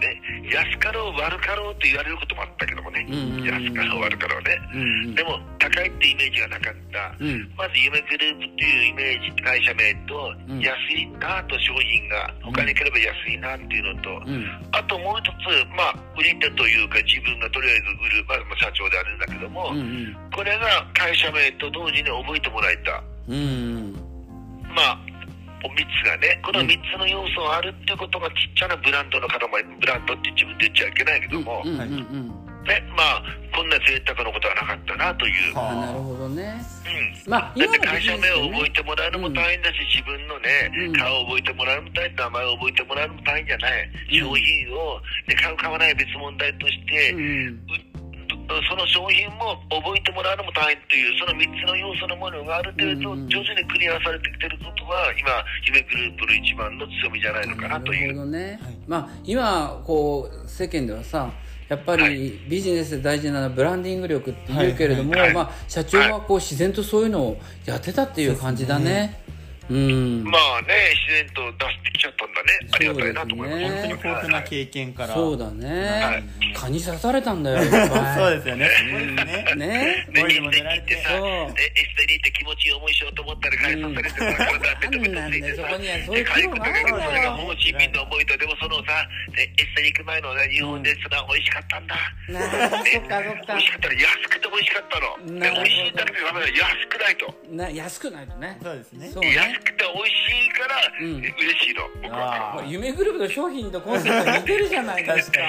ね、安かろう悪かろうと言われることもあったけどもね、
うん
安かろう悪かろうね、
うんうん
でも高いってイメージがなかった、
うん
まず夢グループっていうイメージ会社名と、
うん
安いなと商品が他に比べ安いなっていうのと、
うん
あともう一つ、まあ、売り手というか自分がとりあえず売る、まあ、まあ社長であるんだけども、
うん
これが会社名と同時に覚えてもらえた
うんうん
まあ3つがねこの3つの要素があるってことがちっちゃなブランドの塊ブランドって自分で言っちゃいけないけども、
うんうんう
ね
ん
まあこんな贅沢なことはなかったなという、
あなるほどね
うん
まあ
だ
今
っ
の
て会社名を覚えてもらうのも大変だし、自分の
うん
ね顔を覚えてもらうのも大変名前を覚えてもらうのも大変じゃない、商品を、ね、買う買わないは別問題として、
うん
うその商品も覚えてもらうのも大変というその3つの要素のものがある程
う
度
んうん
徐々にクリアされてきてることは今夢グループの一番の強みじゃないのかなとい
るほ
う
どね、まあ今こう世間ではさやっぱ
は
りビジネスで大事なのはブランディング力って言うけれども、
はいはい
まあ、社長はこう自然とそういうのをやってたっていう感じだねうん、
まあね自然と出してきちゃったんだねありがたいなと思います
そうですね
本当に豊富な経験から、
そうだね、
はい
蚊に刺されたんだよいっぱい
そうですよねね
ね
で、エステに行ってさ、
そう
でエステに行って気持ちいい思いしようと思ったら解散されてさ、体ってとこついて
なんだよそ
さ、
こにはそうい
で
う
解
苦労
雇と
があ
か
るんだよ
それがもう人民の思いと、でもそのさ、でエステに行く前のね、日本でさ、美味しかったんだ。
なあそっかそっか
美味しかったら安くて美味しかったの。で、
なるほど
美味しいだけでダメだ、安くな
な安くない
いと。
とね
そうですね
そう
安
ね
くて美味しいから、
うん
嬉しいの、僕は。
まあ夢グループの商品とコンセプト似てるじゃないですか
いや、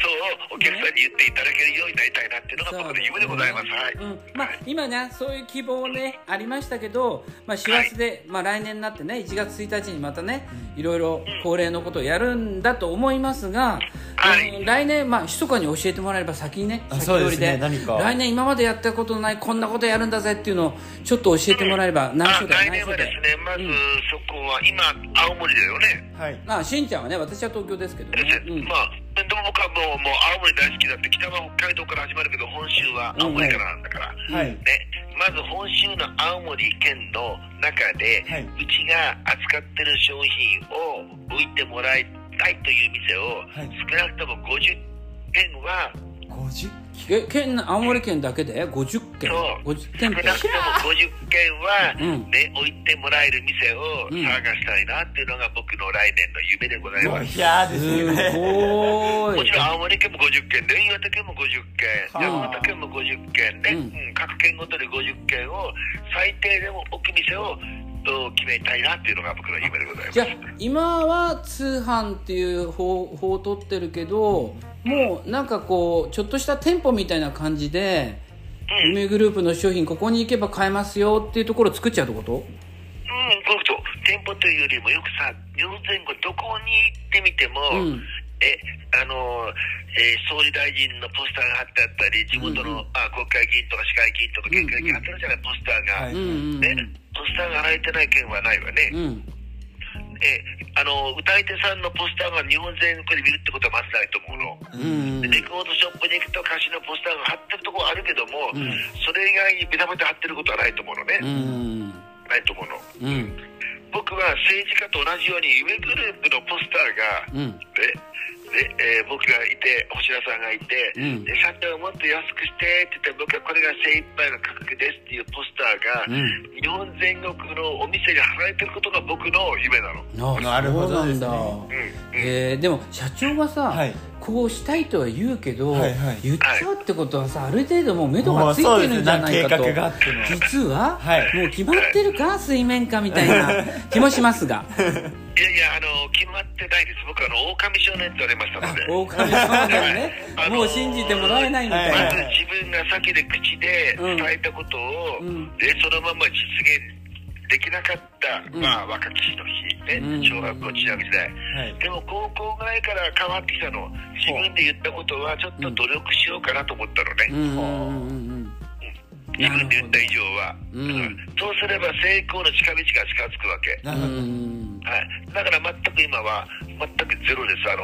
そう、お客さんに言っていただけるようになりたいなっていうのが僕の夢でございます。はい。
うんまあ、今ねそういう希望ねありましたけど、まあ、師走で、まあ、来年になってね1月1日にまたね、いろいろ恒例のことをやるんだと思いますが、
はい
うん来年まあ密かに教えてもらえれば先にね
あ
先
そ
取
うで
り
す
で
ね何か
来年今までやったことのないこんなことやるんだぜっていうのをちょっと教えてもらえれば内
あ
緒で
来
内
年
緒
は
で
ですね、まず
うん
そこは、今、青森だよね。
はい
まあしんちゃんはね私は東京ですけどね、うん
まあでも僕はもうもう青森大好きだって北は北海道から始まるけど本州は青森からなんだから、
はい
ね、まず本州の青森県の中で、
はいう
ちが扱ってる商品を置いてもらいたいという店を、
はい
少なくとも50店は
50
え県内青森県だけで50件
そう
50
少
店
な
舗
くとも50件は、
うん
ね、置いてもらえる店を
うん
探したいなっていうのが僕の来年の夢でございます。
いやーですすね
ご
も
ーい
ちろん青森県も50県で岩手県も50県
はあ
山形県も50県で、
うん
うん各県ごとに50県を最低でも置く店をうん決めたいなっていうのが僕の夢でございます
じゃあ今は通販っていう方法を取ってるけどもうなんかこうちょっとした店舗みたいな感じで
うん、うん、
夢グループの商品ここに行けば買えますよっていうところを作っちゃうってこと
僕と店舗というよりもよくさ日本全国どこに行ってみても、
うん
えあの、えー総理大臣のポスターが貼ってあったり、地元の、あ国会議員とか市会議員とか県会議員貼ってあるじゃない、ポスターが。
うんうん
ね、ポスターが貼られてない県はないわね、
うんうん
えあの歌い手さんのポスターが日本全国で見るってことはまずないと思うの、
うん
でレコードショップに行くと歌詞のポスターが貼ってるとこはあるけども、それ以外にベタベタ貼ってることはないと思うのね、
うん
ないと思うの
うん
僕は政治家と同じように夢グループのポスタ
う
ーが、
ん
ででえー僕がいて星田さんがいて、
うん
で社長をもっと安くしてって言って僕はこれが精一杯の価格ですっていうポスターが、
うん
日本全国のお店に貼られてることが僕の夢なの
あ
なるほどですね
そうなんだ、えーでも社長がさ、
はい
こうしたいとは言うけど、
はいはい
言っちゃうってことはさある程度もう目処がついてるんじゃないかと
もうそうですね計画があっての
実は、
はい
もう決まってるか水面下みたいな気もしますが
いやいやあの決まってないです僕あの狼少年って言われましたので
狼少年ねもう信じてもらえないみたいな、
は
ま
い
ず自分が先で口で伝えたことを、
うん
でそのまま実現できなかった、まあ、若き日の日、ね
うん
小学校中学時代、でも高校ぐらいから変わってきたの自分で言ったことはちょっと努力しようかなと思ったの
う
ね、
んうんうん
自分で言った以上は、
うん
うんそうすれば成功の近道が近づくわけ、
うんうん
はい、だから全く今は全くゼロですあの、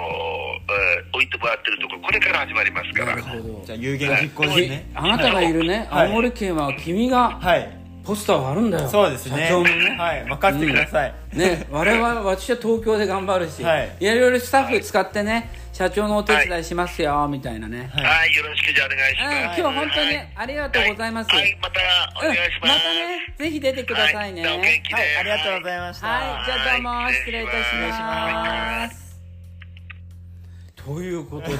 えー置いてもらってるところこれから始まりますか
な
ら
るほど
じゃあ有言実行です
で
ね
あなたがいるね
はい
青森県は君が
はい
ポスターを貼るんだよ、
そうですね
社長もね、
はい任せてください、
ね、我々私は東京で頑張るし、
はい
い、ろいろスタッフ使ってね社長のお手伝いしますよ、みたいなね、
は
はい、よろしくじゃあお願い
う
し
ん
ま
今
す。
日は本当に
はい
ありがとうございます、
はい、はいまたお願いします。
うん、またねぜひ出てくださいね、
は、
はい
お
い
元気で、
はい、ありがとうございました、
じゃあどうも
はい
失礼いたしま
はい
すということ で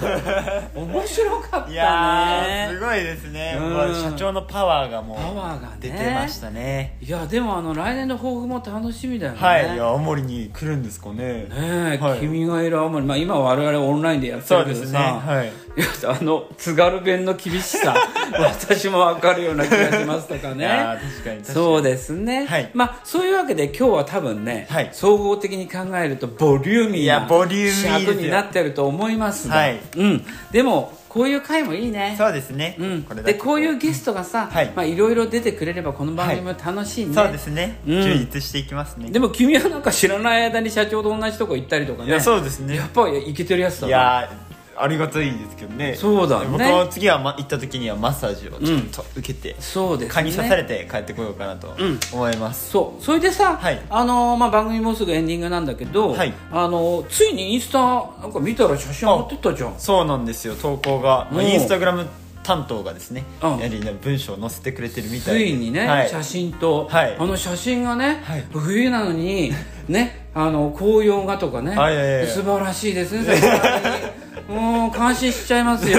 面白かった
い
ね
やーすごいですね、
うん
もう社長のパワーがもう
パワーがね
出てましたね
いやでもあの来年の抱負も楽しみだよね、
はいいや青森に来るんですかね
ねえ、
はい
君がいる青森、まあ、今は我々オンラインでやって
そう
るけ
で
ど
すね
さ、
はい
いやあの津軽弁の厳 しさ私も分かるような気がしますとか
いやー
ね
確かに確かに
そうですね、
はい
まあそういうわけで今日は多分ね、
はい
総合的に考えるとボリューミー
いやボリューミー
な
ですよ
尺になってると思いますが、
はい
うん、でもこういう回もいいね
そうですね、
うん、
これだ
で
け
こういうゲストがさ、
はい
まあ、いろいろ出てくれればこの番組も楽しいね、
そうですね、
うん
充実していきますね
でも君はなんか知らない間に社長と同じとこ行ったりとかね
いやそうですね
やっぱいけてるやつだ
い
ね
やーありがたいですけどね
そうだね
僕も次は、ま、行った時にはマッサージをちょっと受けて、
そうですね
蚊に刺されて帰ってこようかなと思います、
そうそれでさ、
はい
あのーまあ、番組もうすぐエンディングなんだけど、
はい
あのーついにインスタなんか見たら写真上がってったじゃん
そうなんですよ投稿が、まあ
うん
インスタグラム担当がですね、
うん
やはりね文章を載せてくれてるみたい
つ
で
いにね、
はい
写真と、
はい
あの写真がね、
はい
冬なの にねあの紅葉がとかね、
あいやいやいや
素晴らしいですねさすが にもう感心しちゃいますよ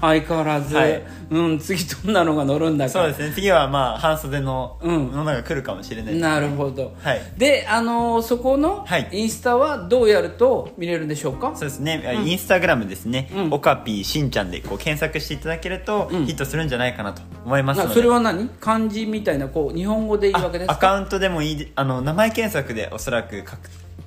相変わらず、
はい
うん、次どんなのが乗るんだか
そうですね次はまあ半袖の
う
も
ん
のが来るかもしれないです、
なるほど、
はい
で、あのーそこの
はい
インスタはどうやると見れるんでしょうか、
そうですね、インスタグラムですね、
うん
オカピーしんちゃんでこう検索していただけると、
うん
ヒットするんじゃないかなと思いますの
な
で
それは何漢字みたいなこう日本語でいいわけです
あ
か
アカウントでもいいであの名前検索でおそらく書く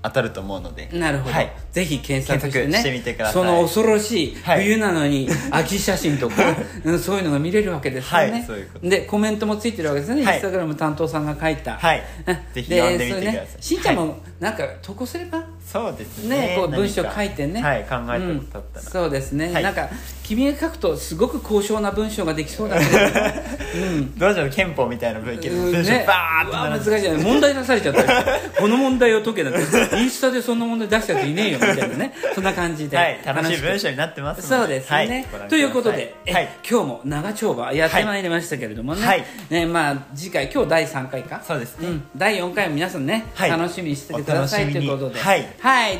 当たると思うので
なるほど、
はい、
ぜひ検索してね
検索してみてください
その恐ろしい
はい
冬なのに秋写 真とか、うんそういうのが見れるわけですよね、
はいそういうこと
でコメントもついてるわけですね、
はい
インスタグラム担当さんが書いた
はい
うん
ぜひ読んでみて
そ
く
れ
ださい
ね、しんちゃんもなんか投稿すれば
そうですね
ね、こう
何か
文章書いてね、
はい考えたことあ
うん
ったら、
そうですね、
はい
なんか君が書くとすごく高尚な文章ができそうだけれどもうん
どうしよう憲法みたいな文章
うん
文章
ね
バーって
うわ
並ん
難
で
しいよね問題出されちゃったりしてこの問題を解けなんて インスタでそんな問題出したやついねえよみたいなねそんな感じで、
はい楽しい
く
文章になってますので
そうです
はい
ね、
ご覧ください
ということで、え
はい
今日も長丁場やってまいりましたけれどもね,、
はい
ねまあ、次回今日第3回か
そうですね
ん、第4回も皆さんね、
はい
楽しみにしててくださ
お
い
楽
と
しみに
いうことで、
はい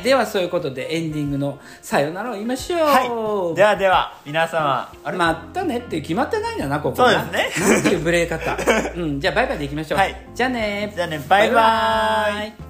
ではそういうことでエンディングの「さよなら」を言いましょう、
はいではでは皆様あれ、
またねって決まってないんだなここな
そうですね
なんていうブレ方、うん、じゃあバイバイでいきましょう、
はい
じゃあね
じゃあねバイバイ
イ